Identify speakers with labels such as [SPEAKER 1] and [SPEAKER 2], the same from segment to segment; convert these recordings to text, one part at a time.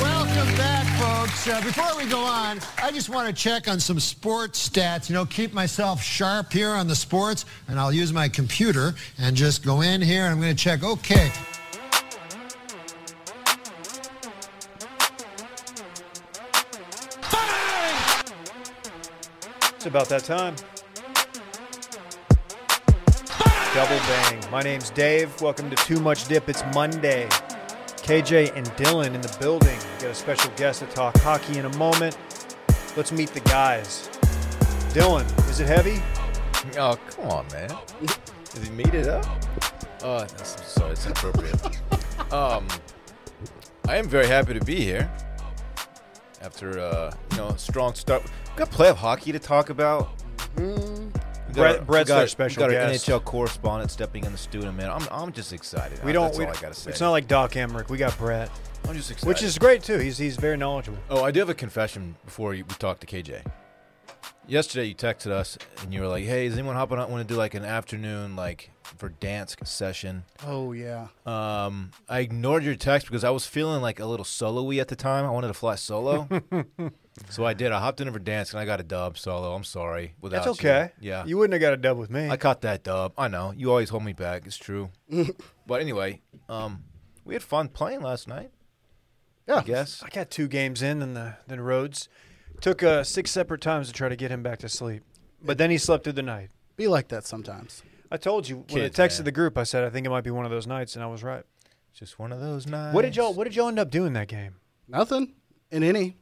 [SPEAKER 1] Welcome back, folks. Uh, before we go on, I just want to check on some sports stats. You know, keep myself sharp here on the sports, and I'll use my computer and just go in here and I'm going to check. Okay.
[SPEAKER 2] It's about that time. Double bang. My name's Dave. Welcome to Too Much Dip. It's Monday. KJ and Dylan in the building. We got a special guest to talk hockey in a moment. Let's meet the guys. Dylan, is it heavy?
[SPEAKER 3] Oh, come on, man. Does he meet it up? Oh, that's, I'm sorry, it's inappropriate. um, I am very happy to be here after uh, you know a strong start. We've got playoff hockey to talk about. We got
[SPEAKER 2] Mm. Brett-
[SPEAKER 3] our- we
[SPEAKER 2] Brett's
[SPEAKER 3] got
[SPEAKER 2] our
[SPEAKER 3] our-
[SPEAKER 2] special
[SPEAKER 3] we got
[SPEAKER 2] guest.
[SPEAKER 3] our NHL correspondent stepping in the studio, man. I'm, I'm just excited.
[SPEAKER 2] We don't.
[SPEAKER 3] That's
[SPEAKER 2] we,
[SPEAKER 3] all I gotta say.
[SPEAKER 2] It's not like Doc Emmerich. We got Brett,
[SPEAKER 3] I'm just excited.
[SPEAKER 2] which is great too. He's he's very knowledgeable.
[SPEAKER 3] Oh, I do have a confession before you- we talk to KJ. Yesterday, you texted us and you were like, "Hey, is anyone hopping out? Want to do like an afternoon like for dance session?"
[SPEAKER 4] Oh yeah.
[SPEAKER 3] Um, I ignored your text because I was feeling like a little solo-y at the time. I wanted to fly solo, so I did. I hopped in for dance and I got a dub solo. I'm sorry. Without
[SPEAKER 2] That's
[SPEAKER 3] you.
[SPEAKER 2] okay.
[SPEAKER 3] Yeah,
[SPEAKER 2] You wouldn't have got a dub with me.
[SPEAKER 3] I caught that dub. I know you always hold me back. It's true. but anyway, um, we had fun playing last night.
[SPEAKER 2] yeah. I
[SPEAKER 3] guess.
[SPEAKER 2] I got two games in than the than Rhodes. Took uh, six separate times to try to get him back to sleep, but then he slept through the night.
[SPEAKER 4] Be like that sometimes.
[SPEAKER 2] I told you when I
[SPEAKER 3] Kids,
[SPEAKER 2] texted
[SPEAKER 3] man.
[SPEAKER 2] the group. I said I think it might be one of those nights, and I was right.
[SPEAKER 3] Just one of those nights.
[SPEAKER 2] What did y'all What did y'all end up doing that game?
[SPEAKER 4] Nothing in any.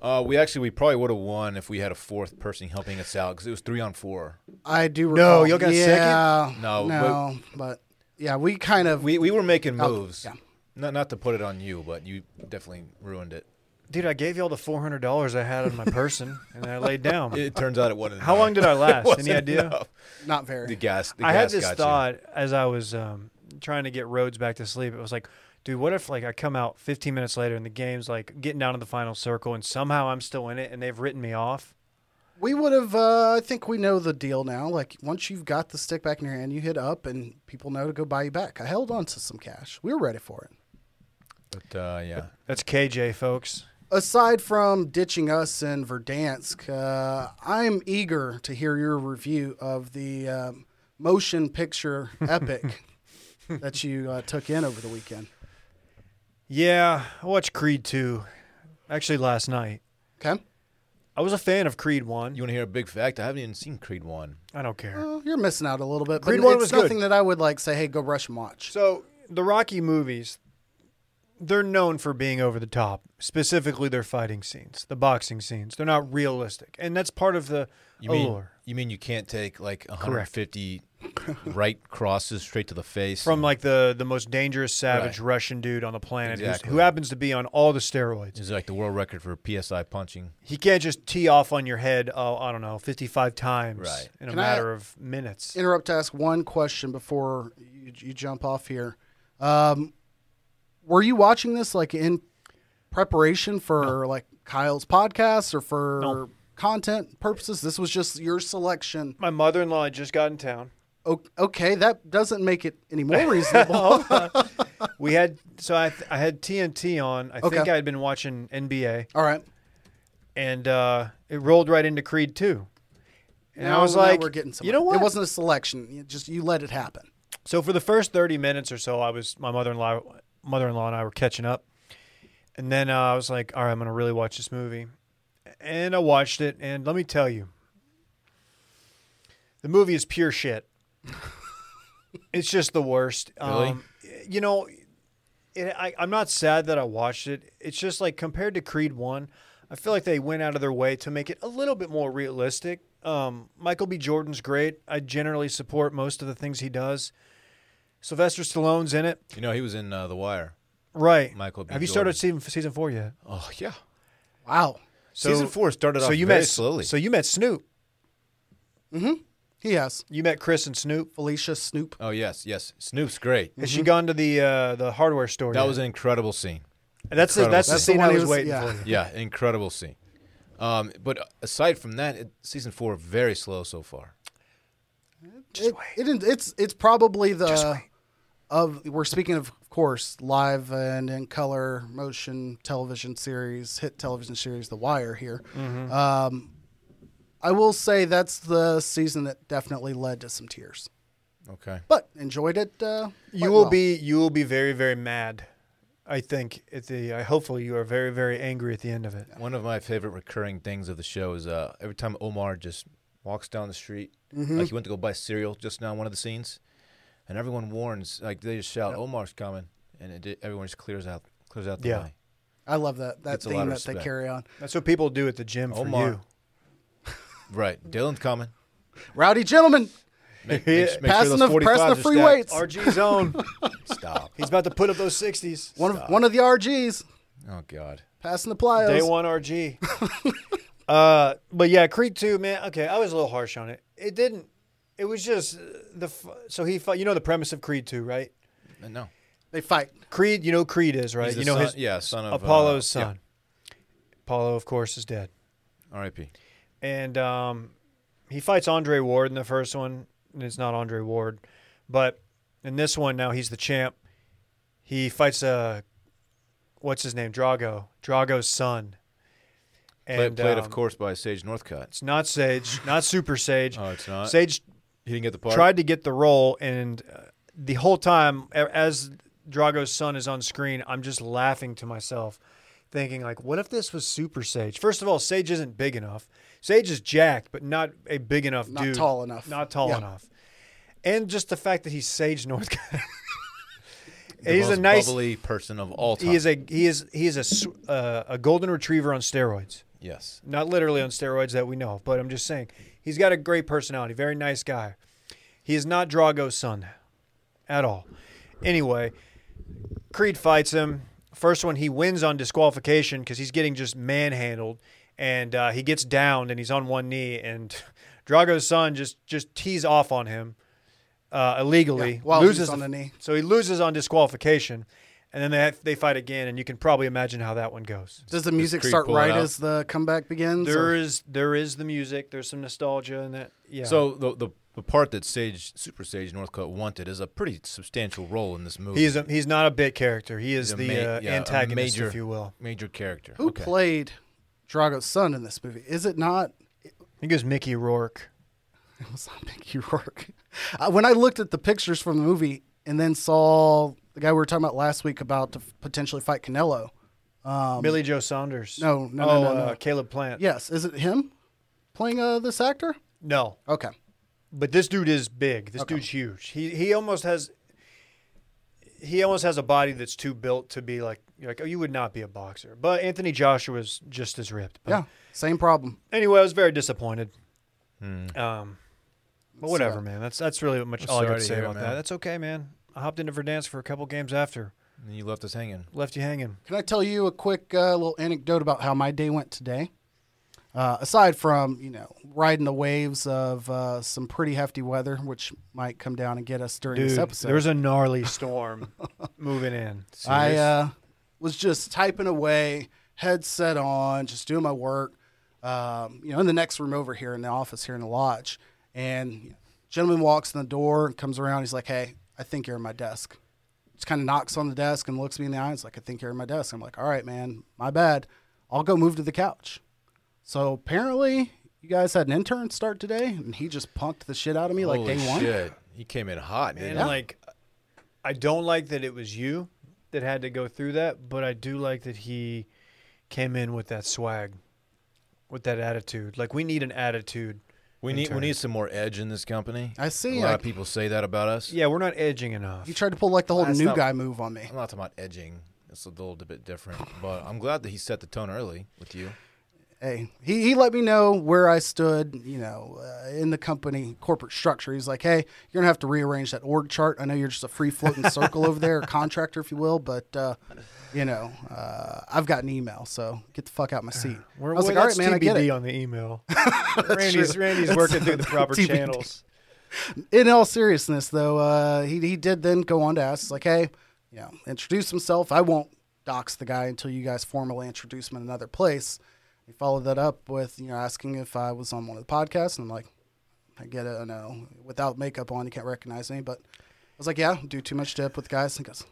[SPEAKER 3] Uh, we actually we probably would have won if we had a fourth person helping us out because it was three on four.
[SPEAKER 4] I do recall.
[SPEAKER 2] y'all got second?
[SPEAKER 4] yeah,
[SPEAKER 3] No,
[SPEAKER 4] No, but yeah, we kind of
[SPEAKER 3] We we were making
[SPEAKER 4] Oh,
[SPEAKER 3] moves.
[SPEAKER 4] yeah.
[SPEAKER 3] Not not to put it on you, but you definitely ruined it.
[SPEAKER 2] Dude, I gave y'all the four hundred dollars I had on my person, and I laid down.
[SPEAKER 3] It turns out it wasn't.
[SPEAKER 2] How
[SPEAKER 3] enough.
[SPEAKER 2] long did I
[SPEAKER 3] It
[SPEAKER 2] last? Any
[SPEAKER 3] wasn't
[SPEAKER 2] idea?
[SPEAKER 3] enough.
[SPEAKER 4] not very.
[SPEAKER 3] The gas. The
[SPEAKER 2] I had
[SPEAKER 3] gas
[SPEAKER 2] this
[SPEAKER 3] got you.
[SPEAKER 2] thought as I was um, trying to get Rhodes back to sleep. It was like, dude, what if like I come out 15 minutes later and the game's like getting down to the final circle, and somehow I'm still in it, and they've written me off.
[SPEAKER 4] we would have. Uh, I think we know the deal now. Like once you've got the stick back in your hand, you hit up, and people know to go buy you back. I held on to some cash. We were ready for it.
[SPEAKER 3] But uh, yeah,
[SPEAKER 2] That's KJ, folks.
[SPEAKER 4] Aside from ditching us in Verdansk, uh, I'm eager to hear your review of the um, motion picture epic that you uh, took in over the weekend.
[SPEAKER 2] Yeah, I watched Creed two, actually last night.
[SPEAKER 4] Okay.
[SPEAKER 2] I was a fan of Creed one.
[SPEAKER 3] you want to hear a big fact? I haven't even seen Creed one.
[SPEAKER 2] I don't care.
[SPEAKER 4] Well, you're missing out a little bit.
[SPEAKER 2] Creed
[SPEAKER 4] but
[SPEAKER 2] one
[SPEAKER 4] it's
[SPEAKER 2] was good.
[SPEAKER 4] nothing that I would like say, hey, go brush and watch.
[SPEAKER 2] So the Rocky movies, they're known for being over the top. Specifically, their fighting scenes, the boxing scenes. They're not realistic, and that's part of the
[SPEAKER 3] You mean
[SPEAKER 2] allure
[SPEAKER 3] you mean you can't take like 150 right crosses straight to the face?
[SPEAKER 2] from like the the most dangerous savage
[SPEAKER 3] Right.
[SPEAKER 2] Russian dude on the planet, who's-
[SPEAKER 3] Exactly.
[SPEAKER 2] who happens to be on all the steroids.
[SPEAKER 3] is like the world record for psi punching.
[SPEAKER 2] He can't just tee off on your head. Oh, I don't know, 55 times
[SPEAKER 3] Right.
[SPEAKER 2] in a
[SPEAKER 4] Can I-
[SPEAKER 2] matter of minutes.
[SPEAKER 4] Interrupt to ask one question before you, you jump off here. Um, were you watching this like in preparation for like Kyle's podcast or for
[SPEAKER 2] No.
[SPEAKER 4] content purposes? This was just your selection.
[SPEAKER 2] My mother-in-law had just got in town.
[SPEAKER 4] O- okay, that doesn't make it any more reasonable.
[SPEAKER 2] We had so I th- I had TNT on. I
[SPEAKER 4] Okay.
[SPEAKER 2] think I had been watching NBA.
[SPEAKER 4] All right.
[SPEAKER 2] and uh, it rolled right into Creed two. And I
[SPEAKER 4] Now-
[SPEAKER 2] was
[SPEAKER 4] now
[SPEAKER 2] like,
[SPEAKER 4] we're getting
[SPEAKER 2] you
[SPEAKER 4] somewhere.
[SPEAKER 2] know what?
[SPEAKER 4] It wasn't a selection. You just you let it happen.
[SPEAKER 2] so for the first thirty minutes or so, I was my mother in law, mother in law, and I were catching up, and then uh, I was like, all right, I'm gonna really watch this movie, and I watched it, and let me tell you, the movie is pure shit. it's just the worst.
[SPEAKER 3] Really?
[SPEAKER 2] Um, you know, it, I, I'm not sad that I watched it. It's just like compared to Creed One, I feel like they went out of their way to make it a little bit more realistic. Um, Michael B. Jordan's great. I generally support most of the things he does. Sylvester Stallone's in it,
[SPEAKER 3] You know, he was in uh, The Wire.
[SPEAKER 2] right?
[SPEAKER 3] Michael B.
[SPEAKER 2] Have you started season season four yet?
[SPEAKER 3] Oh yeah.
[SPEAKER 4] Wow.
[SPEAKER 2] So-
[SPEAKER 3] Season four started
[SPEAKER 2] so
[SPEAKER 3] off
[SPEAKER 2] you
[SPEAKER 3] very
[SPEAKER 2] met
[SPEAKER 3] slowly.
[SPEAKER 2] So you met Snoop.
[SPEAKER 4] He has
[SPEAKER 2] You met Chris and Snoop.
[SPEAKER 4] Felicia Snoop.
[SPEAKER 3] oh yes, yes. Snoop's great.
[SPEAKER 2] Has she gone to the uh, the hardware store?
[SPEAKER 3] Mm-hmm. That
[SPEAKER 2] yet?
[SPEAKER 3] was an incredible scene.
[SPEAKER 2] that's the,
[SPEAKER 3] incredible.
[SPEAKER 2] that's the
[SPEAKER 3] That's
[SPEAKER 4] the
[SPEAKER 2] scene
[SPEAKER 4] one
[SPEAKER 2] I
[SPEAKER 4] he
[SPEAKER 2] was,
[SPEAKER 4] was-
[SPEAKER 2] waiting
[SPEAKER 4] yeah.
[SPEAKER 2] for. You.
[SPEAKER 3] Yeah, incredible scene. Um, but aside from that, it, season four very slow so far.
[SPEAKER 4] It, it, it's it's probably the of we're speaking of course, live and in color motion television series, hit television series, The Wire here.
[SPEAKER 2] Mm-hmm.
[SPEAKER 4] Um, I will say that's the season that definitely led to some tears,
[SPEAKER 3] Okay.
[SPEAKER 4] but enjoyed it. Uh,
[SPEAKER 2] You
[SPEAKER 4] quite
[SPEAKER 2] will
[SPEAKER 4] well.
[SPEAKER 2] be you will be very very mad. I think at the I hopefully you are very very angry at the end of it.
[SPEAKER 3] One of my favorite recurring things of the show is uh, every time Omar just walks down the street,
[SPEAKER 2] Mm-hmm.
[SPEAKER 3] like he went to go buy cereal just now, in one of the scenes, and everyone warns, like they just shout, "Omar's coming," and it, di- everyone just clears out, clears out the
[SPEAKER 2] Yeah.
[SPEAKER 3] way.
[SPEAKER 4] I love that that
[SPEAKER 3] Gets a lot
[SPEAKER 4] theme
[SPEAKER 3] of
[SPEAKER 4] that they
[SPEAKER 3] respect.
[SPEAKER 4] carry on.
[SPEAKER 2] That's what people do at the gym for
[SPEAKER 3] Omar.
[SPEAKER 2] you.
[SPEAKER 3] Right, Dylan's coming.
[SPEAKER 4] Rowdy gentlemen,
[SPEAKER 3] Make, make,
[SPEAKER 2] Yeah.
[SPEAKER 3] make
[SPEAKER 4] Passing
[SPEAKER 3] sure
[SPEAKER 4] the-
[SPEAKER 3] those 45s
[SPEAKER 4] passing
[SPEAKER 3] are
[SPEAKER 4] the free
[SPEAKER 3] stacked.
[SPEAKER 4] weights.
[SPEAKER 2] RG zone.
[SPEAKER 3] Stop.
[SPEAKER 2] He's about to put up those sixties.
[SPEAKER 4] one of one of the RGs
[SPEAKER 3] Oh God.
[SPEAKER 4] passing the plyos.
[SPEAKER 2] Day one RG. uh, but yeah, Creed two, man. Okay, I was a little harsh on it. It didn't. It was just uh, the f- so he fought. You know the premise of Creed two, right?
[SPEAKER 3] Uh, No.
[SPEAKER 4] They fight.
[SPEAKER 2] Creed, you know who Creed is right.
[SPEAKER 3] He's the
[SPEAKER 2] you know
[SPEAKER 3] son-
[SPEAKER 2] his
[SPEAKER 3] yeah, son of uh,
[SPEAKER 2] Apollo's
[SPEAKER 3] yeah,
[SPEAKER 2] son. Apollo, of course, is dead.
[SPEAKER 3] R.I.P.
[SPEAKER 2] and um, he fights Andre Ward in the first one, and it's not Andre Ward, but in this one now he's the champ. He fights uh, what's his name, Drago, Drago's son,
[SPEAKER 3] Play,
[SPEAKER 2] and
[SPEAKER 3] played, of
[SPEAKER 2] um,
[SPEAKER 3] course, by Sage Northcott.
[SPEAKER 2] it's not Sage, not Super Sage.
[SPEAKER 3] Oh, it's not?
[SPEAKER 2] Sage
[SPEAKER 3] He didn't get the part.
[SPEAKER 2] tried to get the role, and uh, the whole time a- as Drago's son is on screen, I'm just laughing to myself, thinking like, what if this was Super Sage? First of all, Sage isn't big enough. Sage is jacked, but not a big enough
[SPEAKER 4] Not
[SPEAKER 2] dude.
[SPEAKER 4] tall enough.
[SPEAKER 2] Not tall
[SPEAKER 4] Yeah.
[SPEAKER 2] enough. And just the fact that he's Sage Northcott.
[SPEAKER 3] The
[SPEAKER 2] he's a
[SPEAKER 3] most
[SPEAKER 2] nice.
[SPEAKER 3] bubbly person of all time.
[SPEAKER 2] He is a he is he is a s- uh, a golden retriever on steroids
[SPEAKER 3] yes.
[SPEAKER 2] not literally on steroids that we know of, but I'm just saying he's got a great personality, very nice guy. He is not Drago's son at all. Anyway, Creed fights him. First one, he wins on disqualification because he's getting just manhandled, and uh, he gets downed and he's on one knee, and Drago's son just just tees off on him uh, illegally.
[SPEAKER 4] Yeah, while he's
[SPEAKER 2] loses
[SPEAKER 4] on the knee.
[SPEAKER 2] so he loses on disqualification, and then they have, they fight again, and you can probably imagine how that one goes.
[SPEAKER 4] Does the music
[SPEAKER 3] Creed
[SPEAKER 4] start
[SPEAKER 3] pull it
[SPEAKER 4] right
[SPEAKER 3] out?
[SPEAKER 4] as the comeback begins?
[SPEAKER 2] There
[SPEAKER 4] or-
[SPEAKER 2] is there is the music. There's some nostalgia in that. Yeah.
[SPEAKER 3] So the, the the part that Sage Super Sage Northcott wanted is a pretty substantial role in this movie.
[SPEAKER 2] he's a, he's not a bit character. He is
[SPEAKER 3] He's a
[SPEAKER 2] the
[SPEAKER 3] ma-
[SPEAKER 2] uh,
[SPEAKER 3] yeah, a
[SPEAKER 2] antagonist,
[SPEAKER 3] major-
[SPEAKER 2] if you will.
[SPEAKER 3] major character.
[SPEAKER 4] Who
[SPEAKER 3] Okay.
[SPEAKER 4] played Drago's son in this movie? Is it not?
[SPEAKER 2] I think it was Mickey Rourke.
[SPEAKER 4] It was not Mickey Rourke. Uh, when I looked at the pictures from the movie and then saw the guy we were talking about last week about to potentially fight Canelo,
[SPEAKER 2] Billy Joe Saunders.
[SPEAKER 4] Um, no, no, no,
[SPEAKER 2] oh,
[SPEAKER 4] no, no.
[SPEAKER 2] Uh, Caleb Plant.
[SPEAKER 4] yes, is it him playing uh, this actor?
[SPEAKER 2] No,
[SPEAKER 4] Okay,
[SPEAKER 2] but this dude is big. This dude's huge. He he almost has. He almost has a body that's too built to be like you're like oh you would not be a boxer. But Anthony Joshua's just as ripped. But
[SPEAKER 4] yeah, same problem.
[SPEAKER 2] Anyway, I was very disappointed. Um, but whatever, man. That's that's really much all I got
[SPEAKER 3] sorry
[SPEAKER 2] to
[SPEAKER 3] to
[SPEAKER 2] say
[SPEAKER 3] hear it,
[SPEAKER 2] about that.
[SPEAKER 3] man.
[SPEAKER 2] That's okay, man. I hopped into Verdance for a couple games after.
[SPEAKER 3] And you left us hanging.
[SPEAKER 2] Left you hanging.
[SPEAKER 4] Can I tell you a quick uh, little anecdote about how my day went today? Uh, aside from you know riding the waves of uh, some pretty hefty weather, which might come down and get us during this episode.
[SPEAKER 2] there's a gnarly storm moving in.
[SPEAKER 4] I uh, was just typing away, headset on, just doing my work. Um, you know, in the next room over here in the office here in the lodge, and gentleman walks in the door, comes around. He's like, "Hey, I think you're in my desk." Just kind of knocks on the desk and looks me in the eyes, like, "I think you're in my desk." I'm like, "All right, man, my bad. I'll go move to the couch." So apparently, you guys had an intern start today, and he just punked the shit out of me like
[SPEAKER 3] Holy
[SPEAKER 4] day one.
[SPEAKER 3] shit. He came in hot, man.
[SPEAKER 2] and like, I don't like that it was you that had to go through that, but I do like that he came in with that swag, with that attitude. Like we need an attitude.
[SPEAKER 3] We need we
[SPEAKER 2] Intern.
[SPEAKER 3] need some more edge in this company.
[SPEAKER 4] I see,
[SPEAKER 3] A lot
[SPEAKER 4] I-
[SPEAKER 3] of people say that about us.
[SPEAKER 2] Yeah, we're not edging enough.
[SPEAKER 4] He tried to pull like the whole
[SPEAKER 3] That's
[SPEAKER 4] new
[SPEAKER 3] not-
[SPEAKER 4] guy move on me.
[SPEAKER 3] I'm not talking about edging. It's a little bit different, but I'm glad that he set the tone early with you.
[SPEAKER 4] hey, he, he let me know where I stood, you know, uh, in the company corporate structure. He's like, hey, you're going to have to rearrange that org chart. I know you're just a free floating circle over there, a contractor, if you will, but, uh, you know, uh, I've got an email, so get the fuck out my seat.
[SPEAKER 2] Uh, We're,
[SPEAKER 4] I was
[SPEAKER 2] we're-
[SPEAKER 4] like, all right,
[SPEAKER 2] that's
[SPEAKER 4] man, I get
[SPEAKER 2] TBD
[SPEAKER 4] it.
[SPEAKER 2] on the email. Randy's Randy's working through the proper
[SPEAKER 4] TBD.
[SPEAKER 2] channels.
[SPEAKER 4] in all seriousness, though, uh, he, he did then go on to ask, like, hey, you know, introduce himself. I won't dox the guy until you guys formally introduce him in another place. He followed that up with, you know, asking if I was on one of the podcasts. And I'm like, I get it. I know. Without makeup on, you can't recognize me. But I was like, yeah, do too much dip with guys. And he goes,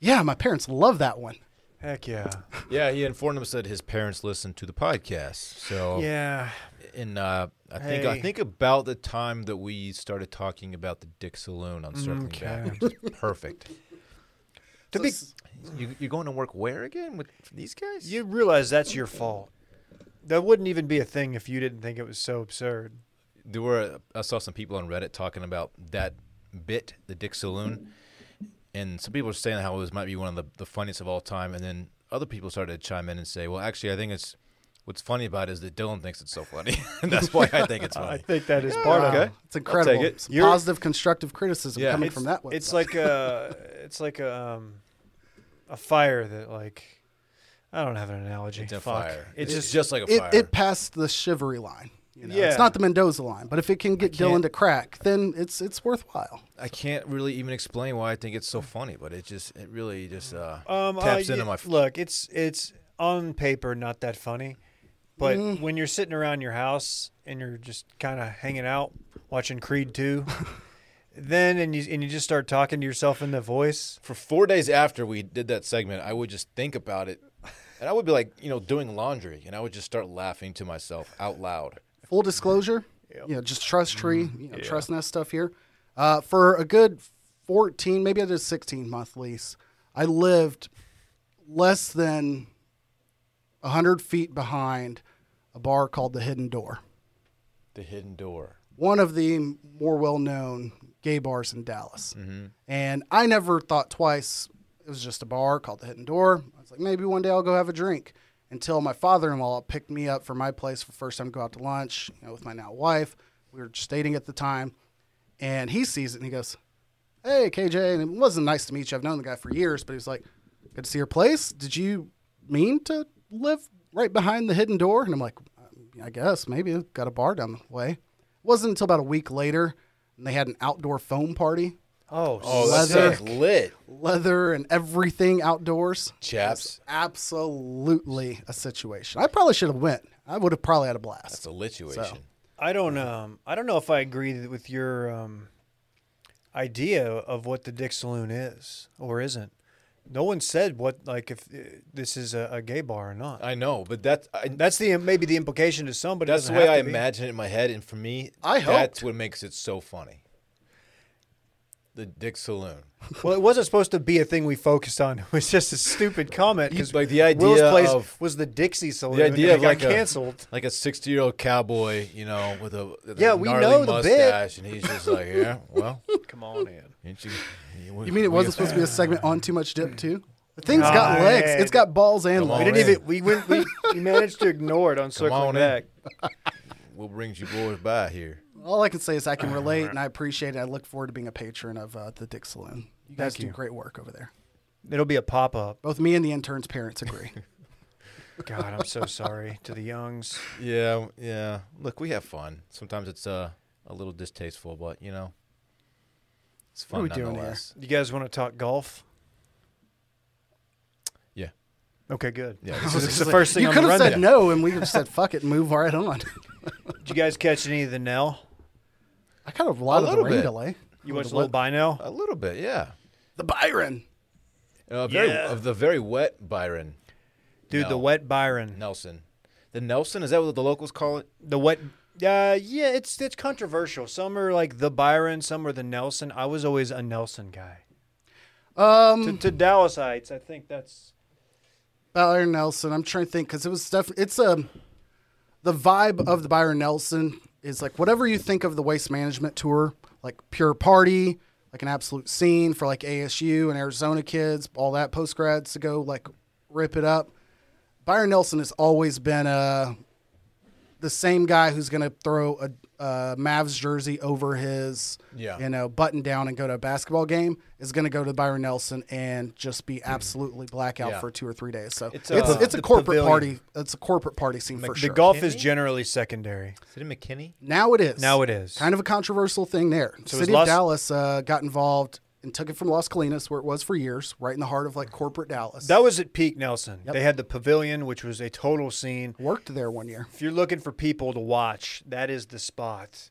[SPEAKER 4] Yeah, my parents love that one.
[SPEAKER 2] Heck yeah.
[SPEAKER 3] Yeah, he informed us that his parents listened to the podcast.
[SPEAKER 2] Oh.
[SPEAKER 3] So
[SPEAKER 2] Yeah.
[SPEAKER 3] and uh, I think I
[SPEAKER 2] Hey.
[SPEAKER 3] think about the time that we started talking about the Dick Saloon on Surfing
[SPEAKER 2] Mm,
[SPEAKER 3] Back, which is perfect.
[SPEAKER 2] To be,
[SPEAKER 3] You, you're going to work where again with these guys?
[SPEAKER 2] you realize that's your fault. That wouldn't even be a thing if you didn't think it was so absurd.
[SPEAKER 3] there were I saw some people on Reddit talking about that bit, the Dick Saloon, and some people were saying how it was might be one of the, the funniest of all time, and then other people started to chime in and say, "Well, actually, I think it's what's funny about it is that Dylan thinks it's so funny, and that's why I think it's
[SPEAKER 2] I
[SPEAKER 3] funny."
[SPEAKER 2] think that is part of
[SPEAKER 4] Wow,
[SPEAKER 2] it.
[SPEAKER 4] It's incredible.
[SPEAKER 3] it.
[SPEAKER 4] Some
[SPEAKER 2] You're-
[SPEAKER 4] positive, constructive criticism
[SPEAKER 3] Yeah.
[SPEAKER 4] coming
[SPEAKER 3] It's-
[SPEAKER 4] from that one.
[SPEAKER 2] It's like a, it's like a, um, a fire that like, I don't have an analogy.
[SPEAKER 3] It's a
[SPEAKER 2] Fuck.
[SPEAKER 3] fire.
[SPEAKER 2] It's just
[SPEAKER 3] just like a
[SPEAKER 4] it,
[SPEAKER 3] fire.
[SPEAKER 4] it passed the chivalry line. You know?
[SPEAKER 2] Yeah.
[SPEAKER 4] It's not the Mendoza line, but if it can get Dylan
[SPEAKER 3] can't-
[SPEAKER 4] to crack, then it's it's worthwhile.
[SPEAKER 3] I can't really even explain why I think it's so funny, but it just it really just uh,
[SPEAKER 2] um, uh,
[SPEAKER 3] taps
[SPEAKER 2] y-
[SPEAKER 3] into my. F-
[SPEAKER 2] look. It's it's on paper not that funny, but
[SPEAKER 3] Mm.
[SPEAKER 2] when you're sitting around your house and you're just kind of hanging out watching Creed two, then and you and you just start talking to yourself in the voice.
[SPEAKER 3] for four days after we did that segment, I would just think about it, and I would be like, you know, doing laundry, and I would just start laughing to myself out loud.
[SPEAKER 4] Full disclosure, you know, just trust tree, you know, trust nest stuff here. Uh, for a good 14, maybe I did a 16 month lease, I lived less than 100 feet behind a bar called The Hidden Door,
[SPEAKER 3] The hidden door.
[SPEAKER 4] one of the more well known gay bars in Dallas. And I never thought twice. It was just a bar called The Hidden Door. I was like, maybe one day I'll go have a drink. Until my father in law picked me up from my place for the first time to go out to lunch you know, with my now wife. We were just dating at the time. And he sees it and he goes, Hey, KJ. And it wasn't nice to meet you. I've known the guy for years, but he was like, Good to see your place. Did you mean to live right behind the hidden door? And I'm like, I guess maybe got a bar down the way. It wasn't until about a week later, and they had an outdoor foam party
[SPEAKER 2] Oh,
[SPEAKER 3] Oh, that
[SPEAKER 4] Leather.
[SPEAKER 3] sounds lit,
[SPEAKER 4] leather and everything outdoors.
[SPEAKER 3] chaps.
[SPEAKER 4] Absolutely a situation. I probably should have went. I would have probably had a blast.
[SPEAKER 3] It's a lituation.
[SPEAKER 2] I don't um I don't know if I agree with your um idea of what the Dick Saloon is or isn't. No one said what like if uh, this is a, a gay bar or not.
[SPEAKER 3] I know, but that's I,
[SPEAKER 2] That's the maybe the implication to somebody.
[SPEAKER 3] that's the way I imagine it in my head, and for me,
[SPEAKER 4] I
[SPEAKER 3] that's
[SPEAKER 4] hoped.
[SPEAKER 3] what makes it so funny. The Dick Saloon.
[SPEAKER 2] Well, it wasn't supposed to be a thing we focused on. It was just a stupid comment because
[SPEAKER 3] Like the idea
[SPEAKER 2] Will's place
[SPEAKER 3] of-
[SPEAKER 2] was the Dixie Saloon.
[SPEAKER 3] The idea
[SPEAKER 2] and it
[SPEAKER 3] of
[SPEAKER 2] got
[SPEAKER 3] like
[SPEAKER 2] canceled.
[SPEAKER 3] a like a sixty year old cowboy, you know, with a with
[SPEAKER 2] Yeah,
[SPEAKER 3] a
[SPEAKER 2] we know
[SPEAKER 3] gnarly
[SPEAKER 2] the bit.
[SPEAKER 3] mustache, and he's just like, yeah, well,
[SPEAKER 2] Come on in.
[SPEAKER 3] ain't you,
[SPEAKER 4] You mean it wasn't supposed to be a segment on too much dip too? The thing's got
[SPEAKER 2] Ah,
[SPEAKER 4] legs.
[SPEAKER 2] yeah.
[SPEAKER 4] It's got balls and
[SPEAKER 3] Come
[SPEAKER 2] We
[SPEAKER 4] legs.
[SPEAKER 3] on
[SPEAKER 2] didn't
[SPEAKER 3] in.
[SPEAKER 2] even we went we, we managed to ignore it on circling
[SPEAKER 3] on in.
[SPEAKER 2] back.
[SPEAKER 3] What brings you boys by here?
[SPEAKER 4] All I can say is I can relate and I appreciate it. I look forward to being a patron of uh, the Dick Saloon. You guys
[SPEAKER 2] Thank
[SPEAKER 4] do
[SPEAKER 2] you.
[SPEAKER 4] great work over there.
[SPEAKER 2] It'll be a pop up.
[SPEAKER 4] Both me and the intern's parents agree.
[SPEAKER 2] God, I'm so sorry to the Youngs.
[SPEAKER 3] Yeah, yeah. Look, we have fun. Sometimes it's uh, a little distasteful, but you know, it's
[SPEAKER 4] What are
[SPEAKER 3] fun
[SPEAKER 4] we doing here?
[SPEAKER 3] nonetheless.
[SPEAKER 2] You guys want to talk golf?
[SPEAKER 3] Yeah.
[SPEAKER 2] Okay, good.
[SPEAKER 3] Yeah,
[SPEAKER 2] this
[SPEAKER 3] this
[SPEAKER 2] is the first thing
[SPEAKER 4] you
[SPEAKER 2] on the
[SPEAKER 4] could have said
[SPEAKER 2] rundown.
[SPEAKER 4] no, and we would have said fuck it and move right on.
[SPEAKER 2] Did you guys catch any of the Nell?
[SPEAKER 4] I kind of a lot
[SPEAKER 3] A
[SPEAKER 4] of the
[SPEAKER 3] little
[SPEAKER 4] rain
[SPEAKER 3] bit.
[SPEAKER 4] delay.
[SPEAKER 2] You watched a little by now?
[SPEAKER 3] A little bit, yeah.
[SPEAKER 4] The Byron.
[SPEAKER 3] Uh, very,
[SPEAKER 2] Yeah.
[SPEAKER 3] Of the very wet Byron
[SPEAKER 2] Dude, the
[SPEAKER 3] No.
[SPEAKER 2] wet Byron.
[SPEAKER 3] Nelson. The Nelson is that what the locals call it?
[SPEAKER 2] The wet uh, yeah, it's it's controversial. Some are like the Byron, some are the Nelson. I was always a Nelson guy.
[SPEAKER 4] Um,
[SPEAKER 2] To, to Dallasites, I think that's
[SPEAKER 4] Byron Nelson. I'm trying to think because it was stuff. It's um, the vibe of the Byron Nelson is like whatever you think of the waste management tour, like pure party, like an absolute scene for like ASU and Arizona kids, all that post grads to go like rip it up. Byron Nelson has always been uh, the same guy who's going to throw a, a Mavs jersey over his,
[SPEAKER 3] Yeah.
[SPEAKER 4] you know, button down and go to a basketball game is going to go to Byron Nelson and just
[SPEAKER 2] Mm-hmm.
[SPEAKER 4] be absolutely blackout
[SPEAKER 3] Yeah.
[SPEAKER 4] for two or three days. So it's
[SPEAKER 3] It's,
[SPEAKER 4] a, it's,
[SPEAKER 3] uh,
[SPEAKER 4] a
[SPEAKER 2] the
[SPEAKER 4] corporate
[SPEAKER 2] pavilion.
[SPEAKER 4] party. It's a corporate party scene for
[SPEAKER 2] the
[SPEAKER 4] sure.
[SPEAKER 2] golf is generally secondary.
[SPEAKER 3] Is it McKinney?
[SPEAKER 4] now it is.
[SPEAKER 2] Now it is.
[SPEAKER 4] Kind of a controversial thing there.
[SPEAKER 2] So
[SPEAKER 4] City
[SPEAKER 2] is Los-
[SPEAKER 4] of Dallas uh, got involved and took it from Los Colinas, where it was for years, right in the heart of like corporate Dallas.
[SPEAKER 2] That was at peak Nelson. They had the pavilion, which was a total scene.
[SPEAKER 4] Worked there one year.
[SPEAKER 2] If you're looking for people to watch, that is the spot.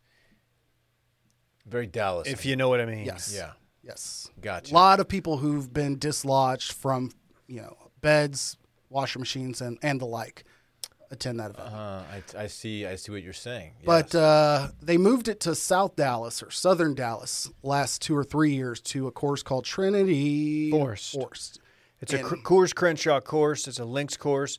[SPEAKER 3] Very Dallas.
[SPEAKER 2] If you know what I mean.
[SPEAKER 4] Yes.
[SPEAKER 3] yeah.
[SPEAKER 4] Yes. A
[SPEAKER 3] Gotcha.
[SPEAKER 4] lot of people who've been dislodged from, you know, beds, washer machines, and, and the like attend that event.
[SPEAKER 3] Uh, I, I see. I see what you're saying.
[SPEAKER 4] But
[SPEAKER 3] Yes.
[SPEAKER 4] uh, they moved it to South Dallas or Southern Dallas last two or three years to a course called Trinity
[SPEAKER 2] Forest.
[SPEAKER 4] Forest.
[SPEAKER 2] It's a Cr- Coors Crenshaw course. It's a Lynx course.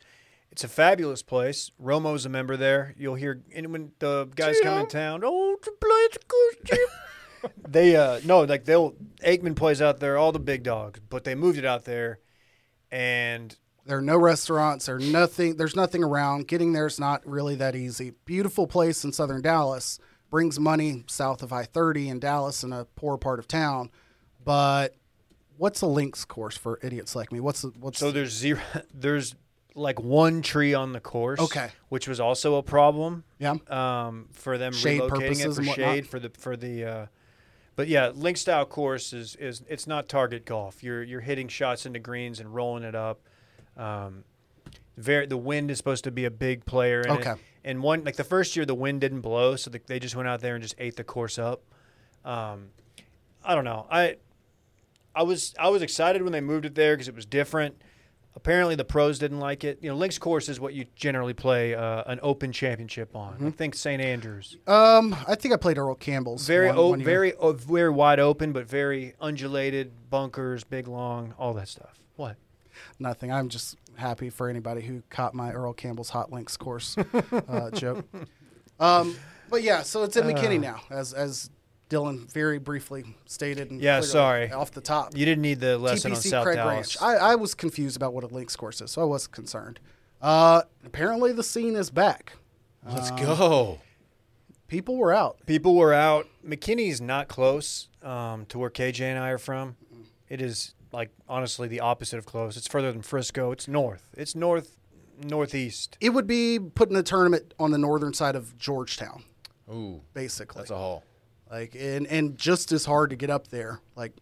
[SPEAKER 2] It's a fabulous place. Romo's a member there. You'll hear and when the guys come in town. Oh, to play at the Coors Gym." they uh no like they'll Aikman plays out there. All the big dogs, but they moved it out there, and
[SPEAKER 4] There are no restaurants. There are nothing. There's nothing around. Getting there is not really that easy. Beautiful place in southern Dallas brings money south of I-30 in Dallas in a poor part of town. But what's a links course for idiots like me? What's the, what's
[SPEAKER 2] so there's zero. There's like one tree on the course.
[SPEAKER 4] Okay.
[SPEAKER 2] which was also a problem.
[SPEAKER 4] yeah?
[SPEAKER 2] um, for them
[SPEAKER 4] Shade
[SPEAKER 2] relocating it
[SPEAKER 4] purposes
[SPEAKER 2] for
[SPEAKER 4] and whatnot.
[SPEAKER 2] shade for the for the. Uh, but yeah, link style course is is it's not target golf. You're you're hitting shots into greens and rolling it up. Um, very the wind is supposed to be a big player. In it.
[SPEAKER 4] Okay.
[SPEAKER 2] And one like the first year the wind didn't blow, so the, they just went out there and just ate the course up. Um, I don't know. I I was I was excited when they moved it there because it was different. Apparently, the pros didn't like it. You know, links course is what you generally play uh, an open championship on.
[SPEAKER 4] Mm-hmm.
[SPEAKER 2] I think St. Andrews,
[SPEAKER 4] Um, I think I played Earl Campbell's.
[SPEAKER 2] very
[SPEAKER 4] one-
[SPEAKER 2] o-
[SPEAKER 4] one year.
[SPEAKER 2] very o- very wide open, but very undulated bunkers, big long, all that stuff. What?
[SPEAKER 4] nothing. I'm just happy for anybody who caught my Earl Campbell's Hot Links course uh, joke. Um, but yeah, so it's in McKinney
[SPEAKER 2] Uh.
[SPEAKER 4] now, as as Dylan very briefly stated. And
[SPEAKER 2] Yeah,
[SPEAKER 4] clearly
[SPEAKER 2] sorry.
[SPEAKER 4] off the top.
[SPEAKER 2] You didn't need the lesson on
[SPEAKER 4] TPC
[SPEAKER 2] South
[SPEAKER 4] Craig
[SPEAKER 2] Dallas.
[SPEAKER 4] Ranch. I, I was confused about what a links course is, so I was concerned. Uh, apparently, the scene is back.
[SPEAKER 3] let's
[SPEAKER 2] um,
[SPEAKER 3] go.
[SPEAKER 4] People were out.
[SPEAKER 2] People were out. McKinney's not close um, to where KJ and I are from. It is like honestly the opposite of close. It's further than Frisco. It's north. It's north northeast.
[SPEAKER 4] It would be putting a tournament on the northern side of Georgetown,
[SPEAKER 3] Ooh,
[SPEAKER 4] basically.
[SPEAKER 3] that's a haul.
[SPEAKER 4] like and and just as hard to get up there like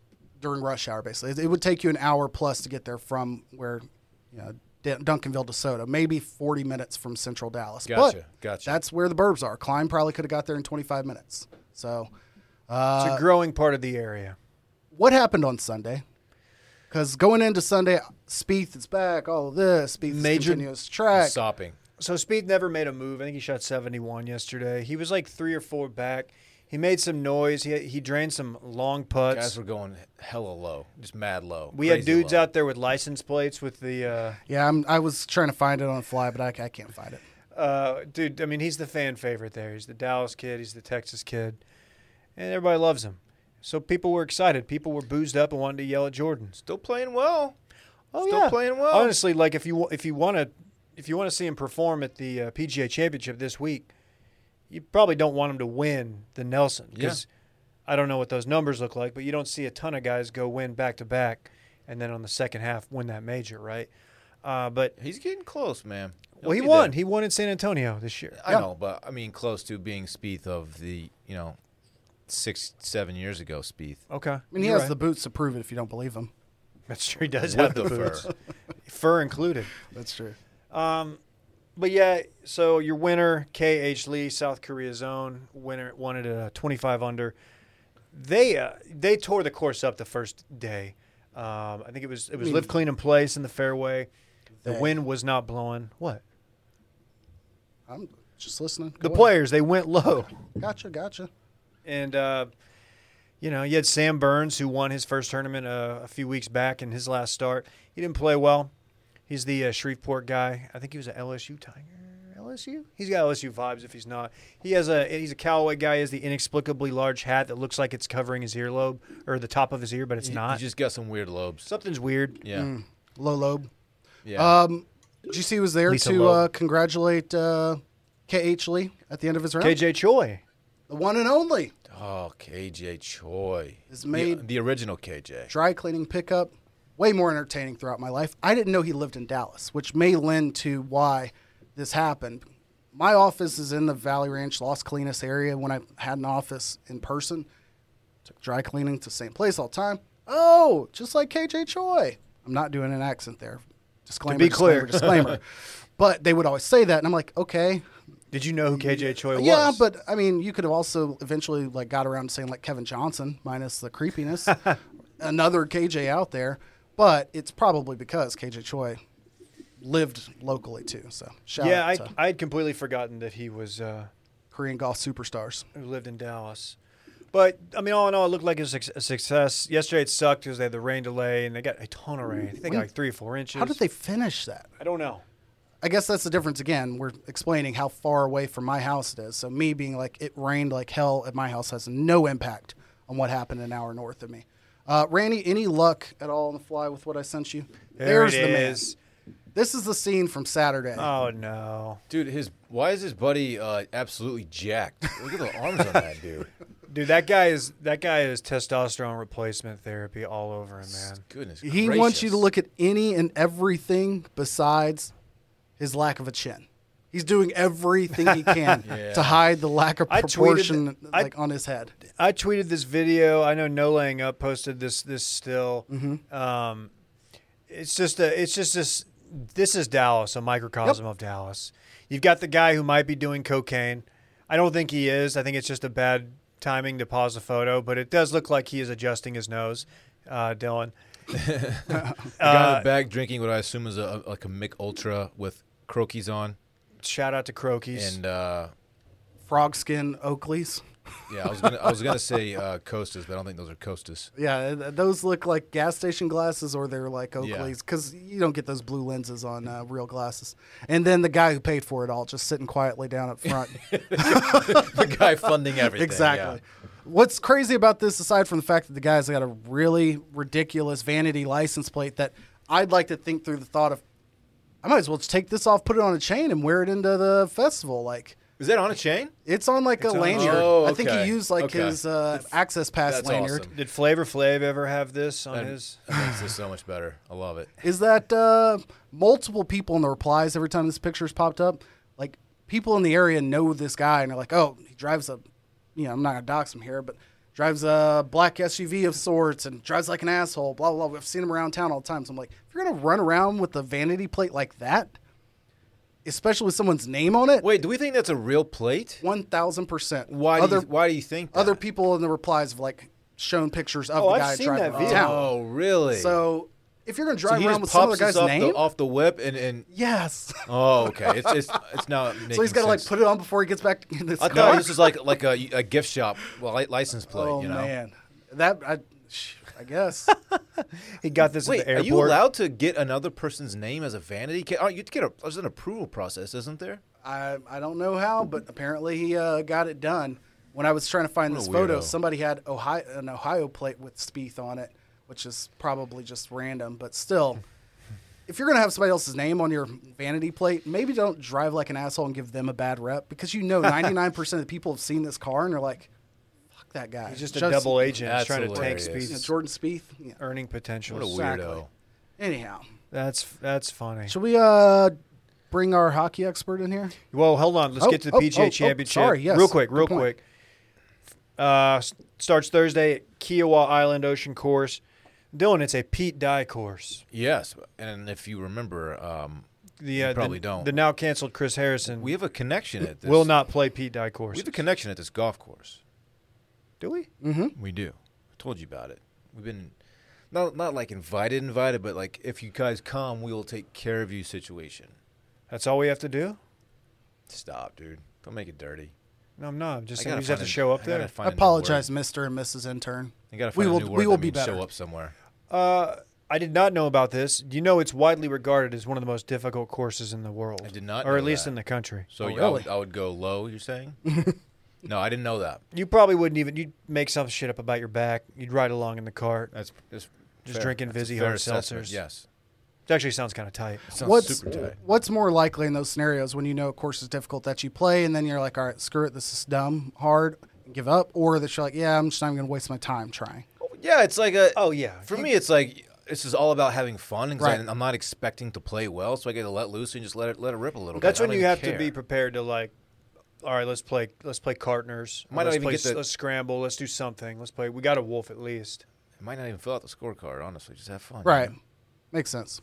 [SPEAKER 4] during rush hour basically it, it would take you an hour plus to get there from where you know D- duncanville DeSoto, maybe 40 minutes from central dallas
[SPEAKER 3] Gotcha,
[SPEAKER 4] but
[SPEAKER 3] gotcha.
[SPEAKER 4] that's where the burbs are klein probably could have got there in 25 minutes so uh,
[SPEAKER 2] It's a growing part of the area.
[SPEAKER 4] what happened on sunday because going into sunday speeth is back all of this speeth
[SPEAKER 2] Major-
[SPEAKER 4] continuous track
[SPEAKER 3] Sopping.
[SPEAKER 2] So Speed never made a move. I think he shot 71 yesterday. He was like three or four back. He made some noise. He he drained some long
[SPEAKER 3] Guys
[SPEAKER 2] putts.
[SPEAKER 3] were going hella low, just mad low.
[SPEAKER 2] We had
[SPEAKER 3] crazy
[SPEAKER 2] dudes
[SPEAKER 3] low.
[SPEAKER 2] out there with license plates with the uh,
[SPEAKER 4] yeah I'm, i was trying to find it on the fly but i, I can't find it
[SPEAKER 2] uh, dude, I mean, he's the fan favorite there. He's the Dallas kid. He's the Texas kid, and everybody loves him. So people were excited. People were boozed up and wanted to yell at Jordan.
[SPEAKER 3] Still playing well.
[SPEAKER 2] Oh
[SPEAKER 3] Still playing well.
[SPEAKER 2] Honestly, like if you wa- if you want to if you want to see him perform at the uh, PGA Championship this week, you probably don't want him to win the Nelson because I don't know what those numbers look like, but you don't see a ton of guys go win back to back and then on the second half win that major, right? Uh, but
[SPEAKER 3] He's getting close, man.
[SPEAKER 2] well,
[SPEAKER 3] He'll
[SPEAKER 2] Oh, he
[SPEAKER 3] be
[SPEAKER 2] won.
[SPEAKER 3] there.
[SPEAKER 2] He won in San Antonio this year.
[SPEAKER 3] I know, but I mean, close to being Spieth of the you know six, seven years ago Spieth.
[SPEAKER 2] Okay, I
[SPEAKER 4] i mean he has the boots to prove it if you don't believe him
[SPEAKER 2] That's true. He does
[SPEAKER 3] With
[SPEAKER 2] have the,
[SPEAKER 3] the fur.
[SPEAKER 2] boots, fur included.
[SPEAKER 4] that's true
[SPEAKER 2] But yeah, so your winner, KH Lee, South Korea's own winner, won it at uh, 25 under. They uh, they tore the course up the first day. Um, I think it was it was live clean in place in the fairway. The
[SPEAKER 4] They.
[SPEAKER 2] wind was not blowing. What
[SPEAKER 4] i'm just listening Go
[SPEAKER 2] the
[SPEAKER 4] ahead.
[SPEAKER 2] players they went low,
[SPEAKER 4] Gotcha, gotcha.
[SPEAKER 2] and uh, you know you had Sam Burns who won his first tournament uh, a few weeks back in his last start. He didn't play well. He's the uh, Shreveport guy. I think he was an LSU Tiger. LSU? He's got LSU vibes. If he's not, he has a he's a Callaway guy. He has the inexplicably large hat that looks like it's covering his earlobe or the top of his ear, but it's
[SPEAKER 3] He,
[SPEAKER 2] not.
[SPEAKER 3] he just got some weird lobes.
[SPEAKER 2] Something's weird.
[SPEAKER 3] yeah,
[SPEAKER 4] Low lobe.
[SPEAKER 3] yeah.
[SPEAKER 2] Uh,
[SPEAKER 4] Um, did you see he was there
[SPEAKER 2] Lisa
[SPEAKER 4] to
[SPEAKER 2] Loeb.
[SPEAKER 4] uh, congratulate uh, KH Lee at the end of his round?
[SPEAKER 2] KJ Choi.
[SPEAKER 4] The one and only
[SPEAKER 3] oh, KJ Choi.
[SPEAKER 4] Is
[SPEAKER 3] The- the,
[SPEAKER 4] made-
[SPEAKER 3] original KJ.
[SPEAKER 4] dry cleaning pickup. Way more entertaining throughout my life. I didn't know he lived in Dallas, which may lend to why this happened. My office is in the Valley Ranch, Los Colinas area. When I had an office in person, took dry cleaning to the same place all the time. Oh, just like KJ Choi. I'm not doing an accent there. Disclaimer,
[SPEAKER 2] be clear.
[SPEAKER 4] disclaimer, disclaimer. but they would always say that, and I'm like, okay,
[SPEAKER 2] Did you know who KJ Choi was?
[SPEAKER 4] Yeah, but I mean, you could have also eventually like got around to saying like Kevin Johnson minus the creepiness, another KJ out there, but it's probably because KJ Choi lived locally too. So
[SPEAKER 3] uh,
[SPEAKER 4] shout
[SPEAKER 2] yeah,
[SPEAKER 4] out
[SPEAKER 2] I
[SPEAKER 4] to
[SPEAKER 2] I had completely forgotten that he was uh,
[SPEAKER 4] Korean golf superstars.
[SPEAKER 2] who lived in Dallas. But I mean, all in all, it looked like a, suc- a success. Yesterday it sucked because they had the rain delay and they got a ton of rain. I think they got like three or four inches.
[SPEAKER 4] How did they finish that?
[SPEAKER 2] I don't know.
[SPEAKER 4] I guess that's the difference again. We're explaining how far away from my house it is. So me being like it rained like hell at my house has no impact on what happened an hour north of me. Uh, Randy, any luck at all on the fly with what I sent you?
[SPEAKER 2] There it
[SPEAKER 4] the
[SPEAKER 2] is.
[SPEAKER 4] man. This is the scene from Saturday.
[SPEAKER 2] Oh no,
[SPEAKER 3] Dude, his why is his buddy uh, absolutely jacked? Look at the arms on that dude.
[SPEAKER 2] dude, that guy is that guy is testosterone replacement therapy all over him, man.
[SPEAKER 3] Goodness.
[SPEAKER 4] he
[SPEAKER 3] gracious.
[SPEAKER 4] wants you to look at any and everything besides his lack of a chin. He's doing everything he can to hide the lack of
[SPEAKER 2] I tweeted
[SPEAKER 4] proportion
[SPEAKER 2] that- I-
[SPEAKER 4] like on his head.
[SPEAKER 2] I tweeted this video. I know No Laying Up posted this this still. Um, it's just a it's just this this is Dallas, a microcosm of Dallas. You've got the guy who might be doing cocaine. I don't think he is. I think it's just a bad timing to pause the photo, but it does look like he is adjusting his nose, uh, Dylan.
[SPEAKER 3] The guy in the back drinking what I assume is a, a- like a Mick Ultra with croquis on,
[SPEAKER 2] Shout out to Crokies.
[SPEAKER 3] and uh,
[SPEAKER 4] Frog skin Oakleys.
[SPEAKER 3] yeah, I was gonna I was gonna say uh, Costas, but I don't think those are Costas.
[SPEAKER 4] Yeah, th- those look like gas station glasses, or they're like
[SPEAKER 3] Yeah.
[SPEAKER 4] Oakleys, because you don't get those blue lenses on uh, real glasses. And then the guy who paid for it all just sitting quietly down up front.
[SPEAKER 3] the guy funding everything.
[SPEAKER 4] exactly. What's crazy about this, aside from the fact that the guy's got a really ridiculous vanity license plate, that I'd like to think through the thought of, I might as well just take this off, put it on a chain, and wear it into the festival. Like
[SPEAKER 3] Is that on a chain?
[SPEAKER 4] it's on like a
[SPEAKER 2] on a chain.
[SPEAKER 4] lanyard.
[SPEAKER 3] Oh,
[SPEAKER 4] I think
[SPEAKER 3] okay.
[SPEAKER 4] he used like
[SPEAKER 3] Okay.
[SPEAKER 4] his uh, access pass
[SPEAKER 3] That's
[SPEAKER 4] lanyard.
[SPEAKER 3] awesome.
[SPEAKER 2] Did Flavor Flav ever have this on
[SPEAKER 3] That,
[SPEAKER 2] his?
[SPEAKER 3] that makes this so much better. I love it.
[SPEAKER 4] is that uh, multiple people in the replies every time this picture's popped up, like people in the area know this guy and they're like, oh, he drives a, you know, I'm not gonna dox him here, but drives a black SUV of sorts and drives like an asshole, blah blah. blah. I've seen him around town all the time. So I'm like, if you're gonna run around with a vanity plate like that, especially with someone's name on it,
[SPEAKER 3] Wait, do we think that's a real plate?
[SPEAKER 4] one thousand percent.
[SPEAKER 3] Why?
[SPEAKER 4] other
[SPEAKER 3] do you, why do you think that?
[SPEAKER 4] other people in the replies have like shown pictures of
[SPEAKER 2] Oh,
[SPEAKER 4] the
[SPEAKER 2] I've
[SPEAKER 4] guy
[SPEAKER 2] seen
[SPEAKER 4] driving
[SPEAKER 2] that
[SPEAKER 4] around
[SPEAKER 2] video.
[SPEAKER 4] town.
[SPEAKER 3] Oh, really?
[SPEAKER 4] So if you're gonna
[SPEAKER 3] So
[SPEAKER 4] drive
[SPEAKER 3] he
[SPEAKER 4] around
[SPEAKER 3] just
[SPEAKER 4] with
[SPEAKER 3] pops
[SPEAKER 4] some other
[SPEAKER 3] this
[SPEAKER 4] guy's
[SPEAKER 3] off,
[SPEAKER 4] name.
[SPEAKER 3] The, off the whip and, and
[SPEAKER 4] Yes.
[SPEAKER 3] oh, okay. It's it's it's now.
[SPEAKER 4] So he's got to like put it on before he gets back in this
[SPEAKER 3] I
[SPEAKER 4] car.
[SPEAKER 3] thought this was like like a, a gift shop well, li- license plate.
[SPEAKER 4] oh
[SPEAKER 3] you know.
[SPEAKER 4] man, that I, sh- I guess.
[SPEAKER 2] He got this
[SPEAKER 3] Wait,
[SPEAKER 2] at the
[SPEAKER 3] are
[SPEAKER 2] airport.
[SPEAKER 3] you allowed to get another person's name as a vanity? Can, oh, you get a, there's an approval process, isn't there?
[SPEAKER 4] I I don't know how, but apparently he uh, got it done. When I was trying to find
[SPEAKER 3] What a
[SPEAKER 4] this photo,
[SPEAKER 3] weirdo.
[SPEAKER 4] somebody had Ohio an Ohio plate with Spieth on it, which is probably just random, but still. If you're gonna have somebody else's name on your vanity plate, maybe don't drive like an asshole and give them a bad rep because you know 99% of the people have seen this car and they're like, "Fuck that guy."
[SPEAKER 2] He's just a double agent
[SPEAKER 3] That's
[SPEAKER 2] trying to tank
[SPEAKER 3] hilarious.
[SPEAKER 4] you know,
[SPEAKER 2] speeds,
[SPEAKER 4] Jordan Spieth. Yeah.
[SPEAKER 2] earning potential.
[SPEAKER 3] What a
[SPEAKER 4] Exactly.
[SPEAKER 3] weirdo.
[SPEAKER 4] Anyhow,
[SPEAKER 2] That's that's funny.
[SPEAKER 4] Should we uh bring our hockey expert in here?
[SPEAKER 2] Well, hold on. Let's
[SPEAKER 4] Oh,
[SPEAKER 2] get to the
[SPEAKER 4] oh,
[SPEAKER 2] PGA
[SPEAKER 4] oh, oh,
[SPEAKER 2] Championship.
[SPEAKER 4] sorry, yes.
[SPEAKER 2] Real quick,
[SPEAKER 4] Good
[SPEAKER 2] real
[SPEAKER 4] point.
[SPEAKER 2] quick. Uh, s- starts Thursday at Kiowa Island Ocean Course. Dylan, it's a Pete Dye course.
[SPEAKER 3] Yes, and if you remember, um,
[SPEAKER 2] The,
[SPEAKER 3] You
[SPEAKER 2] uh, the-
[SPEAKER 3] probably don't.
[SPEAKER 2] The now canceled Chris Harrison
[SPEAKER 3] we have a connection at this.
[SPEAKER 2] will not play Pete Dye
[SPEAKER 3] We
[SPEAKER 2] course.
[SPEAKER 3] have a connection at this golf course.
[SPEAKER 2] Do we?
[SPEAKER 3] We do. I told you about it. We've been not not like invited, invited, but like if you guys come, we will take care of you. Situation.
[SPEAKER 2] That's all we have to do.
[SPEAKER 3] Stop, dude. Don't make it dirty.
[SPEAKER 2] No, I'm not. I'm just
[SPEAKER 3] I
[SPEAKER 2] saying
[SPEAKER 3] gotta
[SPEAKER 2] we just have
[SPEAKER 3] find
[SPEAKER 2] to
[SPEAKER 3] a-
[SPEAKER 2] show up
[SPEAKER 3] I
[SPEAKER 2] there.
[SPEAKER 3] gotta find a new
[SPEAKER 4] Apologize,
[SPEAKER 3] word.
[SPEAKER 4] Mr. and Mrs. Intern.
[SPEAKER 3] I gotta
[SPEAKER 4] we
[SPEAKER 3] find
[SPEAKER 4] will
[SPEAKER 3] a new word
[SPEAKER 4] we will
[SPEAKER 3] that
[SPEAKER 4] be
[SPEAKER 3] means
[SPEAKER 4] better.
[SPEAKER 3] Show up somewhere.
[SPEAKER 2] Uh, I did not know about this. You know, it's widely regarded as one of the most difficult courses in the world. I
[SPEAKER 3] did not
[SPEAKER 2] or at
[SPEAKER 3] know
[SPEAKER 2] least
[SPEAKER 3] that.
[SPEAKER 2] in the country.
[SPEAKER 3] So
[SPEAKER 4] Oh,
[SPEAKER 3] I, would,
[SPEAKER 4] really?
[SPEAKER 3] I would go low. You're saying? no, I didn't know that.
[SPEAKER 2] You probably wouldn't even. You'd make some shit up about your back. You'd ride along in the cart.
[SPEAKER 3] That's, that's
[SPEAKER 2] Just
[SPEAKER 3] fair.
[SPEAKER 2] drinking
[SPEAKER 3] That's a
[SPEAKER 2] Vizzy
[SPEAKER 3] fair
[SPEAKER 2] hard
[SPEAKER 3] assessment,
[SPEAKER 2] seltzers.
[SPEAKER 3] Yes.
[SPEAKER 2] It actually sounds kind of tight.
[SPEAKER 3] Sounds
[SPEAKER 4] What's
[SPEAKER 3] super tight.
[SPEAKER 4] what's more likely in those scenarios when you know a course is difficult that you play and then you're like, all right, screw it, this is dumb, hard, and give up, or that you're like, yeah, I'm just not even gonna waste my time trying.
[SPEAKER 3] Yeah, it's like a.
[SPEAKER 2] Oh, yeah.
[SPEAKER 3] For me, it's like this is all about having fun, and 'cause
[SPEAKER 4] Right.
[SPEAKER 3] I, am not expecting to play well, so I get to let loose and just let it let it rip a little
[SPEAKER 2] That's
[SPEAKER 3] bit. I
[SPEAKER 2] when
[SPEAKER 3] don't
[SPEAKER 2] you
[SPEAKER 3] even
[SPEAKER 2] have to
[SPEAKER 3] care.
[SPEAKER 2] be prepared to like, all right, let's play, let's play Cartners.
[SPEAKER 3] Might not
[SPEAKER 2] let's
[SPEAKER 3] even
[SPEAKER 2] play,
[SPEAKER 3] get the-
[SPEAKER 2] Let's scramble. Let's do something. Let's play. We got a wolf at least.
[SPEAKER 3] I might not even fill out the scorecard. Honestly, just have fun.
[SPEAKER 4] Right.
[SPEAKER 3] man.
[SPEAKER 4] Makes sense.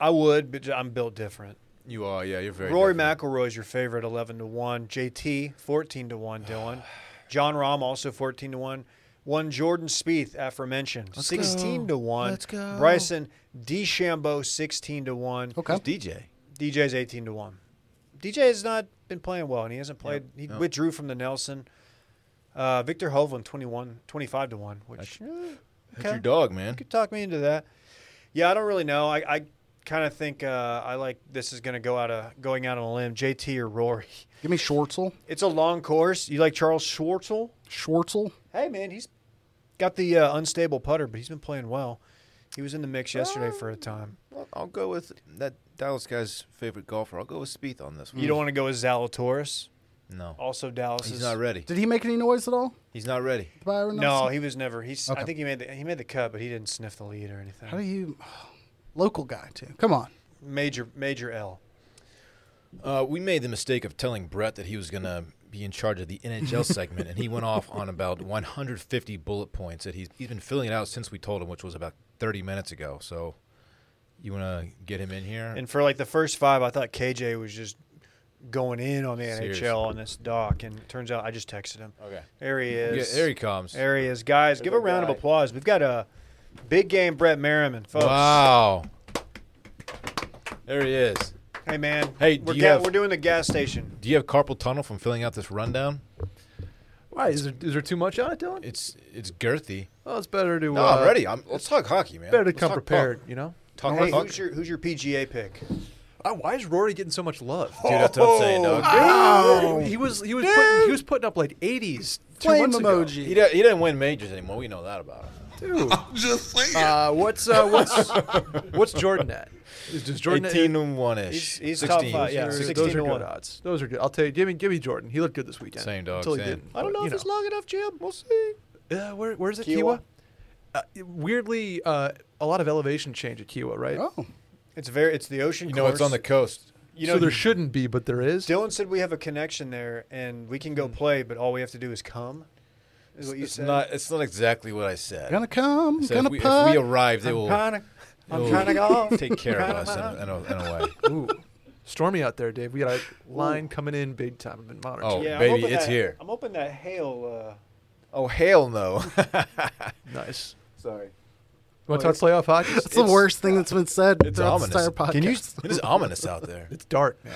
[SPEAKER 2] I would, but I'm built different.
[SPEAKER 3] You are. Yeah, you're very.
[SPEAKER 2] Rory
[SPEAKER 3] different.
[SPEAKER 2] McIlroy is your favorite, eleven to one. JT fourteen to one. Dylan, John Rahm also fourteen to one. one Jordan Spieth, aforementioned, sixteen
[SPEAKER 3] go.
[SPEAKER 2] to one.
[SPEAKER 3] Let's go.
[SPEAKER 2] Bryson DeChambeau, sixteen to one.
[SPEAKER 4] Okay.
[SPEAKER 3] DJ.
[SPEAKER 2] DJ's eighteen to one. DJ has not been playing well, and he hasn't played. he withdrew from the Nelson. Uh, Victor Hovland, 21, 25 to one, which
[SPEAKER 3] That's your dog, man.
[SPEAKER 2] could talk me into that. Yeah, I don't really know. I, I kind of think uh, I like this is going to go out of going out on a limb. JT or Rory.
[SPEAKER 4] Give me Schwartzel.
[SPEAKER 2] It's a long course. You like Charles Schwartzel?
[SPEAKER 4] Schwartzel.
[SPEAKER 2] Hey man, he's got the uh, unstable putter, but he's been playing well. He was in the mix yesterday for
[SPEAKER 4] Oh.
[SPEAKER 2] a time.
[SPEAKER 3] I'll- I'll go with that Dallas guy's favorite golfer. I'll go with Spieth on
[SPEAKER 4] Hmm.
[SPEAKER 3] this one. Oh,
[SPEAKER 2] You don't want to go with Zalatoris,
[SPEAKER 3] No.
[SPEAKER 2] also Dallas.
[SPEAKER 3] He's not ready.
[SPEAKER 4] Did he make any noise at all?
[SPEAKER 3] He's not ready.
[SPEAKER 4] Byron
[SPEAKER 2] No,
[SPEAKER 4] Nelson?
[SPEAKER 2] he was never. He's. I
[SPEAKER 4] Okay.
[SPEAKER 2] think he made the he made the cut, but he didn't sniff the lead or anything.
[SPEAKER 4] How do you, local guy too? Come on.
[SPEAKER 2] major major L.
[SPEAKER 3] Uh, we made the mistake of telling Brett that he was going to be in charge of the NHL segment, and he went off on about 150 bullet points that he's, he's been filling it out since we told him, which was about 30 minutes ago. So you want to get him in here?
[SPEAKER 2] And for like the first five, I thought KJ was just going in on the
[SPEAKER 3] Seriously.
[SPEAKER 2] NHL on this doc, and it turns out I just texted him.
[SPEAKER 3] Okay.
[SPEAKER 2] There he
[SPEAKER 3] yeah,
[SPEAKER 2] is.
[SPEAKER 3] there he comes.
[SPEAKER 2] There he is. Guys, give a
[SPEAKER 3] There's our
[SPEAKER 2] round
[SPEAKER 3] guy.
[SPEAKER 2] of applause. We've got a big game, Brett Merriman, folks.
[SPEAKER 3] Wow. There he is.
[SPEAKER 2] Hey, man.
[SPEAKER 3] Hey, do
[SPEAKER 2] we're,
[SPEAKER 3] you
[SPEAKER 2] ga-
[SPEAKER 3] have-
[SPEAKER 2] we're doing the gas station.
[SPEAKER 3] Do you have carpal tunnel from filling out this rundown?
[SPEAKER 5] Why is there, is there too much on it, Dylan?
[SPEAKER 3] It's it's girthy.
[SPEAKER 5] Well, it's better to.
[SPEAKER 3] No,
[SPEAKER 5] uh,
[SPEAKER 3] I'm ready. I'm, let's talk hockey, man.
[SPEAKER 5] Better to
[SPEAKER 3] Let's
[SPEAKER 5] come
[SPEAKER 3] talk puck.
[SPEAKER 5] prepared, you know.
[SPEAKER 3] Talk
[SPEAKER 2] Hey,
[SPEAKER 3] puck.
[SPEAKER 2] who's your, who's your PGA pick?
[SPEAKER 5] Uh, why is Rory getting so much love?
[SPEAKER 3] Dude, that's what I'm saying, dog.
[SPEAKER 5] Oh! He was he was putting, he was putting up like 80s. Two
[SPEAKER 4] Flame
[SPEAKER 5] months ago.
[SPEAKER 4] emoji.
[SPEAKER 3] He, do, he doesn't win majors anymore. We know that about him.
[SPEAKER 5] Dude,
[SPEAKER 6] Just saying.
[SPEAKER 5] uh, what's uh, what's what's Jordan at? Is, does Jordan at-
[SPEAKER 3] 18 and 1 ish.
[SPEAKER 2] He's- he's top five, yeah.
[SPEAKER 5] Those are-
[SPEAKER 2] 16
[SPEAKER 5] those
[SPEAKER 2] to
[SPEAKER 5] are
[SPEAKER 2] one.
[SPEAKER 5] good odds. Those are good. I'll tell you. Give me give me Jordan. He looked good this weekend.
[SPEAKER 3] Same dog,
[SPEAKER 5] Until he
[SPEAKER 3] same.
[SPEAKER 5] didn't.
[SPEAKER 2] I don't
[SPEAKER 5] but,
[SPEAKER 2] know
[SPEAKER 5] you
[SPEAKER 2] if it's long enough, Jim. We'll see.
[SPEAKER 5] Uh, where, where's it,
[SPEAKER 2] Kiowa?
[SPEAKER 5] Kiowa? Uh, weirdly, uh, a lot of elevation change at Kiowa, right?
[SPEAKER 4] Oh,
[SPEAKER 2] It's very. It's the ocean.
[SPEAKER 3] You know, it's on the coast.
[SPEAKER 2] You
[SPEAKER 5] so
[SPEAKER 2] know,
[SPEAKER 5] there shouldn't be, but there is.
[SPEAKER 2] Dylan said we have a connection there, and we can go play, but all we have to do is come. Is what you
[SPEAKER 3] Hmm. It's
[SPEAKER 2] said.
[SPEAKER 3] not, it's not exactly what I said.
[SPEAKER 4] gonna come,
[SPEAKER 3] So
[SPEAKER 4] gonna
[SPEAKER 3] if, we, if
[SPEAKER 4] putt.
[SPEAKER 3] we arrive, they will,
[SPEAKER 2] Kinda-
[SPEAKER 3] they will
[SPEAKER 2] I'm trying to go.
[SPEAKER 3] take care of us in a, in a, in a way.
[SPEAKER 5] Ooh, stormy out there, Dave. We got a line coming in big time. I've been monitoring.
[SPEAKER 3] Oh,
[SPEAKER 2] I'm
[SPEAKER 3] baby,
[SPEAKER 2] hoping
[SPEAKER 3] it's
[SPEAKER 2] that-
[SPEAKER 3] here.
[SPEAKER 2] I'm hoping that hail. Uh,
[SPEAKER 3] Oh, hell no.
[SPEAKER 5] nice.
[SPEAKER 3] Sorry.
[SPEAKER 5] You want to talk playoff hockey?
[SPEAKER 4] That's the worst thing that's been said
[SPEAKER 3] It's
[SPEAKER 4] throughout
[SPEAKER 3] ominous.
[SPEAKER 4] the entire podcast.
[SPEAKER 3] Can you, it is ominous out there.
[SPEAKER 5] It's dark, man.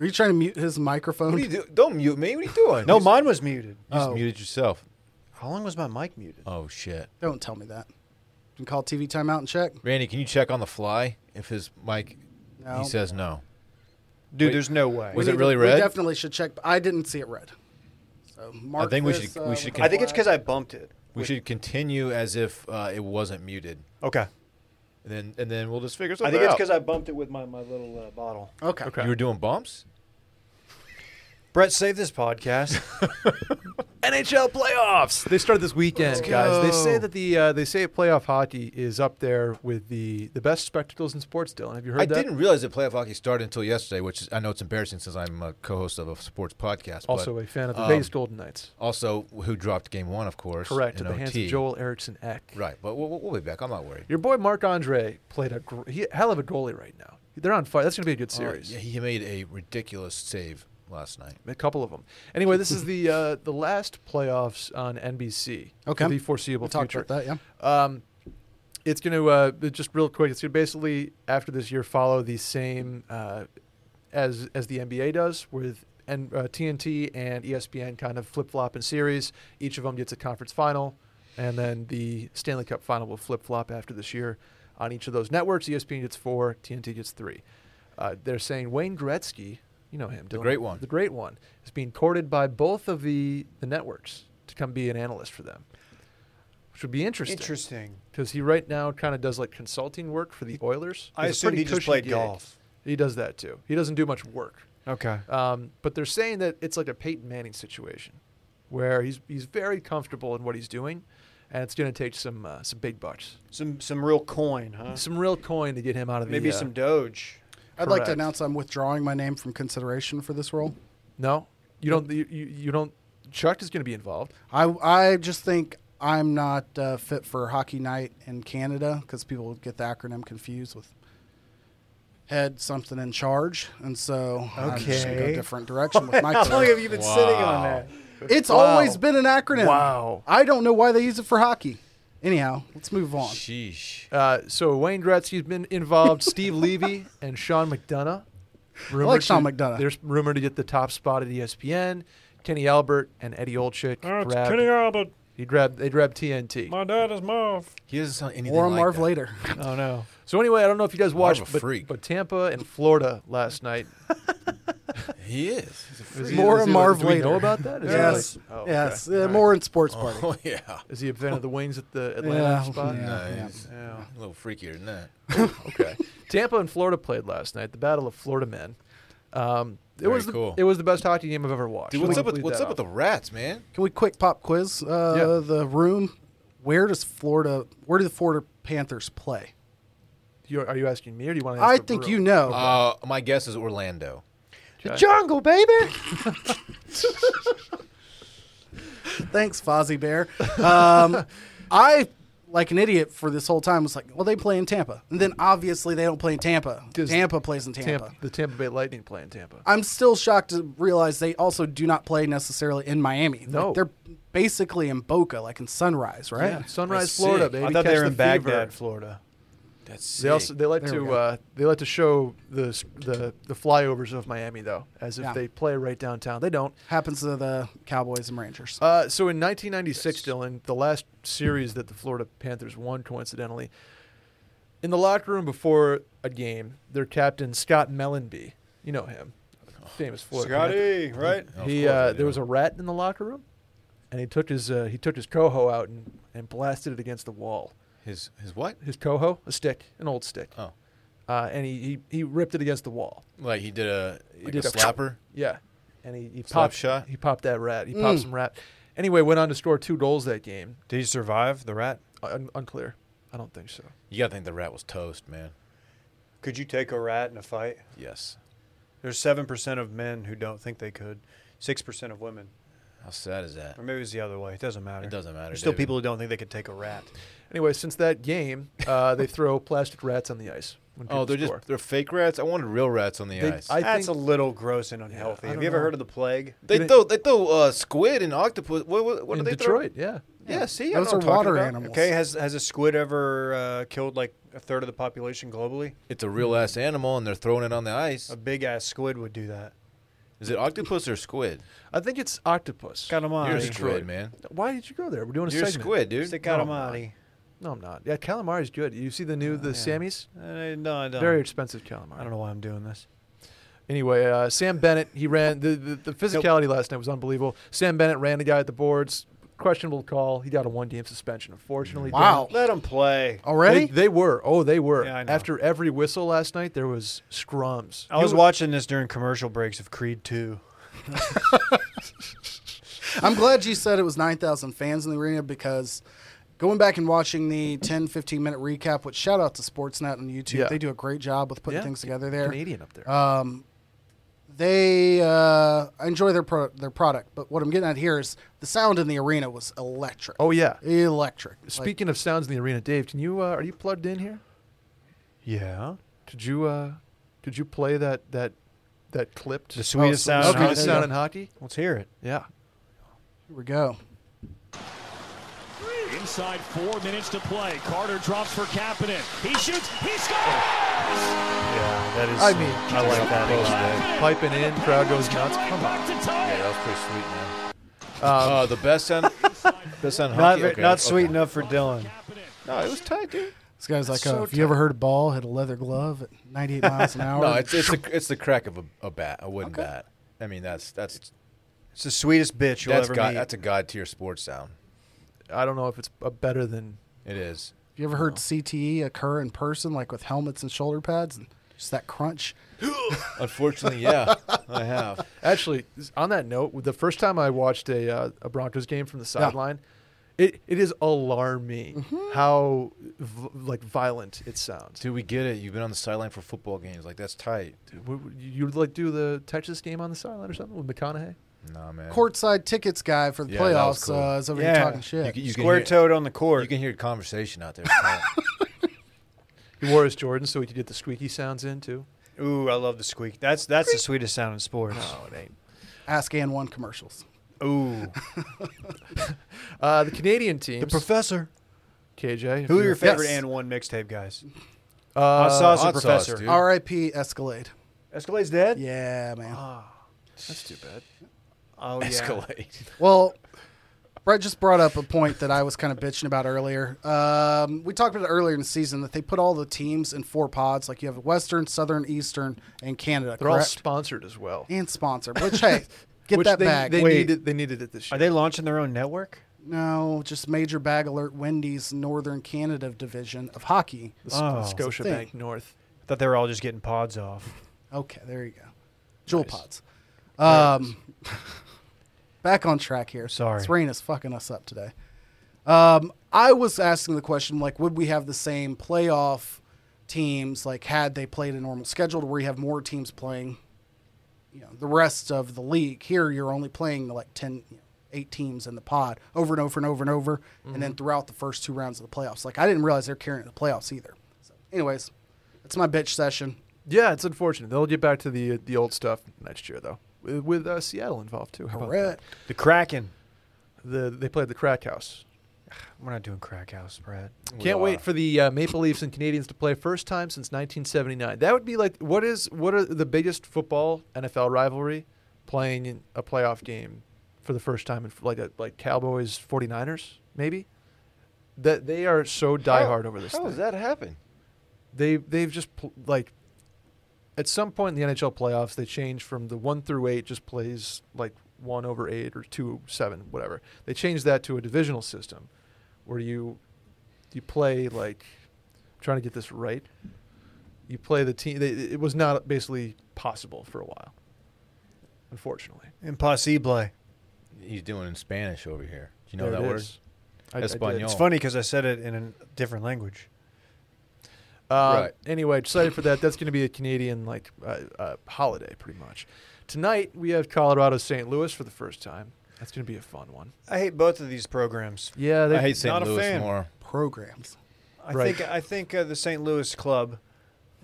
[SPEAKER 4] Are you trying to mute his
[SPEAKER 3] What are
[SPEAKER 4] microphone?
[SPEAKER 3] you do? Don't mute me. What are you doing?
[SPEAKER 2] no,
[SPEAKER 3] you,
[SPEAKER 2] mine was muted.
[SPEAKER 3] you just muted yourself.
[SPEAKER 2] How long was my mic muted?
[SPEAKER 3] Uh, Oh, shit.
[SPEAKER 4] Don't tell me that. You can call TV timeout and check.
[SPEAKER 3] Randy, can you check on the fly if his mic?
[SPEAKER 4] No.
[SPEAKER 3] He says no.
[SPEAKER 2] Dude,
[SPEAKER 3] Wait.
[SPEAKER 2] there's no way.
[SPEAKER 3] Was
[SPEAKER 4] We need
[SPEAKER 3] it
[SPEAKER 4] to-
[SPEAKER 3] really
[SPEAKER 4] we
[SPEAKER 3] red?
[SPEAKER 4] definitely should check. but I didn't see it red. So mark
[SPEAKER 3] think we
[SPEAKER 4] this,
[SPEAKER 3] should-
[SPEAKER 4] uh,
[SPEAKER 3] we should
[SPEAKER 4] with a
[SPEAKER 3] con-
[SPEAKER 2] I think it's
[SPEAKER 4] flag.
[SPEAKER 2] because I bumped it.
[SPEAKER 3] We should continue as if uh, it wasn't muted,
[SPEAKER 2] Okay.
[SPEAKER 3] and then and then we'll just figure
[SPEAKER 2] I
[SPEAKER 3] something
[SPEAKER 2] think it's
[SPEAKER 3] out.
[SPEAKER 2] because I bumped it with my, my little uh, bottle.
[SPEAKER 4] Okay.
[SPEAKER 5] Okay.
[SPEAKER 3] you were doing bumps.
[SPEAKER 2] Brett, save this podcast.
[SPEAKER 5] NHL playoffs. They started this weekend, guys. They say that the uh, they say playoff hockey is up there with the the best spectacles in sports. Dylan, have you heard
[SPEAKER 3] I
[SPEAKER 5] that?
[SPEAKER 3] didn't realize that playoff hockey started until yesterday, which is, I know it's embarrassing since I'm a co-host of a sports podcast. but
[SPEAKER 5] Also a fan of the
[SPEAKER 3] um,
[SPEAKER 5] Vegas Golden Knights.
[SPEAKER 3] also who dropped game one, of course.
[SPEAKER 5] Correct.
[SPEAKER 3] in
[SPEAKER 5] At the hands
[SPEAKER 3] OT.
[SPEAKER 5] of Joel Erickson Eck.
[SPEAKER 3] Right, but we'll, we'll- we'll be back. I'm not worried.
[SPEAKER 5] Your boy Marc Andre played a gr- he, hell of a goalie right now. They're on fire. That's going to be a good series.
[SPEAKER 3] Uh, yeah, he made a ridiculous save last night.
[SPEAKER 5] A couple of them. Anyway, this is the uh, the last playoffs on NBC.
[SPEAKER 4] Okay.
[SPEAKER 5] For the foreseeable
[SPEAKER 4] We talked
[SPEAKER 5] future.
[SPEAKER 4] about that. Yeah.
[SPEAKER 5] Um, it's going to uh, just real quick. It's going to basically after this year follow the same uh, as as the NBA does with and uh, TNT and ESPN kind of flip flop in series. Each of them gets a conference final, and then the Stanley Cup final will flip flop after this year on each of those networks. E ESPN gets four, TNT gets three. Uh, they're saying Wayne Gretzky, you know him, Dylan,
[SPEAKER 3] great one.
[SPEAKER 5] the great one, is being courted by both of the the networks to come be an analyst for them, which would be
[SPEAKER 2] Interesting.
[SPEAKER 5] because he right now kind of does like consulting work for the Oilers.
[SPEAKER 2] I
[SPEAKER 5] It's a
[SPEAKER 2] assumed
[SPEAKER 5] pretty
[SPEAKER 2] he just
[SPEAKER 5] cushy
[SPEAKER 2] played
[SPEAKER 5] gig.
[SPEAKER 2] golf.
[SPEAKER 5] He does that too. He doesn't do much work.
[SPEAKER 2] Okay.
[SPEAKER 5] Um, but they're saying that it's like a Peyton Manning situation, where he's he's very comfortable in what he's doing, and it's going to take some uh, some big bucks,
[SPEAKER 2] Some some real coin, huh?
[SPEAKER 5] some real coin to get him out of the.
[SPEAKER 2] Maybe
[SPEAKER 5] uh,
[SPEAKER 2] some Doge.
[SPEAKER 4] I'd like to
[SPEAKER 5] Correct.
[SPEAKER 4] announce I'm withdrawing my name from consideration for this role.
[SPEAKER 5] No, you don't. You, you, you don't. Chuck is going to be involved.
[SPEAKER 4] I I just think I'm not uh, fit for Hockey Night in Canada because people get the acronym confused with head something in charge, and so I'm just gonna go
[SPEAKER 2] Okay.
[SPEAKER 4] a different direction with my
[SPEAKER 2] How long
[SPEAKER 4] career.
[SPEAKER 2] have you been sitting on
[SPEAKER 3] Wow.
[SPEAKER 2] that?
[SPEAKER 4] It's
[SPEAKER 5] Wow.
[SPEAKER 4] always been an acronym.
[SPEAKER 5] Wow.
[SPEAKER 4] I don't know why they use it for hockey. Anyhow, let's move on.
[SPEAKER 3] Sheesh.
[SPEAKER 5] Uh, so Wayne Gretzky's been involved. Steve Levy and Sean McDonough. Rumored
[SPEAKER 4] Sean
[SPEAKER 5] to-
[SPEAKER 4] McDonough.
[SPEAKER 5] They're rumored to get the top spot at E ESPN. Kenny Albert and Eddie Olczyk grabbed.
[SPEAKER 2] Albert.
[SPEAKER 5] he grabbed. They grabbed TNT.
[SPEAKER 2] My dad is Marv.
[SPEAKER 3] He doesn't sound anything
[SPEAKER 4] Or a
[SPEAKER 3] like
[SPEAKER 4] Marv
[SPEAKER 3] that.
[SPEAKER 4] later.
[SPEAKER 2] Oh no.
[SPEAKER 5] So anyway, I don't know if you guys
[SPEAKER 3] Marv
[SPEAKER 5] watched,
[SPEAKER 3] a
[SPEAKER 5] but,
[SPEAKER 3] freak.
[SPEAKER 5] but Tampa and Florida last night.
[SPEAKER 3] He is. He's a freak.
[SPEAKER 5] Is he-
[SPEAKER 4] More
[SPEAKER 5] is
[SPEAKER 4] and
[SPEAKER 5] he-
[SPEAKER 4] Marv
[SPEAKER 5] do we know
[SPEAKER 4] later.
[SPEAKER 5] about that? Is he
[SPEAKER 4] yes.
[SPEAKER 5] like- oh, okay.
[SPEAKER 4] Yes.
[SPEAKER 5] All
[SPEAKER 4] Uh,
[SPEAKER 5] right.
[SPEAKER 4] more in sports party.
[SPEAKER 3] Oh yeah.
[SPEAKER 5] Is he a fan of the wings at the Atlanta
[SPEAKER 4] yeah,
[SPEAKER 5] spot?
[SPEAKER 4] yeah,
[SPEAKER 3] Nah,
[SPEAKER 4] yeah.
[SPEAKER 3] he's
[SPEAKER 5] Yeah.
[SPEAKER 3] a little freakier than that.
[SPEAKER 5] okay. Tampa and Florida played last night. The Battle of Florida Men. Um, it
[SPEAKER 3] Very
[SPEAKER 5] was the,
[SPEAKER 3] cool.
[SPEAKER 5] it was the best hockey game I've ever watched.
[SPEAKER 3] Dude, what's
[SPEAKER 5] I'll
[SPEAKER 3] up with
[SPEAKER 5] leave
[SPEAKER 3] what's
[SPEAKER 5] that
[SPEAKER 3] up with
[SPEAKER 5] out.
[SPEAKER 3] the rats, man?
[SPEAKER 4] Can we quick pop quiz uh,
[SPEAKER 5] Yeah.
[SPEAKER 4] the room? Where does Florida? Where do the Florida Panthers play?
[SPEAKER 5] You're, are you asking me or do you want to? Ask
[SPEAKER 4] I
[SPEAKER 5] the
[SPEAKER 4] think
[SPEAKER 5] room?
[SPEAKER 4] you know.
[SPEAKER 3] Uh, my guess is Orlando.
[SPEAKER 5] Okay.
[SPEAKER 2] Jungle, baby.
[SPEAKER 4] Thanks, Fozzie Bear. Um, I, like an idiot for this whole time, was like, well, they play in Tampa. And then obviously they don't play in Tampa.
[SPEAKER 5] Does-
[SPEAKER 4] Tampa plays in Tampa.
[SPEAKER 5] Tampa. The Tampa Bay Lightning play in Tampa.
[SPEAKER 4] I'm still shocked to realize they also do not play necessarily in Miami. Like,
[SPEAKER 5] No.
[SPEAKER 4] they're basically in Boca, like in Sunrise, right?
[SPEAKER 5] Yeah, Sunrise,
[SPEAKER 3] That's
[SPEAKER 5] Florida,
[SPEAKER 3] sick.
[SPEAKER 5] baby.
[SPEAKER 2] I thought
[SPEAKER 5] Catch
[SPEAKER 2] they were
[SPEAKER 5] the
[SPEAKER 2] in Baghdad,
[SPEAKER 5] fever.
[SPEAKER 2] Florida.
[SPEAKER 3] That's
[SPEAKER 5] They also they like
[SPEAKER 4] There we
[SPEAKER 5] to
[SPEAKER 4] go.
[SPEAKER 5] uh, they like to show the s- the the flyovers of Miami though, as if
[SPEAKER 4] Yeah.
[SPEAKER 5] they play right downtown. They don't.
[SPEAKER 4] Happens to the Cowboys and Rangers.
[SPEAKER 5] Uh, so in 1996, Dylan, the last series that the Florida Panthers won, coincidentally, in the locker room before a game, their captain Scott Mellenby, you know him, famous Florida. Panther.
[SPEAKER 2] Scotty, right?
[SPEAKER 3] Of
[SPEAKER 5] He
[SPEAKER 3] course
[SPEAKER 5] uh,
[SPEAKER 3] I
[SPEAKER 5] there was
[SPEAKER 3] do.
[SPEAKER 5] a rat in the locker room, and he took his uh, he took his coho out and, and blasted it against the wall.
[SPEAKER 3] his his what?
[SPEAKER 5] His coho, a stick, an old stick,
[SPEAKER 3] Oh,
[SPEAKER 5] uh, and he, he he ripped it against the wall.
[SPEAKER 3] like he did a like
[SPEAKER 5] did
[SPEAKER 3] a
[SPEAKER 5] a-
[SPEAKER 3] slapper.
[SPEAKER 5] Yeah, and he, he
[SPEAKER 3] Slap
[SPEAKER 5] popped
[SPEAKER 3] shot?
[SPEAKER 5] He popped that rat. He popped some rat. Anyway, went on to score two goals that game.
[SPEAKER 2] Did he survive the rat?
[SPEAKER 5] Un- unclear. I don't think so.
[SPEAKER 3] You gotta think the rat was toast, man.
[SPEAKER 2] Could you take a rat in a fight?
[SPEAKER 3] Yes.
[SPEAKER 2] There's seven percent of men who don't think they could, six percent of women,
[SPEAKER 3] How sad is that?
[SPEAKER 2] or maybe it's the other way. It doesn't matter.
[SPEAKER 3] It doesn't matter,
[SPEAKER 2] There's still
[SPEAKER 3] David.
[SPEAKER 2] people who don't think they could take a rat.
[SPEAKER 5] Anyway, since that game, uh, they throw plastic rats on the ice.
[SPEAKER 3] Oh,
[SPEAKER 5] When people
[SPEAKER 3] they're
[SPEAKER 5] score.
[SPEAKER 3] just they're fake rats. I wanted real rats on the
[SPEAKER 5] They-
[SPEAKER 3] ice.
[SPEAKER 5] I
[SPEAKER 2] That's
[SPEAKER 5] think-
[SPEAKER 2] a little gross and unhealthy.
[SPEAKER 5] I
[SPEAKER 2] Have
[SPEAKER 5] don't
[SPEAKER 2] you ever
[SPEAKER 5] know.
[SPEAKER 2] heard of the plague?
[SPEAKER 3] they
[SPEAKER 5] they-
[SPEAKER 3] throw they throw uh, squid and octopus. What, what, what
[SPEAKER 5] in
[SPEAKER 3] do they
[SPEAKER 5] Detroit. Yeah,
[SPEAKER 3] throw? Yeah, see, I
[SPEAKER 4] Those
[SPEAKER 3] know
[SPEAKER 4] are
[SPEAKER 3] what I'm talking
[SPEAKER 4] water
[SPEAKER 3] about.
[SPEAKER 4] animals.
[SPEAKER 2] Okay, has has a squid ever uh, killed like a third of the population globally?
[SPEAKER 3] It's a real ass animal, and they're throwing it on the ice.
[SPEAKER 2] A big ass squid would do that.
[SPEAKER 3] Is it octopus or squid?
[SPEAKER 5] I think it's octopus.
[SPEAKER 2] Got on.
[SPEAKER 3] You're a
[SPEAKER 5] Detroit.
[SPEAKER 3] squid, man.
[SPEAKER 5] Why did you go there? We're doing a
[SPEAKER 3] You're a
[SPEAKER 5] segment.
[SPEAKER 3] squid, dude.
[SPEAKER 2] Stick
[SPEAKER 5] No,
[SPEAKER 2] out
[SPEAKER 5] I'm not. No, I'm not. Yeah, calamari's good. You see the new the Sammys?
[SPEAKER 2] Uh, no, I don't.
[SPEAKER 5] Very expensive calamari.
[SPEAKER 2] I don't know why I'm doing this.
[SPEAKER 5] Anyway, uh, Sam Bennett, he ran the, the, the physicality last night was unbelievable. Sam Bennett ran the guy at the boards, questionable call. He got a one game suspension, unfortunately.
[SPEAKER 4] Wow.
[SPEAKER 2] Let them play.
[SPEAKER 5] They,
[SPEAKER 4] Already?
[SPEAKER 5] they were. Oh, they were.
[SPEAKER 2] Yeah, I know.
[SPEAKER 5] After every whistle last night, there was scrums.
[SPEAKER 2] I was watching this during commercial breaks of Creed 2.
[SPEAKER 4] I'm glad you said it was 9,000 fans in the arena because going back and watching the 10, 15 minute recap, which shout out to Sportsnet on YouTube,
[SPEAKER 5] Yeah.
[SPEAKER 4] they do a great job with putting
[SPEAKER 5] Yeah.
[SPEAKER 4] things together there.
[SPEAKER 5] Canadian up
[SPEAKER 2] Uh,
[SPEAKER 5] there.
[SPEAKER 4] Um, they uh, I enjoy their pro- their product, but what I'm getting at here is the sound in the arena was electric.
[SPEAKER 5] oh yeah.
[SPEAKER 4] electric! Like,
[SPEAKER 5] Speaking of sounds in the arena, Dave, can you uh, are you plugged in here?
[SPEAKER 2] Yeah.
[SPEAKER 5] Did you uh, did you play that that that clipped
[SPEAKER 2] The sweetest
[SPEAKER 4] so-
[SPEAKER 2] sound. in
[SPEAKER 4] okay,
[SPEAKER 2] hockey.
[SPEAKER 5] sweetest
[SPEAKER 4] there you
[SPEAKER 5] sound
[SPEAKER 4] go.
[SPEAKER 5] in hockey?
[SPEAKER 2] Let's hear it.
[SPEAKER 5] Yeah.
[SPEAKER 4] here we go.
[SPEAKER 6] Inside four minutes to play. Carter drops for Kapanen. He shoots. He scores.
[SPEAKER 2] Yeah, that is.
[SPEAKER 5] I mean,
[SPEAKER 2] I like that.
[SPEAKER 5] Piping in, crowd goes nuts. Come on.
[SPEAKER 6] Back to tie.
[SPEAKER 3] Yeah, that was pretty sweet, man. uh, the best sound, best sound
[SPEAKER 2] Um, Not,
[SPEAKER 3] hockey.
[SPEAKER 2] ve-
[SPEAKER 3] Okay,
[SPEAKER 2] not
[SPEAKER 3] okay.
[SPEAKER 2] sweet enough for Dylan.
[SPEAKER 3] No, it was tight, dude.
[SPEAKER 4] This guy's like,
[SPEAKER 5] So
[SPEAKER 4] uh, if you ever heard a ball hit a leather glove at 98 miles an hour?
[SPEAKER 3] No, it's it's the it's the crack of a, a bat, a wooden bat. I mean, that's that's
[SPEAKER 2] It's the sweetest bitch you'll
[SPEAKER 3] that's
[SPEAKER 2] ever
[SPEAKER 3] god
[SPEAKER 2] meet.
[SPEAKER 3] that's a god tier sports sound.
[SPEAKER 5] I don't know if it's uh, better than
[SPEAKER 3] It is.
[SPEAKER 4] Have you ever heard CTE occur in person, like with helmets and shoulder pads, and just that crunch?
[SPEAKER 3] Unfortunately, yeah, I have.
[SPEAKER 5] Actually, s- on that note, the first time I watched a, uh, a Broncos game from the sideline, it, it is alarming how v- like violent it sounds.
[SPEAKER 3] Dude, we get it. You've been on the sideline for football games. Like that's tight.
[SPEAKER 5] W- w- You would like do the Texas game on the sideline or something with McConaughey?
[SPEAKER 3] Nah, man.
[SPEAKER 4] Courtside tickets guy for the
[SPEAKER 3] Yeah, that was
[SPEAKER 4] playoffs
[SPEAKER 3] cool.
[SPEAKER 4] uh, is over
[SPEAKER 2] Yeah.
[SPEAKER 4] here talking
[SPEAKER 3] You
[SPEAKER 4] shit.
[SPEAKER 3] can- you can
[SPEAKER 2] Square
[SPEAKER 3] hear-
[SPEAKER 2] toed on the court.
[SPEAKER 3] You can hear conversation out there.
[SPEAKER 5] He wore his Jordan so he could get the squeaky sounds in too.
[SPEAKER 2] Ooh, I love the squeak. That's that's the sweetest sound in sports.
[SPEAKER 5] it ain't.
[SPEAKER 4] Ask and one commercials.
[SPEAKER 3] Oh.
[SPEAKER 2] Ooh,
[SPEAKER 5] Uh, the Canadian teams.
[SPEAKER 2] the professor.
[SPEAKER 5] KJ. if
[SPEAKER 2] Who are
[SPEAKER 5] you-
[SPEAKER 2] your favorite
[SPEAKER 4] Yes.
[SPEAKER 2] and one mixtape guys?
[SPEAKER 5] Uh,
[SPEAKER 2] Hot sauce and
[SPEAKER 3] hot sauce,
[SPEAKER 2] professor.
[SPEAKER 3] dude.
[SPEAKER 4] R.I.P. Escalade.
[SPEAKER 2] Escalade's dead.
[SPEAKER 4] Yeah, man.
[SPEAKER 5] That's too bad.
[SPEAKER 2] Oh yeah.
[SPEAKER 3] Escalade.
[SPEAKER 4] Well, Brett just brought up a point that I was kind of bitching about earlier. Um, we talked about it earlier in the season that they put all the teams in four pods. Like you have Western, Southern, Eastern, and Canada,
[SPEAKER 5] They're all
[SPEAKER 4] correct?
[SPEAKER 5] sponsored as well.
[SPEAKER 4] and sponsored. Which hey, get
[SPEAKER 5] Which
[SPEAKER 4] that
[SPEAKER 5] they,
[SPEAKER 4] bag.
[SPEAKER 5] They
[SPEAKER 2] Wait.
[SPEAKER 5] needed. They needed it this year.
[SPEAKER 2] Are they launching their own network?
[SPEAKER 4] No, just major bag alert. Wendy's Northern Canada division of hockey.
[SPEAKER 5] the,
[SPEAKER 2] Oh. It's a
[SPEAKER 5] Scotiabank
[SPEAKER 4] thing.
[SPEAKER 5] North.
[SPEAKER 2] I thought they were all just getting pods off.
[SPEAKER 4] Okay, there you go. Jewel pods. Um, back on track here.
[SPEAKER 2] Sorry.
[SPEAKER 4] this rain is fucking us up today. Um, I was asking the question like, would we have the same playoff teams like had they played a normal schedule, where you have more teams playing, you know, the rest of the league. Here, you're only playing like ten. You know, Eight teams in the pod over and over and over and over, and then throughout the first two rounds of the playoffs. Like I didn't realize they're carrying the playoffs either. So, anyways, that's my bitch session.
[SPEAKER 5] Yeah, it's unfortunate. They'll get back to the uh, the old stuff next year though, with, with uh, Seattle involved too. How about that?
[SPEAKER 4] Correct.
[SPEAKER 2] The Kraken.
[SPEAKER 5] The they played the Crack House.
[SPEAKER 2] We're not doing crack house, Brad.
[SPEAKER 5] Can't
[SPEAKER 3] are.
[SPEAKER 5] wait for the uh, Maple Leafs and Canadians to play first time since 1979. That would be like what is what are the biggest football NFL rivalry playing in a playoff game for the first time in like a, like Cowboys 49ers maybe. That they are so diehard over this.
[SPEAKER 3] How
[SPEAKER 5] thing.
[SPEAKER 3] does that happen?
[SPEAKER 5] they they've just pl- like at some point in the NHL playoffs they change from the one through eight just plays like one over eight or two seven whatever they changed that to a divisional system where you you play like I'm trying to get this right you play the team they, it was not basically possible for a while unfortunately
[SPEAKER 2] Impossible.
[SPEAKER 3] He's doing in Spanish over here. Do you know
[SPEAKER 5] There
[SPEAKER 3] that
[SPEAKER 5] it
[SPEAKER 3] word?
[SPEAKER 5] is. I- I did.
[SPEAKER 3] Espanol.
[SPEAKER 2] It's funny because I said it in a different language.
[SPEAKER 5] Uh,
[SPEAKER 3] Right.
[SPEAKER 5] Anyway, excited for that. That's going to be a Canadian like uh, uh, holiday, pretty much. Tonight we have Colorado St. Louis for the first time. That's going to be a fun one.
[SPEAKER 2] I hate both of these programs.
[SPEAKER 5] Yeah,
[SPEAKER 3] I hate St.
[SPEAKER 2] Not a
[SPEAKER 3] Louis
[SPEAKER 2] fan.
[SPEAKER 3] more.
[SPEAKER 4] Programs.
[SPEAKER 2] I
[SPEAKER 5] Right.
[SPEAKER 2] think I think uh, the St. Louis club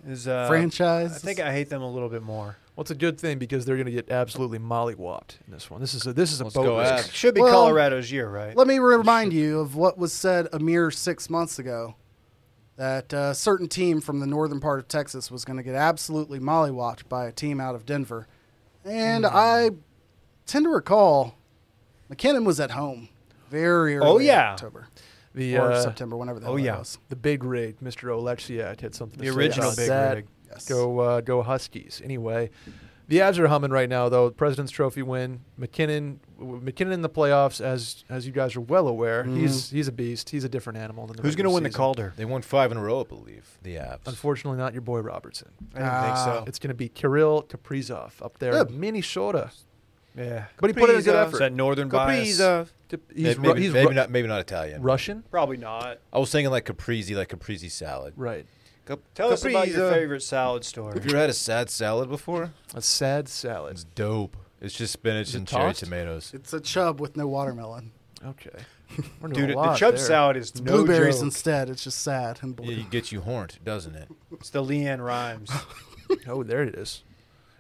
[SPEAKER 2] is uh,
[SPEAKER 4] Franchise.
[SPEAKER 2] I think I hate them a little bit more.
[SPEAKER 5] Well, it's a good thing because they're going to get absolutely mollywopped in this one. This is a this is a
[SPEAKER 3] Let's
[SPEAKER 5] boat
[SPEAKER 3] go
[SPEAKER 5] race.
[SPEAKER 3] abs.
[SPEAKER 2] Should be
[SPEAKER 4] Well,
[SPEAKER 2] Colorado's year, right?
[SPEAKER 4] Let me remind you of what was said a mere six months ago that a certain team from the northern part of Texas was going to get absolutely mollywopped by a team out of Denver. And
[SPEAKER 2] Hmm.
[SPEAKER 4] I tend to recall McKinnon was at home very early
[SPEAKER 2] Oh, yeah.
[SPEAKER 4] October
[SPEAKER 5] The
[SPEAKER 4] or
[SPEAKER 5] uh,
[SPEAKER 4] September, whenever that
[SPEAKER 2] oh,
[SPEAKER 4] was.
[SPEAKER 2] yeah.
[SPEAKER 5] the big rig, Mr. Oleksiak, had something.
[SPEAKER 2] The
[SPEAKER 5] to say
[SPEAKER 2] original
[SPEAKER 5] about
[SPEAKER 2] big
[SPEAKER 5] that.
[SPEAKER 2] rig.
[SPEAKER 4] Yes.
[SPEAKER 5] Go uh, go Huskies. Anyway, the Avs are humming right now though. President's Trophy win. McKinnon w- McKinnon in the playoffs, as as you guys are well aware, he's he's a beast. He's a different animal than the
[SPEAKER 2] Mm-hmm. Who's
[SPEAKER 5] going to
[SPEAKER 2] win the Calder?
[SPEAKER 3] They won five in a row, I believe. The Avs.
[SPEAKER 5] Unfortunately, not your boy Robertson.
[SPEAKER 2] I don't
[SPEAKER 4] Ah.
[SPEAKER 2] think
[SPEAKER 5] It's going to be Kirill Kaprizov up there,
[SPEAKER 4] Good.
[SPEAKER 5] in Minnesota.
[SPEAKER 2] so. Yeah,
[SPEAKER 5] But he put in a good
[SPEAKER 3] Kaprizov.
[SPEAKER 5] effort.
[SPEAKER 2] Is that Northern bias?
[SPEAKER 3] Kaprizov.
[SPEAKER 5] He's,
[SPEAKER 3] maybe
[SPEAKER 5] Ru- he's
[SPEAKER 3] maybe
[SPEAKER 5] Ru-
[SPEAKER 3] not. Maybe not Italian.
[SPEAKER 5] Russian,
[SPEAKER 2] Probably not.
[SPEAKER 3] I was thinking like caprese, like caprese salad.
[SPEAKER 5] right?
[SPEAKER 3] Cap-
[SPEAKER 2] Tell us about your
[SPEAKER 3] caprese.
[SPEAKER 2] favorite salad story.
[SPEAKER 3] Have you ever had a sad salad before?
[SPEAKER 5] A sad salad.
[SPEAKER 2] Mm.
[SPEAKER 3] It's dope. It's just spinach
[SPEAKER 5] it
[SPEAKER 3] and cherry
[SPEAKER 5] tossed?
[SPEAKER 3] tomatoes.
[SPEAKER 4] It's a chub with no watermelon.
[SPEAKER 5] Okay, We're doing
[SPEAKER 2] Dude,
[SPEAKER 5] a
[SPEAKER 2] the
[SPEAKER 5] lot
[SPEAKER 2] chub
[SPEAKER 5] there.
[SPEAKER 2] salad is no
[SPEAKER 4] Blueberries
[SPEAKER 2] joke.
[SPEAKER 4] instead. It's just sad and blue.
[SPEAKER 3] Yeah, it gets you horned, doesn't it?
[SPEAKER 2] It's the Leanne Rhymes.
[SPEAKER 5] Oh, there it is.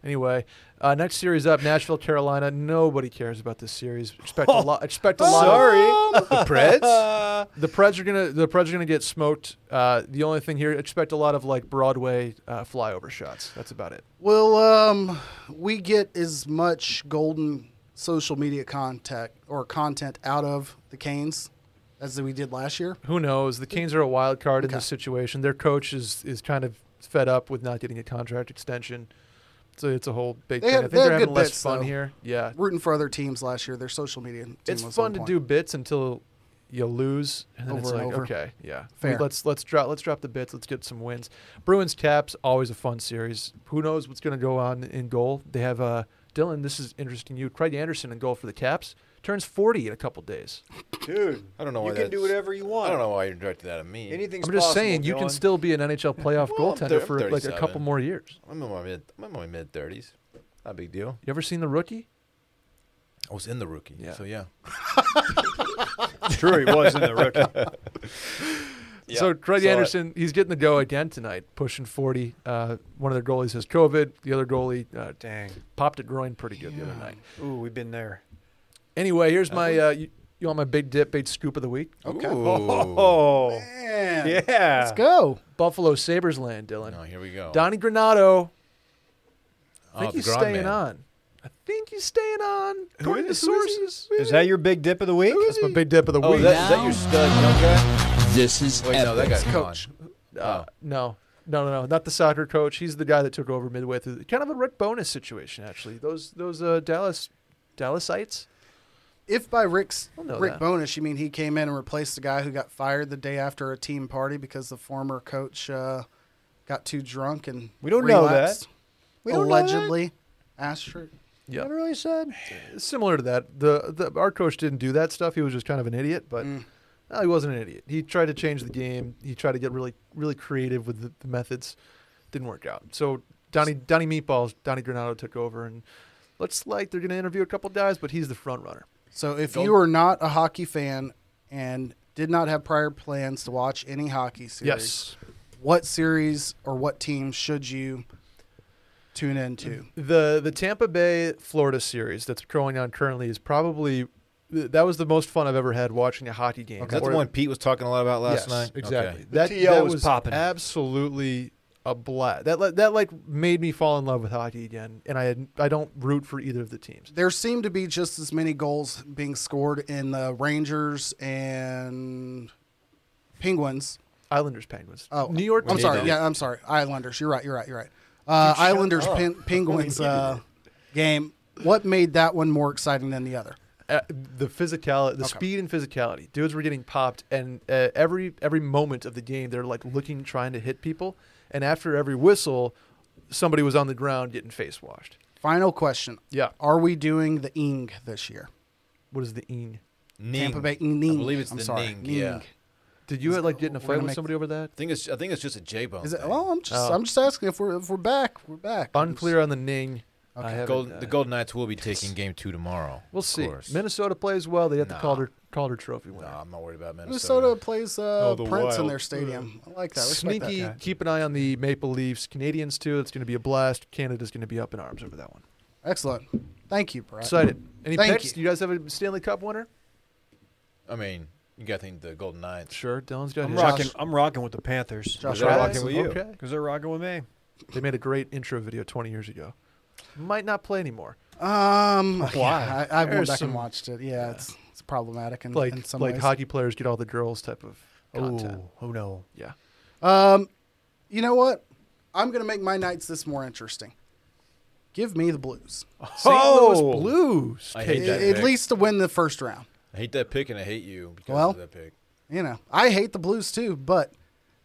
[SPEAKER 5] Anyway, uh, next series up, Nashville, Carolina. Nobody cares about this series. Expect a lot. Expect a
[SPEAKER 4] Oh,
[SPEAKER 5] lot. of-
[SPEAKER 2] Sorry.
[SPEAKER 3] The Preds?
[SPEAKER 2] Uh,
[SPEAKER 5] the Preds are gonna. The Preds are gonna get smoked. Uh, the only thing here, expect a lot of like Broadway uh, flyover shots. That's about it.
[SPEAKER 4] Will um, we get as much golden social media contact or content out of the Canes as we did last year?
[SPEAKER 5] Who knows? The Canes are a wild card in
[SPEAKER 4] Okay.
[SPEAKER 5] this situation. Their coach is is kind of fed up with not getting a contract extension. So it's a whole big
[SPEAKER 4] They
[SPEAKER 5] thing.
[SPEAKER 4] had-
[SPEAKER 5] I think
[SPEAKER 4] they had
[SPEAKER 5] they're having
[SPEAKER 4] good
[SPEAKER 5] less
[SPEAKER 4] bits,
[SPEAKER 5] fun
[SPEAKER 4] though.
[SPEAKER 5] here. Yeah,
[SPEAKER 4] Rooting for other teams last year, their social media. Team
[SPEAKER 5] it's
[SPEAKER 4] was
[SPEAKER 5] fun
[SPEAKER 4] on
[SPEAKER 5] to
[SPEAKER 4] point.
[SPEAKER 5] do bits until you lose, and then it's
[SPEAKER 4] Over
[SPEAKER 5] like,
[SPEAKER 4] and over.
[SPEAKER 5] okay, yeah,
[SPEAKER 4] Fair.
[SPEAKER 5] Let's let's drop let's drop the bits. Let's get some wins. Bruins Caps always a fun series. Who knows what's going to go on in goal? They have uh, Dylan. This is interesting. You Craig Anderson in goal for the Caps turns forty in a couple days.
[SPEAKER 2] dude,
[SPEAKER 3] I don't know why
[SPEAKER 2] You can do
[SPEAKER 3] that's-
[SPEAKER 2] whatever you want.
[SPEAKER 3] I don't know why you directed that at me.
[SPEAKER 2] Anything's
[SPEAKER 5] I'm just
[SPEAKER 2] possible,
[SPEAKER 5] saying you can
[SPEAKER 2] Dylan.
[SPEAKER 5] still be an NHL playoff
[SPEAKER 3] Well, I'm
[SPEAKER 5] goaltender
[SPEAKER 3] thir- I'm
[SPEAKER 5] for like a
[SPEAKER 3] 37.
[SPEAKER 5] couple more years.
[SPEAKER 3] I'm in my mid. I'm in my mid thirties. Not a big deal.
[SPEAKER 5] You ever seen the rookie?
[SPEAKER 3] I was in the rookie.
[SPEAKER 5] Yeah.
[SPEAKER 3] So yeah.
[SPEAKER 2] True, he was in the rookie.
[SPEAKER 5] So Craig
[SPEAKER 3] saw it.
[SPEAKER 5] Anderson, he's getting the go again tonight, pushing 40. Uh, one of their goalies has COVID. The other goalie uh,
[SPEAKER 2] Dang.
[SPEAKER 5] popped a groin pretty good the other night.
[SPEAKER 2] Ooh, we've been there.
[SPEAKER 5] Anyway, here's my uh, you, you want my big dip, big scoop of the week?
[SPEAKER 4] Okay.
[SPEAKER 3] uh, Ooh.
[SPEAKER 2] Oh,
[SPEAKER 4] Man,
[SPEAKER 2] yeah.
[SPEAKER 4] Let's go.
[SPEAKER 5] Buffalo Sabres land, Dylan.
[SPEAKER 3] No, Oh, here we go.
[SPEAKER 5] Donnie Granado. I
[SPEAKER 3] Oh,
[SPEAKER 5] think
[SPEAKER 3] the
[SPEAKER 5] he's
[SPEAKER 3] Grom
[SPEAKER 5] staying
[SPEAKER 3] man.
[SPEAKER 5] on. I think he's staying on. According to
[SPEAKER 3] is- who is he?
[SPEAKER 5] sources.
[SPEAKER 2] Is that your big dip of the week?
[SPEAKER 5] That's my big dip of the
[SPEAKER 3] Oh,
[SPEAKER 5] week.
[SPEAKER 3] that, is that your stud young guy?
[SPEAKER 7] This is
[SPEAKER 3] Wait, no, that guy's
[SPEAKER 5] Coach.
[SPEAKER 3] gone.
[SPEAKER 5] Uh, no. No, no, no, not the soccer coach. He's the guy that took over midway through. Kind of a Rick Bonus situation, actually. Those those uh, Dallas Dallasites.
[SPEAKER 4] If by Rick's
[SPEAKER 5] I'll know
[SPEAKER 4] Rick
[SPEAKER 5] that.
[SPEAKER 4] Bonus you mean he came in and replaced the guy who got fired the day after a team party because the former coach uh, got too drunk and
[SPEAKER 2] We don't know that.
[SPEAKER 4] relapsed.
[SPEAKER 2] We don't know that.
[SPEAKER 4] allegedly asterisk.
[SPEAKER 5] Yeah,
[SPEAKER 2] That really said.
[SPEAKER 5] similar to that. The, the our coach didn't do that stuff. He was just kind of an idiot, but no, he wasn't an idiot. He tried to change the game. He tried to get really really creative with the, the methods. Didn't work out. So Donnie Donnie Meatballs Donnie Granado took over, and looks like they're going to interview a couple guys, but he's the front runner.
[SPEAKER 4] So if you are not a hockey fan and did not have prior plans to watch any hockey series, what series or what team should you tune into?
[SPEAKER 5] the the Tampa Bay Florida series that's going on currently is probably th- that was the most fun I've ever had watching a hockey game.
[SPEAKER 3] Is that
[SPEAKER 5] Or-
[SPEAKER 3] the one Pete was talking a lot about last
[SPEAKER 5] yes,
[SPEAKER 3] night?
[SPEAKER 5] Exactly.
[SPEAKER 3] Okay.
[SPEAKER 5] That,
[SPEAKER 2] The TL
[SPEAKER 5] that
[SPEAKER 2] was
[SPEAKER 5] was,
[SPEAKER 2] popping.
[SPEAKER 5] Absolutely a blast. That li- that like made me fall in love with hockey again, and I had, I don't root for either of the teams.
[SPEAKER 4] There seem to be just as many goals being scored in the Rangers and Penguins.
[SPEAKER 5] Islanders, Penguins.
[SPEAKER 4] Oh,
[SPEAKER 5] New York.
[SPEAKER 4] I'm
[SPEAKER 3] need
[SPEAKER 4] sorry.
[SPEAKER 3] those.
[SPEAKER 4] Yeah, I'm sorry. Islanders. You're right. You're right. You're right. Uh, Islanders pen, Penguins uh, game. What made that one more exciting than the other?
[SPEAKER 5] uh, the physicality, the speed and physicality. Dudes were getting popped, and uh, every every moment of the game, they're like looking, trying to hit people. And after every whistle, somebody was on the ground getting face washed.
[SPEAKER 4] Final question.
[SPEAKER 5] Yeah.
[SPEAKER 4] Are we doing the Ing this year?
[SPEAKER 5] What is the een?
[SPEAKER 3] Ning.
[SPEAKER 4] Tampa Bay Ing.
[SPEAKER 3] I believe it's
[SPEAKER 4] I'm
[SPEAKER 3] the
[SPEAKER 4] sorry.
[SPEAKER 3] Ning. Yeah.
[SPEAKER 4] Ning.
[SPEAKER 5] Did you uh, like get in
[SPEAKER 4] we're
[SPEAKER 5] a fight
[SPEAKER 4] gonna
[SPEAKER 5] with
[SPEAKER 4] make-
[SPEAKER 5] somebody over that?
[SPEAKER 3] I think it's I think it's just a J bone.
[SPEAKER 4] Is it?
[SPEAKER 3] thing.
[SPEAKER 4] Well, I'm just
[SPEAKER 5] Oh.
[SPEAKER 4] I'm just asking if we're if we're back. We're back.
[SPEAKER 5] Unclear on the ning. I haven't,
[SPEAKER 3] Gold,
[SPEAKER 5] uh,
[SPEAKER 3] the Golden Knights will be taking game two tomorrow.
[SPEAKER 5] We'll
[SPEAKER 3] of
[SPEAKER 5] see.
[SPEAKER 3] course.
[SPEAKER 5] Minnesota plays well. They got the
[SPEAKER 3] Nah.
[SPEAKER 5] Calder Calder Trophy winner.
[SPEAKER 3] Nah, I'm not worried about Minnesota.
[SPEAKER 4] Minnesota plays uh,
[SPEAKER 3] Oh, the
[SPEAKER 4] Prince in
[SPEAKER 3] Wild.
[SPEAKER 4] their stadium. I like that. I respect that
[SPEAKER 5] Sneaky.
[SPEAKER 4] guy.
[SPEAKER 5] Keep an eye on the Maple Leafs, Canadians too. It's going to be a blast. Canada's going to be up in arms over that one.
[SPEAKER 4] Excellent. Thank you, Brad.
[SPEAKER 5] Excited. Any
[SPEAKER 4] Thank
[SPEAKER 5] picks?
[SPEAKER 4] you.
[SPEAKER 5] You. guys have a Stanley Cup winner?
[SPEAKER 3] I mean, you got to think the Golden Knights.
[SPEAKER 5] Sure. Dylan's got
[SPEAKER 2] I'm
[SPEAKER 5] his.
[SPEAKER 2] rocking. I'm rocking with the Panthers.
[SPEAKER 4] Josh
[SPEAKER 2] they're
[SPEAKER 4] Rosen.
[SPEAKER 2] rocking with you
[SPEAKER 5] Okay.
[SPEAKER 2] because they're rocking with me.
[SPEAKER 5] They made a great intro video 20 years ago. Might not play anymore.
[SPEAKER 4] Um,
[SPEAKER 5] Why?
[SPEAKER 4] yeah, I, I went
[SPEAKER 5] There's
[SPEAKER 4] back
[SPEAKER 5] some-
[SPEAKER 4] and watched it. Yeah, it's it's problematic in,
[SPEAKER 5] Like
[SPEAKER 4] in some
[SPEAKER 5] like
[SPEAKER 4] ways.
[SPEAKER 5] hockey players get all the girls type of content.
[SPEAKER 2] Oh, oh no.
[SPEAKER 5] Yeah.
[SPEAKER 4] You know what? I'm gonna make my nights this more interesting. Give me the Blues,
[SPEAKER 5] St. Louis Blues.
[SPEAKER 3] I
[SPEAKER 5] Kate.
[SPEAKER 3] hate that
[SPEAKER 4] A- at
[SPEAKER 3] pick.
[SPEAKER 4] least to win the first round.
[SPEAKER 3] I hate that pick and I hate you because
[SPEAKER 4] Well,
[SPEAKER 3] of that pick.
[SPEAKER 4] You know, I hate the Blues too, but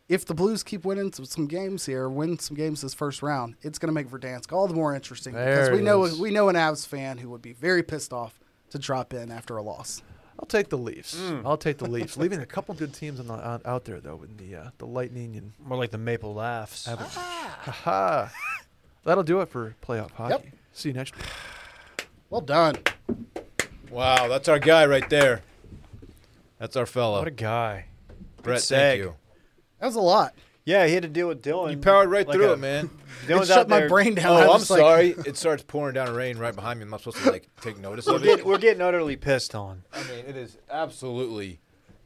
[SPEAKER 4] if the Blues keep winning some, some games here, win some games this first round, it's gonna make Verdansk all the more interesting because
[SPEAKER 5] There
[SPEAKER 4] we
[SPEAKER 5] it
[SPEAKER 4] know
[SPEAKER 5] is.
[SPEAKER 4] we know an Avs fan who would be very pissed off to drop in after a loss.
[SPEAKER 5] I'll take the Leafs. I'll take the Leafs. Leaving a couple good teams on the, on, out there though, in the uh, the Lightning and
[SPEAKER 2] More like the Maple Laughs.
[SPEAKER 5] haha. That'll do it for playoff hockey. See you next week.
[SPEAKER 4] Well done.
[SPEAKER 3] Wow, that's our guy right there. That's our fellow.
[SPEAKER 2] What a guy.
[SPEAKER 3] Brett,
[SPEAKER 2] sag.
[SPEAKER 3] thank you.
[SPEAKER 4] That was a lot.
[SPEAKER 2] Yeah, he had to deal with Dylan.
[SPEAKER 3] You powered right
[SPEAKER 2] Like
[SPEAKER 3] through
[SPEAKER 2] a-
[SPEAKER 3] it, man.
[SPEAKER 2] Dylan's
[SPEAKER 4] It shut
[SPEAKER 2] out
[SPEAKER 4] my
[SPEAKER 2] there-
[SPEAKER 4] brain down.
[SPEAKER 3] Oh,
[SPEAKER 4] I
[SPEAKER 3] I'm
[SPEAKER 4] was like-
[SPEAKER 3] sorry. It starts pouring down rain right behind me. I'm not supposed to like take notice
[SPEAKER 2] We're
[SPEAKER 3] of it.
[SPEAKER 2] getting, we're getting utterly pissed on.
[SPEAKER 3] I mean, it is absolutely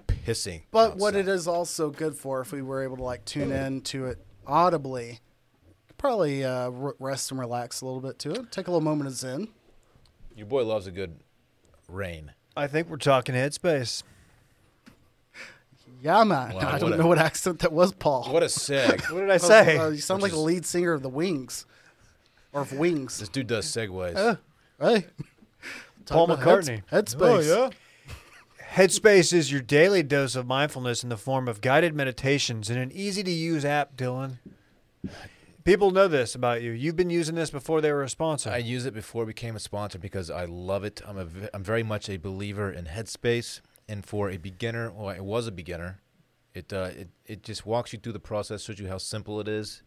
[SPEAKER 3] pissing.
[SPEAKER 4] But what
[SPEAKER 3] outside.
[SPEAKER 4] it is also good for, if we were able to like tune in to it audibly, could probably uh, r- rest and relax a little bit to it. Take a little moment of zen.
[SPEAKER 3] Your boy loves a good rain.
[SPEAKER 2] I think we're talking headspace.
[SPEAKER 4] Yeah, man.
[SPEAKER 3] Wow,
[SPEAKER 4] I
[SPEAKER 3] what
[SPEAKER 4] don't
[SPEAKER 3] a-
[SPEAKER 4] know what accent that was, Paul.
[SPEAKER 3] What a seg.
[SPEAKER 2] What did I
[SPEAKER 4] Uh,
[SPEAKER 2] say?
[SPEAKER 4] uh, you sound like the lead singer of the Wings, or of Wings.
[SPEAKER 3] this dude does segues.
[SPEAKER 2] Oh,
[SPEAKER 4] Hey,
[SPEAKER 2] Paul
[SPEAKER 4] Talking about
[SPEAKER 2] McCartney.
[SPEAKER 4] Heads, headspace.
[SPEAKER 2] Headspace is your daily dose of mindfulness in the form of guided meditations in an easy to use app, Dylan. People know this about you. You've been using this before they were a sponsor.
[SPEAKER 3] I use it before it became a sponsor because I love it. I'm a v- I'm very much a believer in Headspace, and for a beginner, well, I was a beginner. It uh, it it just walks you through the process, shows you how simple it is.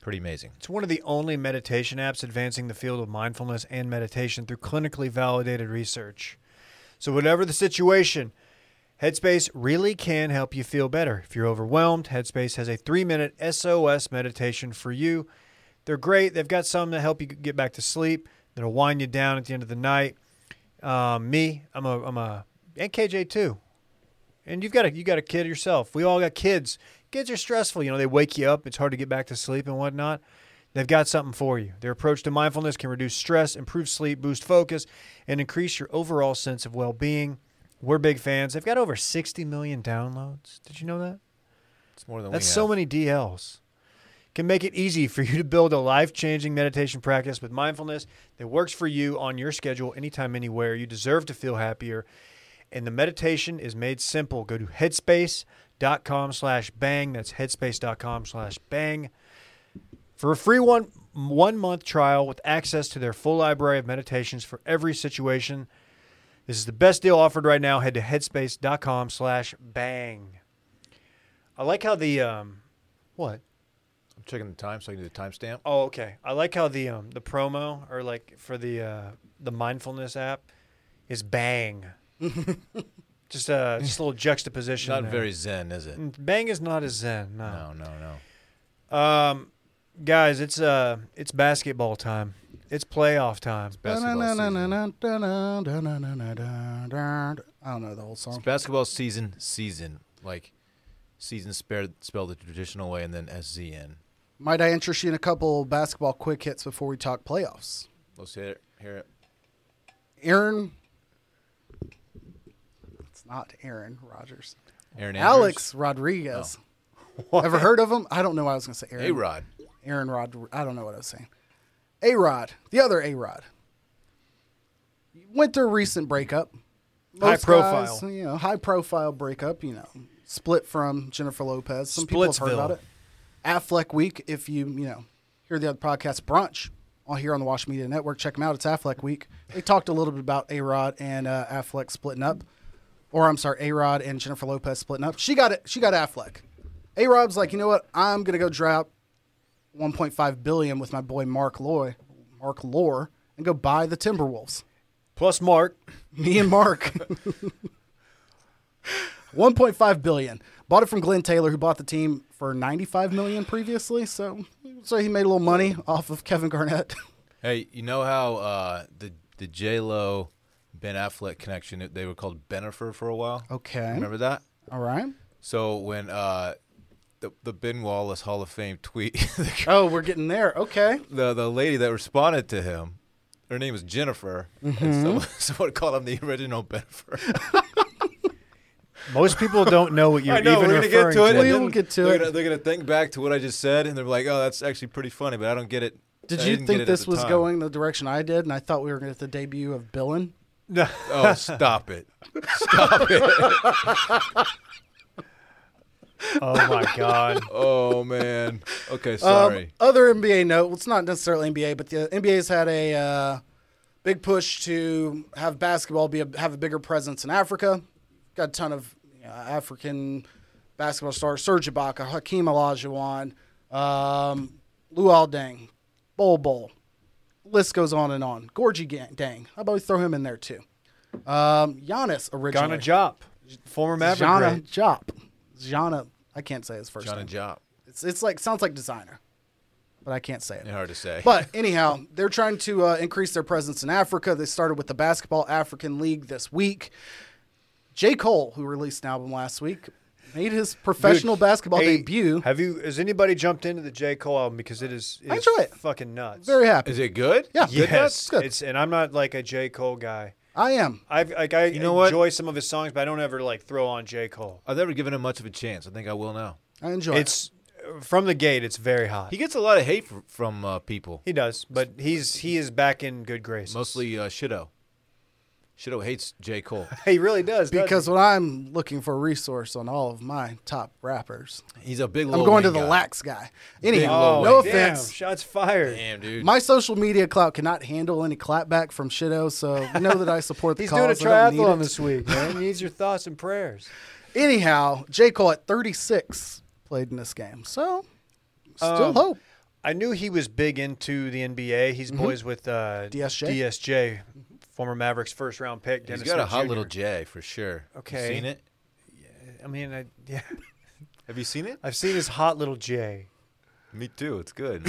[SPEAKER 3] Pretty amazing.
[SPEAKER 2] It's one of the only meditation apps advancing the field of mindfulness and meditation through clinically validated research. So, whatever the situation, Headspace really can help you feel better. If you're overwhelmed, Headspace has a three minute SOS meditation for you. They're great. They've got some that help you get back to sleep, that'll wind you down at the end of the night. Um, me, I'm a, I'm a, and KJ too. And you've got a, you got a kid yourself. We all got kids. Kids are stressful. You know, they wake you up. It's hard to get back to sleep and whatnot. They've got something for you. Their approach to mindfulness can reduce stress, improve sleep, boost focus, and increase your overall sense of well-being. We're big fans. They've got over 60 million downloads. Did you know that?
[SPEAKER 3] It's more than
[SPEAKER 2] That's
[SPEAKER 3] we
[SPEAKER 2] so
[SPEAKER 3] have.
[SPEAKER 2] many DLs. Can make it easy for you to build a life changing meditation practice with mindfulness that works for you on your schedule, anytime, anywhere. You deserve to feel happier. And the meditation is made simple. Go to headspace.com slash bang. That's headspace.com slash bang. For a free one one month trial with access to their full library of meditations for every situation. This is the best deal offered right now. Head to headspace.com slash bang. I like how the um, what?
[SPEAKER 3] I'm checking the time so I can do the timestamp.
[SPEAKER 2] Oh, okay. I like how the um the promo or like for the uh the mindfulness app is bang. just uh just a little juxtaposition.
[SPEAKER 3] Not
[SPEAKER 2] there.
[SPEAKER 3] very zen, is it?
[SPEAKER 2] bang is not a zen.
[SPEAKER 3] No, no, no.
[SPEAKER 2] no. Um, guys, it's uh it's basketball time. It's playoff time.
[SPEAKER 3] Basketball season.
[SPEAKER 4] I don't know the whole
[SPEAKER 3] It's
[SPEAKER 4] song.
[SPEAKER 3] basketball season, season. Like, season spared, spelled the traditional way and then S-Z-N.
[SPEAKER 4] Might I interest you in a couple basketball quick hits before we talk playoffs?
[SPEAKER 3] Let's hear it. Hear it.
[SPEAKER 4] Aaron. It's not Aaron Rodgers.
[SPEAKER 3] Aaron
[SPEAKER 4] Alex Rodriguez. Ever heard of him? I don't know why I was going to say Aaron.
[SPEAKER 3] Hey, Rod.
[SPEAKER 4] Aaron Rod. I don't know what I was saying. A Rod, the other A Rod, went through a recent breakup.
[SPEAKER 2] High
[SPEAKER 4] guys,
[SPEAKER 2] profile.
[SPEAKER 4] you know, high profile breakup. You know, split from Jennifer Lopez. Some people have heard about
[SPEAKER 2] Splitsville.
[SPEAKER 4] it. Affleck Week. If you you know hear the other podcast, Brunch, on here on the Wash Media Network, check them out. It's Affleck Week. They talked a little bit about A Rod and uh, Affleck splitting up, or I'm sorry, A Rod and Jennifer Lopez splitting up. She got it. She got Affleck. A Rod's like, you know what? I'm gonna go dry out 1.5 billion with my boy Mark Loy, Mark Lore, and go buy the Timberwolves.
[SPEAKER 2] Plus Mark.
[SPEAKER 4] Me and Mark. 1.5 billion. Bought it from Glenn Taylor, who bought the team for 95 million previously. So, so he made a little money off of Kevin Garnett.
[SPEAKER 3] Hey, you know how uh, the the J Lo Ben Affleck connection? They were called Benifer for a while.
[SPEAKER 4] Okay.
[SPEAKER 3] remember that?
[SPEAKER 4] All right.
[SPEAKER 3] So when uh, the the Ben Wallace Hall of Fame tweet, the,
[SPEAKER 4] Oh, we're getting there. Okay.
[SPEAKER 3] the the lady that responded to him, her name was Jennifer, and someone, someone called him the original Benifer.
[SPEAKER 2] Most people don't know what you're even
[SPEAKER 3] we're gonna get
[SPEAKER 2] referring
[SPEAKER 3] to it. and
[SPEAKER 4] We
[SPEAKER 3] then
[SPEAKER 4] will get to
[SPEAKER 3] they're
[SPEAKER 4] it.
[SPEAKER 3] Gonna, they're gonna think back to what I just said, and they're like, "Oh, that's actually pretty funny," but I don't get it.
[SPEAKER 4] Did
[SPEAKER 3] I
[SPEAKER 4] you
[SPEAKER 3] didn't get it
[SPEAKER 4] think
[SPEAKER 3] at
[SPEAKER 4] this
[SPEAKER 3] the
[SPEAKER 4] was
[SPEAKER 3] time.
[SPEAKER 4] going the direction I did? And I thought we were going to get the debut of Billin.
[SPEAKER 3] Oh, stop it!
[SPEAKER 2] Oh my god.
[SPEAKER 3] Oh man. Okay,
[SPEAKER 4] Um,
[SPEAKER 3] sorry.
[SPEAKER 4] other NBA note, well, it's not necessarily NBA, but the NBA's had a uh, big push to have basketball be a, have a bigger presence in Africa. Got a ton of you know, African basketball stars: Serge Ibaka, Hakeem Olajuwon, um, Luol Deng, Bol Bol. List goes on and on. Gorgie Gang- Dang, I always throw him in there too. Um, Giannis
[SPEAKER 2] Ghana
[SPEAKER 4] originally.
[SPEAKER 2] Jop. Former Maverick.
[SPEAKER 4] Jana
[SPEAKER 2] great.
[SPEAKER 4] Jop. Jana. I can't say his first
[SPEAKER 3] John
[SPEAKER 4] name.
[SPEAKER 3] and Job.
[SPEAKER 4] It's, it's like sounds like designer, but I can't say it.
[SPEAKER 3] Hard to say.
[SPEAKER 4] But anyhow, they're trying to uh, increase their presence in Africa. They started with the Basketball African League this week. J. Cole, who released an album last week, made his professional
[SPEAKER 2] Dude,
[SPEAKER 4] basketball
[SPEAKER 2] hey,
[SPEAKER 4] debut.
[SPEAKER 2] Have you? Has anybody jumped into the J Cole album because it is? it
[SPEAKER 4] I
[SPEAKER 2] is
[SPEAKER 4] enjoy it.
[SPEAKER 2] Fucking nuts.
[SPEAKER 4] Very happy.
[SPEAKER 3] Is it good?
[SPEAKER 4] Yeah.
[SPEAKER 3] Good
[SPEAKER 2] yes,
[SPEAKER 3] nuts?
[SPEAKER 4] good.
[SPEAKER 2] it's and I'm not like a J Cole guy.
[SPEAKER 4] I am.
[SPEAKER 2] I've like I
[SPEAKER 3] know what?
[SPEAKER 2] enjoy some of his songs, but I don't ever like throw on J Cole.
[SPEAKER 3] I've never given him much of a chance. I think I will now.
[SPEAKER 4] I enjoy it.
[SPEAKER 2] It's from the gate. It's very hot.
[SPEAKER 3] He
[SPEAKER 2] He,
[SPEAKER 3] gets a lot of hate fr- from uh, people,
[SPEAKER 2] does, but he's he is back in good graces.
[SPEAKER 3] mostly uh, Shido. Shido hates J. Cole.
[SPEAKER 2] he really does doesn't
[SPEAKER 4] Because
[SPEAKER 2] he?
[SPEAKER 4] when I'm looking for a resource on all of my top rappers,
[SPEAKER 3] He's a big.
[SPEAKER 4] I'm
[SPEAKER 3] Lil
[SPEAKER 4] going to
[SPEAKER 3] Wayne
[SPEAKER 4] the
[SPEAKER 3] guy.
[SPEAKER 4] lax guy. Anyhow,
[SPEAKER 2] oh,
[SPEAKER 4] no
[SPEAKER 2] damn,
[SPEAKER 4] offense.
[SPEAKER 2] Shots fired.
[SPEAKER 3] Damn, dude.
[SPEAKER 4] My social media clout cannot handle any clapback from Shido, so know that I support the
[SPEAKER 2] He's
[SPEAKER 4] cause.
[SPEAKER 2] doing a
[SPEAKER 4] I don't need
[SPEAKER 2] triathlon
[SPEAKER 4] it.
[SPEAKER 2] this week, man. He needs your thoughts and prayers.
[SPEAKER 4] Anyhow, J. Cole at 36 played in this game, so still
[SPEAKER 2] Um,
[SPEAKER 4] hope.
[SPEAKER 2] I knew he was big into the NBA. He's
[SPEAKER 4] Mm-hmm.
[SPEAKER 2] boys with uh,
[SPEAKER 4] DSJ?
[SPEAKER 2] DSJ, former Mavericks first round pick.
[SPEAKER 3] He's
[SPEAKER 2] Dennis
[SPEAKER 3] got a
[SPEAKER 2] Smith
[SPEAKER 3] hot
[SPEAKER 2] Jr..
[SPEAKER 3] little J for sure. You
[SPEAKER 2] Okay.
[SPEAKER 3] seen it?
[SPEAKER 2] I mean, I, yeah,
[SPEAKER 3] Have you seen it?
[SPEAKER 2] I've seen his hot little J.
[SPEAKER 3] Me too. It's good.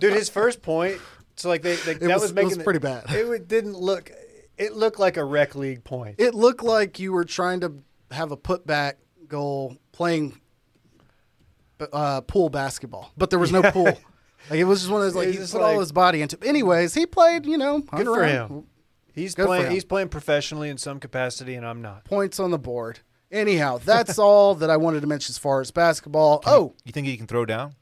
[SPEAKER 2] Dude, his first point So like they, they that was,
[SPEAKER 4] was- it
[SPEAKER 2] making
[SPEAKER 4] was
[SPEAKER 2] the-
[SPEAKER 4] pretty bad.
[SPEAKER 2] It w- didn't look. It looked like a rec league point.
[SPEAKER 4] It looked like you were trying to have a putback goal playing uh, pool basketball, but there was no pool. Like it was just one of those like
[SPEAKER 2] It's
[SPEAKER 4] he
[SPEAKER 2] just
[SPEAKER 4] put
[SPEAKER 2] like-
[SPEAKER 4] all his body into. Anyways, he played. You know,
[SPEAKER 2] Good for him. He's
[SPEAKER 4] Good for
[SPEAKER 2] playing.
[SPEAKER 4] him.
[SPEAKER 2] He's playing professionally in some capacity, and I'm not.
[SPEAKER 4] points on the board. Anyhow, that's all that I wanted to mention as far as basketball. Oh,
[SPEAKER 3] You think he can throw down?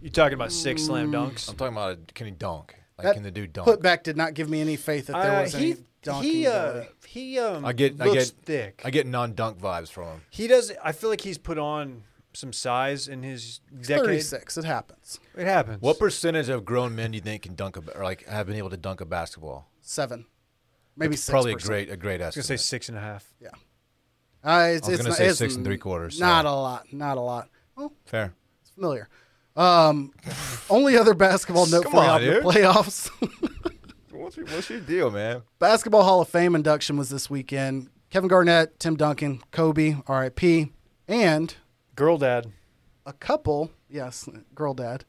[SPEAKER 2] You talking about six slam dunks?
[SPEAKER 4] Mm.
[SPEAKER 3] I'm talking about uh, can he dunk? Like
[SPEAKER 4] that
[SPEAKER 3] can the dude dunk?
[SPEAKER 4] putback did not give me any faith that there
[SPEAKER 2] Uh,
[SPEAKER 4] was
[SPEAKER 2] he
[SPEAKER 4] any dunking.
[SPEAKER 2] he uh,
[SPEAKER 4] ability.
[SPEAKER 2] he um.
[SPEAKER 3] I get I
[SPEAKER 2] looks
[SPEAKER 3] get
[SPEAKER 2] thick.
[SPEAKER 3] I get non-dunk vibes from him.
[SPEAKER 2] he does. I feel like he's put on some size in his decade.
[SPEAKER 4] thirty-six. It happens.
[SPEAKER 2] It happens.
[SPEAKER 3] What percentage of grown men do you think can dunk a, ba- or like have been able to dunk a basketball?
[SPEAKER 4] Seven, maybe six.
[SPEAKER 3] Probably a great a great
[SPEAKER 2] I was gonna
[SPEAKER 3] estimate.
[SPEAKER 2] say six and a half.
[SPEAKER 4] Yeah. Uh, it's,
[SPEAKER 3] I was
[SPEAKER 4] it's
[SPEAKER 3] gonna
[SPEAKER 4] not-
[SPEAKER 3] say
[SPEAKER 4] it's
[SPEAKER 3] six and three quarters, so-
[SPEAKER 4] Not a lot. Not a lot. Well,
[SPEAKER 3] Fair.
[SPEAKER 4] it's familiar. Um, only other basketball note
[SPEAKER 3] Come
[SPEAKER 4] for you
[SPEAKER 3] on,
[SPEAKER 4] out in the
[SPEAKER 3] dude.
[SPEAKER 4] playoffs.
[SPEAKER 3] What's your, what's your deal, man?
[SPEAKER 4] basketball Hall of Fame induction was this weekend. Kevin Garnett, Tim Duncan, Kobe, R.I.P., and
[SPEAKER 2] Girl dad.
[SPEAKER 4] a couple. Yes, girl dad.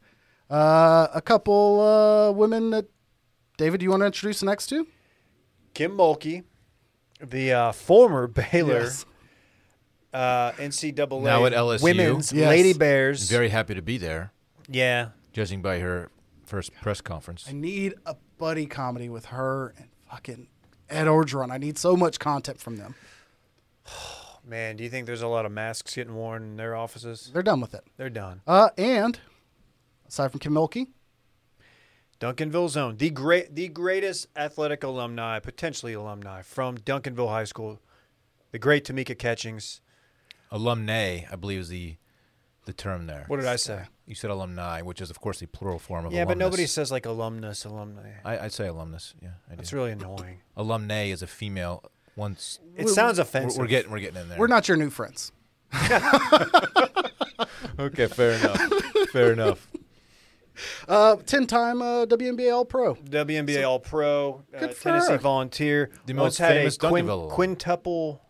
[SPEAKER 4] Uh, a couple uh, women that. David, do you want to introduce the next two?
[SPEAKER 2] Kim Mulkey, the uh, former Baylor
[SPEAKER 4] Yes.
[SPEAKER 2] uh, NCAA
[SPEAKER 3] Now at LSU.
[SPEAKER 2] women's
[SPEAKER 4] Yes.
[SPEAKER 2] Lady Bears.
[SPEAKER 3] Very happy to be there,
[SPEAKER 2] yeah.
[SPEAKER 3] judging by her first press conference.
[SPEAKER 4] I need a buddy comedy with her and fucking Ed Orgeron. I need so much content from them.
[SPEAKER 2] Man, do you think there's a lot of masks getting worn in their offices?
[SPEAKER 4] They're done with it.
[SPEAKER 2] They're done.
[SPEAKER 4] Uh, and aside from Kim Milkey,
[SPEAKER 2] Duncanville Zone, the great, the greatest athletic alumni, potentially alumni from Duncanville High School, the great Tamika Catchings.
[SPEAKER 3] Alumnae, I believe, is the the term there.
[SPEAKER 2] What did I say?
[SPEAKER 3] You said alumni, which is of course the plural form of
[SPEAKER 2] Yeah,
[SPEAKER 3] alumnus.
[SPEAKER 2] but nobody says like alumnus, alumni.
[SPEAKER 3] I, I'd say alumnus. Yeah, I do.
[SPEAKER 2] That's really annoying.
[SPEAKER 3] Alumnae is a female. Once
[SPEAKER 2] It sounds
[SPEAKER 3] we're,
[SPEAKER 2] offensive.
[SPEAKER 3] we're getting we're getting in there.
[SPEAKER 4] we're not your new friends.
[SPEAKER 3] okay. Fair enough. fair enough.
[SPEAKER 4] Uh, ten-time uh, WNBA All-Pro.
[SPEAKER 2] WNBA All Pro, uh,
[SPEAKER 4] Good for
[SPEAKER 2] Tennessee
[SPEAKER 4] her.
[SPEAKER 2] Volunteer.
[SPEAKER 3] The
[SPEAKER 2] once
[SPEAKER 3] most
[SPEAKER 2] had
[SPEAKER 3] famous
[SPEAKER 2] a quin-
[SPEAKER 3] Duncanville alum.
[SPEAKER 2] quintuple,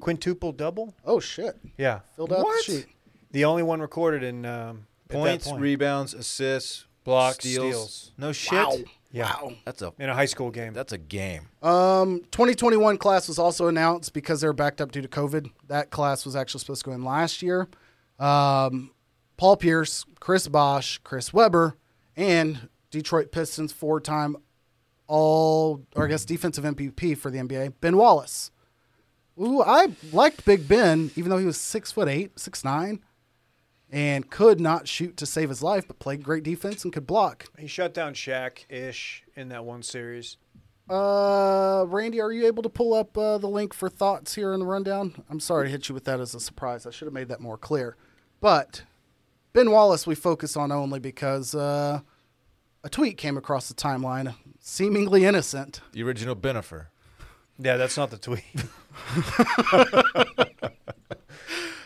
[SPEAKER 2] quintuple double.
[SPEAKER 4] Oh shit!
[SPEAKER 2] Yeah,
[SPEAKER 4] Filled out
[SPEAKER 3] What?
[SPEAKER 4] the sheet.
[SPEAKER 2] the only one recorded in um, at that
[SPEAKER 3] Points,
[SPEAKER 2] point.
[SPEAKER 3] rebounds, assists,
[SPEAKER 2] Blocks, steals.
[SPEAKER 3] No shit.
[SPEAKER 4] Wow.
[SPEAKER 2] Yeah.
[SPEAKER 4] Wow.
[SPEAKER 3] That's a
[SPEAKER 2] in a high school game.
[SPEAKER 3] that's a game.
[SPEAKER 4] Um, 2021 class was also announced because they were backed up due to COVID. That class was actually supposed to go in last year. Um, Paul Pierce, Chris Bosch, Chris Weber, and Detroit Pistons four-time All, or I guess defensive MVP for the NBA, Ben Wallace. Ooh, I liked Big Ben, even though he was six foot eight, six nine, and could not shoot to save his life, but played great defense and could block.
[SPEAKER 2] He shut down Shaq ish in that one series.
[SPEAKER 4] Uh, Randy, are you able to pull up uh, the link for thoughts here in the rundown? I'm sorry to hit you with that as a surprise. I should have made that more clear. But Ben Wallace, we focus on only because uh, a tweet came across the timeline, seemingly innocent.
[SPEAKER 3] The original Benifer.
[SPEAKER 2] Yeah, that's not the tweet.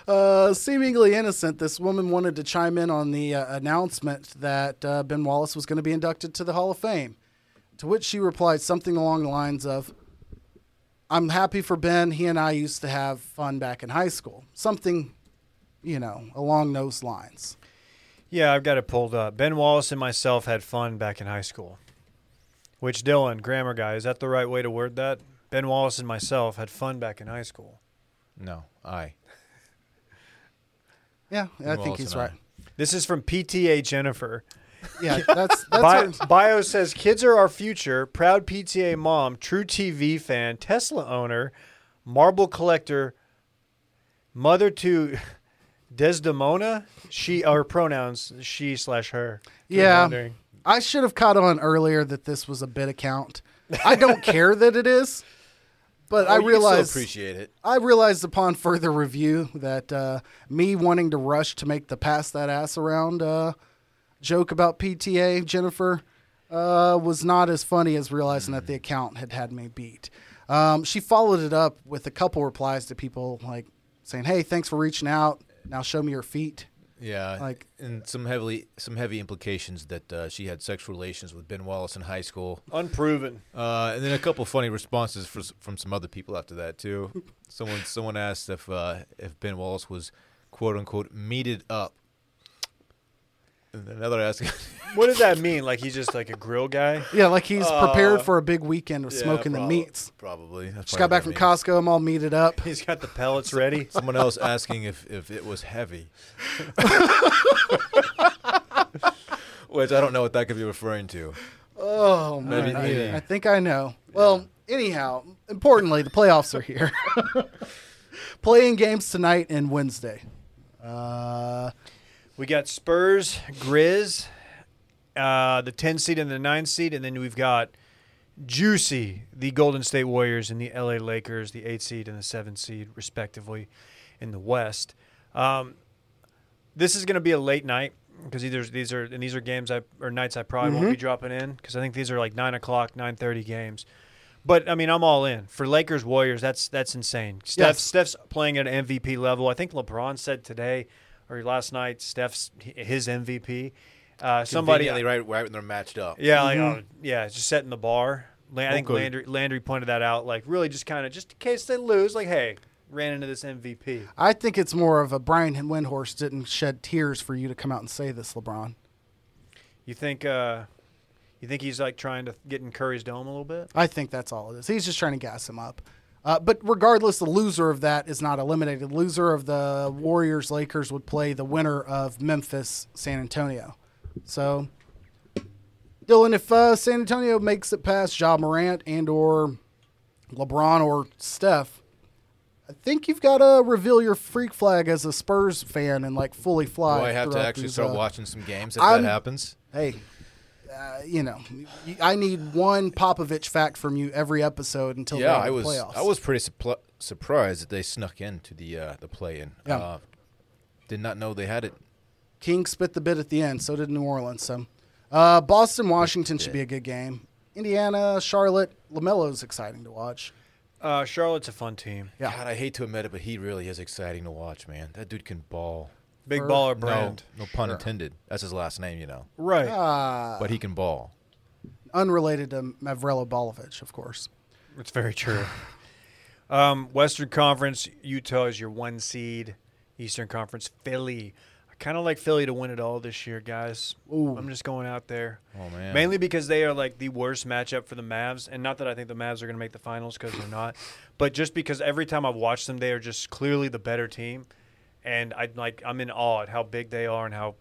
[SPEAKER 4] Uh, seemingly innocent, this woman wanted to chime in on the uh, announcement that uh, Ben Wallace was going to be inducted to the Hall of Fame. To which she replied something along the lines of, I'm happy for Ben. He and I used to have fun back in high school. Something, you know, along those lines.
[SPEAKER 2] yeah, I've got it pulled up. Ben Wallace and myself had fun back in high school. Which Dylan, grammar guy, is that the right way to word that? Ben Wallace and myself had fun back in high school.
[SPEAKER 3] No, I.
[SPEAKER 4] Yeah, I think
[SPEAKER 3] Wallace
[SPEAKER 4] he's
[SPEAKER 3] and I.
[SPEAKER 4] right.
[SPEAKER 2] This is from PTA Jennifer.
[SPEAKER 4] Yeah, that's that's
[SPEAKER 2] Bio,
[SPEAKER 4] her-
[SPEAKER 2] bio says kids are our future. Proud PTA mom, true TV fan, Tesla owner, marble collector, mother to Desdemona. She or pronouns she slash her. Keep
[SPEAKER 4] yeah.
[SPEAKER 2] wondering.
[SPEAKER 4] I should have caught on earlier that this was a bit account. I don't care that it is, but I
[SPEAKER 3] Oh, you
[SPEAKER 4] realize
[SPEAKER 3] still appreciate it.
[SPEAKER 4] I realized upon further review that uh, me wanting to rush to make the pass that ass around uh, joke about PTA Jennifer uh, was not as funny as realizing that the
[SPEAKER 3] Mm-hmm.
[SPEAKER 4] account had had me beat. Um, she followed it up with a couple replies to people like saying, "Hey, thanks for reaching out. Now show me your feet."
[SPEAKER 3] Yeah,
[SPEAKER 4] Like-
[SPEAKER 3] and some heavily some heavy implications that uh, she had sexual relations with Ben Wallace in high school,
[SPEAKER 2] Unproven.
[SPEAKER 3] uh, and then a couple funny responses for, s- from some other people after that too. Someone someone asked if uh, if Ben Wallace was quote unquote meated up. And another asking.
[SPEAKER 2] What does that mean? Like he's just like a grill guy?
[SPEAKER 4] Yeah, like he's
[SPEAKER 2] Uh,
[SPEAKER 4] prepared for a big weekend of smoking
[SPEAKER 3] Yeah,
[SPEAKER 4] the
[SPEAKER 3] prob-
[SPEAKER 4] meats.
[SPEAKER 3] Probably. That's
[SPEAKER 4] Just got back from
[SPEAKER 3] probably what it means.
[SPEAKER 4] Costco. I'm all meated up.
[SPEAKER 2] He's got the pellets ready.
[SPEAKER 3] Someone else asking if, if it was heavy. Which I don't know what that could be referring to.
[SPEAKER 4] Oh
[SPEAKER 3] Maybe-
[SPEAKER 4] man,
[SPEAKER 3] maybe.
[SPEAKER 4] I, I think I know. Well, anyhow, importantly, the playoffs are here. Playing games tonight and Wednesday. Uh,
[SPEAKER 2] We got Spurs, Grizz, uh, the 10 seed and the 9 seed, and then we've got Juicy, the Golden State Warriors, and the LA Lakers, the 8 seed and the 7 seed, respectively, in the West. Um, this is going to be a late night because either these are and these are games I or nights I probably won't be dropping in because I think these are like nine o'clock, nine thirty games. But I mean, I'm all in for Lakers Warriors. That's that's insane. Steph
[SPEAKER 4] Yes.
[SPEAKER 2] Steph's playing at an MVP level. I think LeBron said today or last night Steph's his MVP. Uh, somebody,
[SPEAKER 3] Conveniently right, right when they're matched up.
[SPEAKER 2] yeah, like, oh, yeah, just setting the bar. La- I think
[SPEAKER 5] Okay.
[SPEAKER 2] Landry Landry pointed that out. Like really, just kind of just in case they lose, like hey, ran into this MVP.
[SPEAKER 4] I think it's more of a Brian Windhorst didn't shed tears for you to come out and say this, LeBron.
[SPEAKER 2] You think uh, you think he's like trying to get in Curry's dome a little bit?
[SPEAKER 4] I think that's all it is. He's just trying to gas him up. Uh, but regardless, the loser of that is not eliminated. Loser of the Warriors Lakers would play the winner of Memphis San Antonio. So, Dylan, if uh, San Antonio makes it past Ja Morant and or LeBron or Steph, I think you've got to reveal your freak flag as a Spurs fan and like fully fly.
[SPEAKER 3] Do I have to
[SPEAKER 4] throughout
[SPEAKER 3] actually
[SPEAKER 4] these,
[SPEAKER 3] start
[SPEAKER 4] uh,
[SPEAKER 3] watching some games if
[SPEAKER 4] I'm-
[SPEAKER 3] that happens?
[SPEAKER 4] hey, uh, you know, y- I need one Popovich fact from you every episode until
[SPEAKER 3] Yeah,
[SPEAKER 4] the
[SPEAKER 3] I was
[SPEAKER 4] playoffs.
[SPEAKER 3] I was pretty supl- surprised that they snuck into the uh, the play in.
[SPEAKER 4] Yeah.
[SPEAKER 3] Uh, did not know they had it.
[SPEAKER 4] King spit the bit at the end. So did New Orleans. So, uh, Boston, Washington should be a good game. Indiana, Charlotte, Lamelo's exciting to watch.
[SPEAKER 2] Uh, Charlotte's a fun team.
[SPEAKER 4] Yeah.
[SPEAKER 3] God, I hate to admit it, but he really is exciting to watch, man. That dude can ball.
[SPEAKER 2] Big
[SPEAKER 4] Fur-
[SPEAKER 2] baller brand.
[SPEAKER 3] No, no pun intended. That's his last name, you know.
[SPEAKER 2] Right.
[SPEAKER 3] but he can ball.
[SPEAKER 4] Uh, Unrelated to Mavrelo Balovic, of course.
[SPEAKER 2] It's very true. Um, Western Conference, Utah is your one seed. Eastern Conference, Philly. I kind of like Philly to win it all this year, guys. I'm just going out there.
[SPEAKER 3] Oh, man.
[SPEAKER 2] Mainly because they are like the worst matchup for the Mavs, and not that I think the Mavs are going to make the finals because they're not, but just because every time I've watched them, they are just clearly the better team, and I like I'm in awe at how big they are and how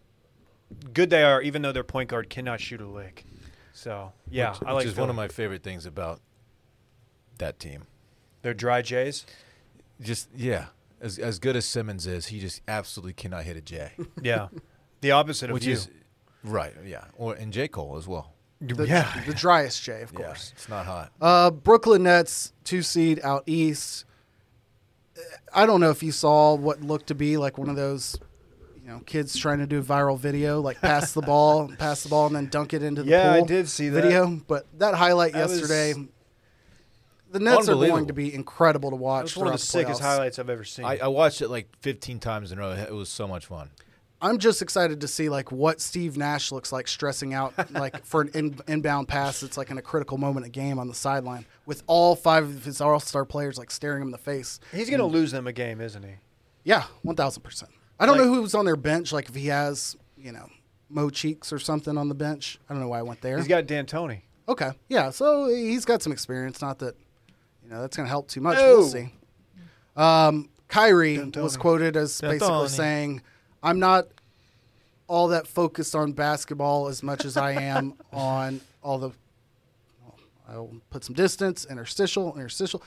[SPEAKER 2] good they are, even though their point guard cannot shoot a lick. So yeah,
[SPEAKER 3] which,
[SPEAKER 2] I like
[SPEAKER 3] which is one of
[SPEAKER 2] Philly.
[SPEAKER 3] my favorite things about that team.
[SPEAKER 2] They're dry Jays.
[SPEAKER 3] Just yeah, as as good as Simmons is, he just absolutely cannot hit a J,
[SPEAKER 2] Yeah, the opposite of
[SPEAKER 3] which
[SPEAKER 2] you.
[SPEAKER 3] is right. Yeah, or and J Cole as well.
[SPEAKER 4] The,
[SPEAKER 2] yeah,
[SPEAKER 4] the driest Jay, of
[SPEAKER 3] Yeah,
[SPEAKER 4] course.
[SPEAKER 3] it's not hot.
[SPEAKER 4] Uh, Brooklyn Nets, two seed out east. Uh, I don't know if you saw what looked to be like one of those, you know, kids trying to do a viral video, like pass the ball, pass the ball, and then dunk it into the
[SPEAKER 2] Yeah, I
[SPEAKER 4] pool.
[SPEAKER 2] did see that.
[SPEAKER 4] video, but that highlight
[SPEAKER 2] That was
[SPEAKER 4] yesterday. The Nets are going
[SPEAKER 3] unbelievable.
[SPEAKER 4] to be incredible to watch.
[SPEAKER 2] that's one of the
[SPEAKER 4] throughout
[SPEAKER 2] sickest
[SPEAKER 4] playoffs. uh,
[SPEAKER 2] highlights I've ever seen.
[SPEAKER 3] I, I watched it like 15 times in a row. It was so much fun.
[SPEAKER 4] I'm just excited to see like what Steve Nash looks like stressing out like for an in, inbound pass. It's like in a critical moment of game on the sideline with all five of his all-star players like staring him in the face.
[SPEAKER 2] He's gonna lose them a game, isn't he?
[SPEAKER 4] Yeah, one thousand percent. I don't know who was on their bench. Like if he has, you know, Mo Cheeks or something on the bench. I don't know why I went there.
[SPEAKER 2] He's got D'Antoni.
[SPEAKER 4] okay, yeah. So he's got some experience. Not that you know that's going to help too much.
[SPEAKER 2] No.
[SPEAKER 4] We'll see. Um, Kyrie was
[SPEAKER 2] D'Antoni.
[SPEAKER 4] quoted as basically
[SPEAKER 3] D'Antoni.
[SPEAKER 4] saying, "I'm not all that focused on basketball as much as I am on all the I will put some distance, interstitial, interstitial,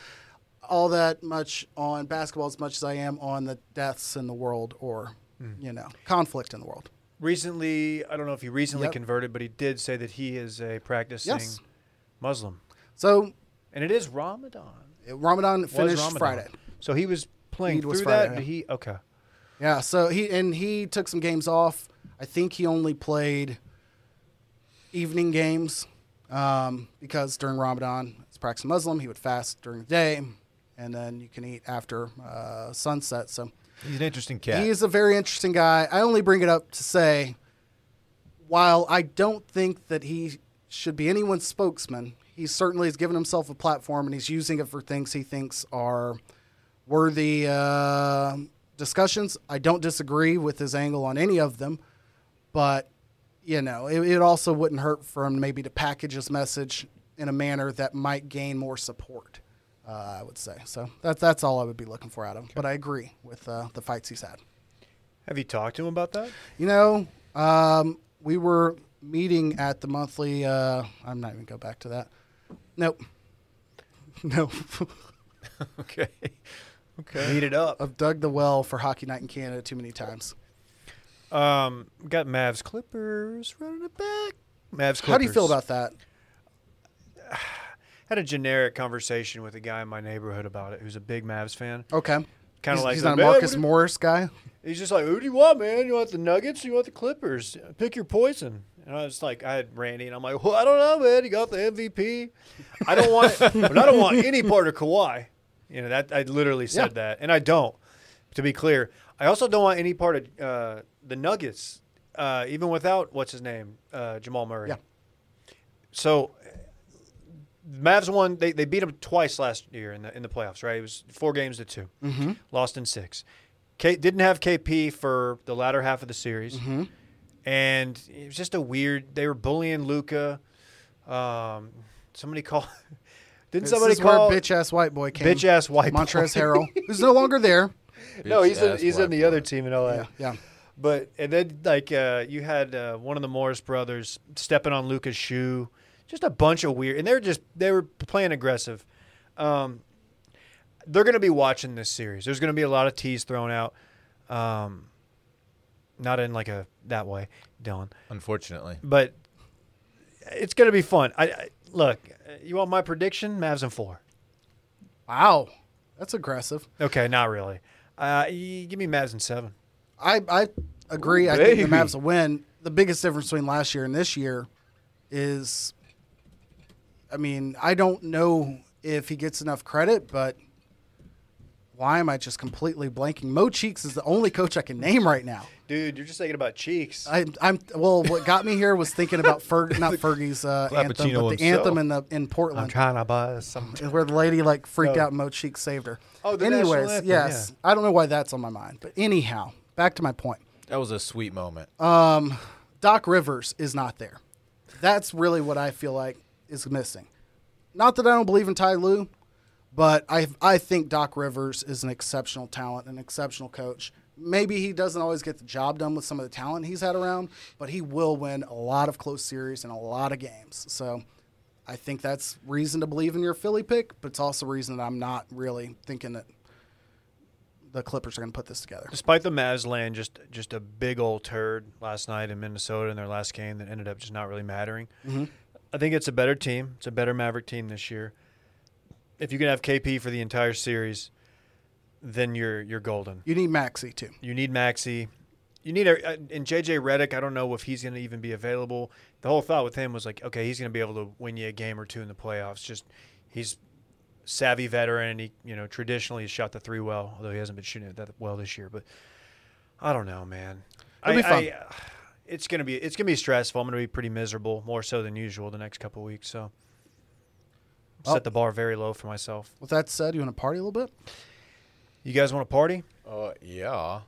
[SPEAKER 4] all that much on basketball as much as I am on the deaths in the world or, you know, conflict in the world.
[SPEAKER 2] Recently, I don't know if he recently
[SPEAKER 4] Yep.
[SPEAKER 2] converted, but he did say that he is a practicing
[SPEAKER 4] Yes.
[SPEAKER 2] Muslim,
[SPEAKER 4] So
[SPEAKER 2] and it is Ramadan.
[SPEAKER 4] uh, Ramadan
[SPEAKER 2] Was
[SPEAKER 4] finished
[SPEAKER 2] Ramadan.
[SPEAKER 4] Friday.
[SPEAKER 2] so he was playing
[SPEAKER 4] Eid
[SPEAKER 2] through
[SPEAKER 4] was
[SPEAKER 2] that.
[SPEAKER 4] Friday.
[SPEAKER 2] but He okay.
[SPEAKER 4] Yeah. So he and he took some games off. I think he only played evening games um, because during Ramadan, it's practicing Muslim. He would fast during the day, and then you can eat after uh, sunset. So.
[SPEAKER 3] He's an interesting cat.
[SPEAKER 4] He is a very interesting guy. I only bring it up to say, while I don't think that he should be anyone's spokesman, he certainly has given himself a platform and he's using it for things he thinks are worthy uh, discussions. I don't disagree with his angle on any of them, but you know, it, it also wouldn't hurt for him maybe to package his message in a manner that might gain more support. Uh, I would say so. That's that's all I would be looking for out of him. But I agree with uh, the fights he's had.
[SPEAKER 2] Have you talked to him about that?
[SPEAKER 4] You know, um, we were meeting at the monthly. Uh, I'm not even go back to that. Nope. No,
[SPEAKER 3] Okay.
[SPEAKER 2] Okay. Heat it up.
[SPEAKER 4] I've dug the well for Hockey Night in Canada too many times.
[SPEAKER 2] Um, got Mavs Clippers running it back. Mavs Clippers.
[SPEAKER 4] How do you feel about that?
[SPEAKER 2] Had a generic conversation with a guy in my neighborhood about it who's a big Mavs fan.
[SPEAKER 4] Okay, He's-
[SPEAKER 2] Kind of like
[SPEAKER 4] he's
[SPEAKER 2] the,
[SPEAKER 4] not a
[SPEAKER 2] "Man,
[SPEAKER 4] Marcus
[SPEAKER 2] what do-
[SPEAKER 4] Morris guy.
[SPEAKER 2] He's just like, who do you want, man? You want the Nuggets? Or you want the Clippers? Pick your poison. And I was like, I had Randy, and I'm like, well, I don't know, man. He got the MVP. I don't want, but I don't want any part of Kawhi. You know that I literally said that, and I don't. To be clear, I also don't want any part of uh, the Nuggets, uh, even without what's his name, uh, Jamal Murray.
[SPEAKER 4] Yeah.
[SPEAKER 2] So, Mavs won. They, they beat them twice last year in the in the playoffs. Right, it was four games to 2 Lost in six. K, didn't have KP for the latter half of the series, and it was just a weird. They were bullying Luca. Um, somebody call. didn't
[SPEAKER 4] This
[SPEAKER 2] somebody
[SPEAKER 4] is where
[SPEAKER 2] call?
[SPEAKER 4] bitch ass white boy came.
[SPEAKER 2] Bitch-ass white boy.
[SPEAKER 4] Montrezl Harrell, who's no longer there.
[SPEAKER 2] no, he's in,
[SPEAKER 3] Bitch-ass
[SPEAKER 2] he's
[SPEAKER 3] white
[SPEAKER 2] in the
[SPEAKER 3] boy.
[SPEAKER 2] other team in LA.
[SPEAKER 4] Yeah, yeah.
[SPEAKER 2] But and then like uh, you had uh, one of the Morris brothers stepping on Luca's shoe, just a bunch of weird, and they're just they were playing aggressive. Um, they're going to be watching this series. There's going to be a lot of tees thrown out, um, not in like a that way, Dylan,
[SPEAKER 3] Unfortunately.
[SPEAKER 2] but it's going to be fun. I, I look, you want my prediction? Mavs in four.
[SPEAKER 4] Wow, that's aggressive.
[SPEAKER 2] Okay, not really. Uh, y- give me Mavs in seven.
[SPEAKER 4] I, I agree. I think the
[SPEAKER 5] baby.
[SPEAKER 4] Mavs will win. The biggest difference between last year and this year is, I mean, I don't know if he gets enough credit, but why am I just completely blanking? Mo Cheeks is the only coach I can name right now.
[SPEAKER 2] Dude, you're just thinking about cheeks.
[SPEAKER 4] I, I'm well. What got me here was thinking about Ferg, not Fergie's uh, anthem,
[SPEAKER 3] Lappuccino
[SPEAKER 4] but the
[SPEAKER 3] himself.
[SPEAKER 4] anthem in the in
[SPEAKER 2] I'm
[SPEAKER 4] Portland.
[SPEAKER 2] trying to buy some.
[SPEAKER 4] where the lady like freaked
[SPEAKER 2] No.
[SPEAKER 4] out and Mo Cheek saved her.
[SPEAKER 2] Oh, the national
[SPEAKER 4] Anyways,
[SPEAKER 2] anthem,
[SPEAKER 4] yes. I don't know why that's on my mind. But anyhow, back to my point.
[SPEAKER 3] That was a sweet moment.
[SPEAKER 4] Uh, Doc Rivers is not there. That's really what I feel like is missing. Not that I don't believe in Ty Lue, but I I think Doc Rivers is an exceptional talent, an exceptional coach. Maybe he doesn't always get the job done with some of the talent he's had around, but he will win a lot of close series and a lot of games. So I think that's reason to believe in your Philly pick, but it's also reason that I'm not really thinking that the Clippers are going to put this together.
[SPEAKER 2] despite the Mavs laying just just a big old turd last night in Minnesota in their last game that ended up just not really mattering. I think it's a better team. It's a better Maverick team this year. If you can have KP for the entire series, then you're you're golden.
[SPEAKER 4] You need Maxi too.
[SPEAKER 2] You need Maxi. You need a and JJ Redick. I don't know if he's going to even be available. The whole thought with him was like, okay, he's going to be able to win you a game or two in the playoffs. Just he's savvy veteran. And he you know traditionally has shot the three well, although he hasn't been shooting it that well this year. But I don't know, man. uh,
[SPEAKER 4] It'll be fun.
[SPEAKER 2] it's gonna be it's gonna be stressful. I'm gonna be pretty miserable, more so than usual, the next couple weeks. So set the bar very low for myself.
[SPEAKER 4] With that said, you want to party a little bit?
[SPEAKER 2] You guys want to party?
[SPEAKER 3] Uh, yeah.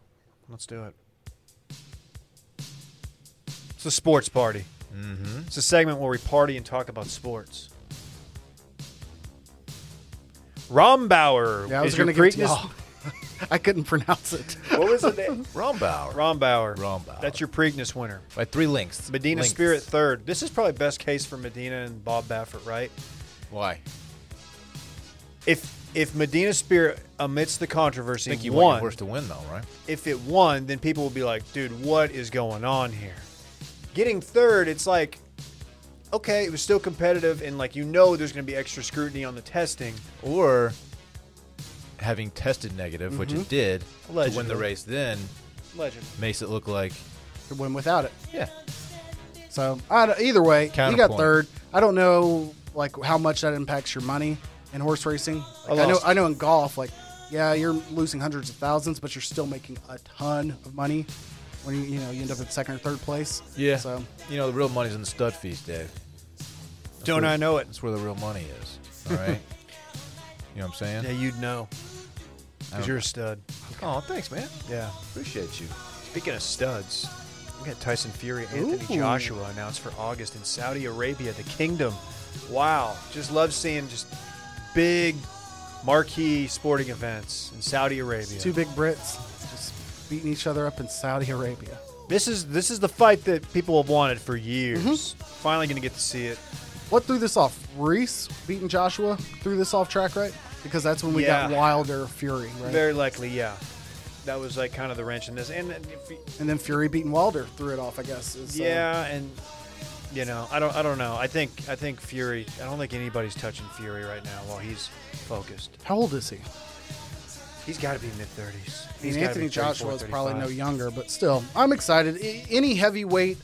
[SPEAKER 2] Let's do it. It's a sports party. Mm-hmm. It's a segment where we party and talk about sports. Rombauer
[SPEAKER 4] Yeah, I was
[SPEAKER 2] is your
[SPEAKER 4] going to get to
[SPEAKER 2] Preakness-
[SPEAKER 4] y'all. I couldn't pronounce it.
[SPEAKER 2] What was the name?
[SPEAKER 3] Rombauer.
[SPEAKER 2] Rombauer.
[SPEAKER 3] Rombauer.
[SPEAKER 2] That's your Preakness winner.
[SPEAKER 3] By three links.
[SPEAKER 2] Medina
[SPEAKER 3] Links.
[SPEAKER 2] Spirit third. This is probably best case for Medina and Bob Baffert, right?
[SPEAKER 3] Why?
[SPEAKER 2] If if Medina Spirit, amidst the
[SPEAKER 3] I
[SPEAKER 2] controversy,
[SPEAKER 3] think you want
[SPEAKER 2] won,
[SPEAKER 3] your horse to win, though, right?
[SPEAKER 2] if it won, then people will be like, dude, what is going on here? Getting third, it's like, okay, it was still competitive, and like you know, there's going to be extra scrutiny on the testing.
[SPEAKER 3] Or having tested negative, which it did, to win
[SPEAKER 2] Mm-hmm. Allegedly.
[SPEAKER 3] the race then
[SPEAKER 2] Legend.
[SPEAKER 3] makes it look like,
[SPEAKER 4] Could win without it.
[SPEAKER 3] yeah,
[SPEAKER 4] So I don't- either way, he got
[SPEAKER 3] Counterpoint.
[SPEAKER 4] third. I don't know like how much that impacts your money in horse racing. Like,
[SPEAKER 2] I
[SPEAKER 4] I know
[SPEAKER 2] lost.
[SPEAKER 4] I know in golf, like yeah, you're losing hundreds of thousands, but you're still making a ton of money when you you know you end up in second or third place.
[SPEAKER 3] yeah.
[SPEAKER 4] So
[SPEAKER 3] You know, the real money's in the stud fees, Dave.
[SPEAKER 2] Don't I know it?
[SPEAKER 3] That's where the real money is. All right. you know what I'm saying?
[SPEAKER 2] Yeah, you'd know.
[SPEAKER 3] I don't-
[SPEAKER 2] Because you're a stud.
[SPEAKER 3] Oh, thanks, man.
[SPEAKER 2] Yeah.
[SPEAKER 3] Appreciate you.
[SPEAKER 2] Speaking of studs, We got Tyson Fury, Anthony Joshua announced for August in Saudi Arabia, the kingdom. Wow. Just love seeing just big marquee sporting events in Saudi Arabia.
[SPEAKER 4] Two big Brits just beating each other up in Saudi Arabia.
[SPEAKER 2] This is this is the fight that people have wanted for years.
[SPEAKER 4] Mm-hmm.
[SPEAKER 2] Finally going to get to see it.
[SPEAKER 4] What threw this off? Reese beating Joshua threw this off track, right? Because that's when we got
[SPEAKER 2] Yeah.
[SPEAKER 4] Wilder Fury, right?
[SPEAKER 2] Very likely, yeah. That was like kind of the wrench in this. And if,
[SPEAKER 4] and then Fury beating Wilder threw it off, I guess. is, uh,
[SPEAKER 2] yeah, and you know, I don't I don't know. I think I think Fury. I don't think anybody's touching Fury right now while he's focused.
[SPEAKER 4] How old is he?
[SPEAKER 2] He's got to be mid 30s.
[SPEAKER 4] I mean, Anthony Joshua is probably no younger, but still, I'm excited. I- any heavyweight,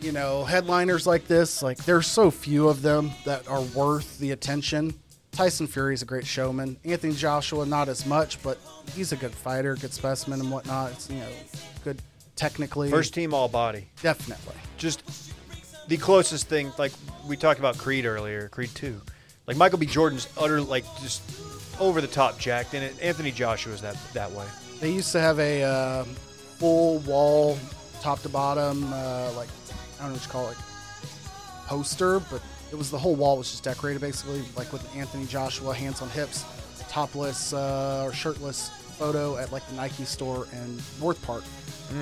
[SPEAKER 4] you know, headliners like this, like there's so few of them that are worth the attention. Tyson Fury's a great showman. Anthony Joshua, not as much, but he's a good fighter, good specimen, and whatnot. It's you know, good technically.
[SPEAKER 2] First team all body.
[SPEAKER 4] definitely.
[SPEAKER 2] Just the closest thing like we talked about Creed earlier, Creed 2. Like Michael B Jordan's utter like just over the top jacked and Anthony Joshua's that that way.
[SPEAKER 4] They used to have a uh, full wall, top to bottom, uh, like I don't know what you call it, poster, but it was the whole wall was just decorated basically, like with Anthony Joshua hands on hips, topless uh, or shirtless photo at like the Nike store in North Park.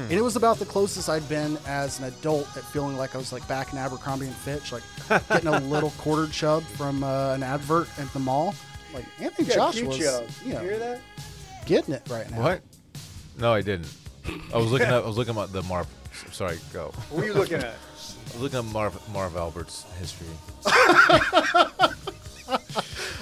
[SPEAKER 4] And it was about the closest I'd been as an adult at feeling like I was like back in Abercrombie and Fitch, like getting a little quarter chub from uh, an advert at the mall. Like Anthony Joshua's, you know,
[SPEAKER 2] that?
[SPEAKER 4] getting it right now.
[SPEAKER 3] What? No, I didn't. I was looking up. I was looking at the Marv. Sorry, go. I
[SPEAKER 2] What were you looking at?
[SPEAKER 3] was looking at Marv Marv Albert's history.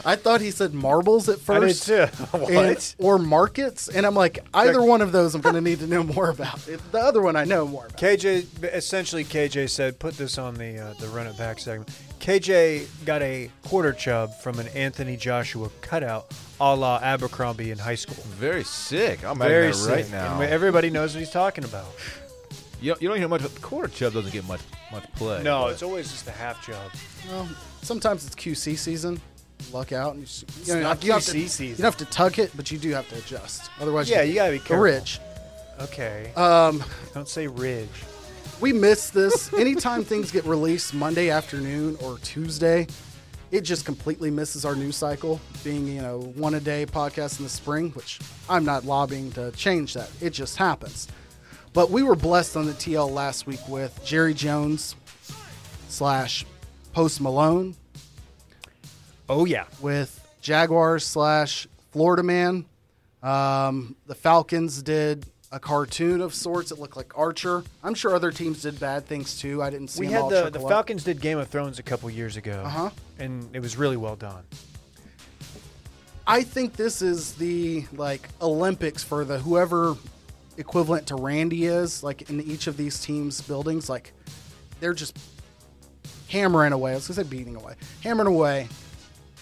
[SPEAKER 4] I thought he said marbles at
[SPEAKER 2] I did
[SPEAKER 4] first.
[SPEAKER 2] too.
[SPEAKER 4] and-
[SPEAKER 2] what?
[SPEAKER 4] or markets, and I'm like, either one of those, I'm going to need to know more about. If The other one, I know more about.
[SPEAKER 2] KJ essentially KJ said put this on the uh, the run it back segment. KJ got a quarter chub from an Anthony Joshua cutout, a la Abercrombie in high school.
[SPEAKER 3] Very sick. I'm
[SPEAKER 2] Very
[SPEAKER 3] at that right
[SPEAKER 2] sick.
[SPEAKER 3] now.
[SPEAKER 2] And everybody knows what he's talking about.
[SPEAKER 3] you, don't, you don't hear much. Quarter Chubb doesn't get much much play.
[SPEAKER 2] No,
[SPEAKER 3] but
[SPEAKER 2] it's always just a half chub.
[SPEAKER 4] Well, sometimes it's QC season. Luck out, and you, s- you, know,
[SPEAKER 2] not
[SPEAKER 4] you have
[SPEAKER 2] QC
[SPEAKER 4] to,
[SPEAKER 2] season.
[SPEAKER 4] You don't have to tug it, but you do have to adjust. Otherwise,
[SPEAKER 2] Yeah, you gotta be careful.
[SPEAKER 4] Rich,
[SPEAKER 2] Okay.
[SPEAKER 4] um,
[SPEAKER 2] Don't say ridge.
[SPEAKER 4] we miss this. Anytime things get released Monday afternoon or Tuesday, it just completely misses our news cycle. Being you know one a day podcast in the spring, which I'm not lobbying to change that. It just happens. But we were blessed on the TL last week with Jerry Jones slash Post Malone
[SPEAKER 2] Oh yeah.
[SPEAKER 4] with Jaguars slash Florida Man. Um, the Falcons did a cartoon of sorts. It looked like Archer. I'm sure other teams did bad things too. I didn't see
[SPEAKER 2] We
[SPEAKER 4] them
[SPEAKER 2] had
[SPEAKER 4] all
[SPEAKER 2] the the
[SPEAKER 4] trickle up.
[SPEAKER 2] Falcons did Game of Thrones a couple years ago.
[SPEAKER 4] Uh-huh.
[SPEAKER 2] And it was really well done.
[SPEAKER 4] I think this is the like Olympics for the whoever equivalent to Randy is like in each of these teams' buildings. Like they're just hammering away. I was gonna say beating away, hammering away,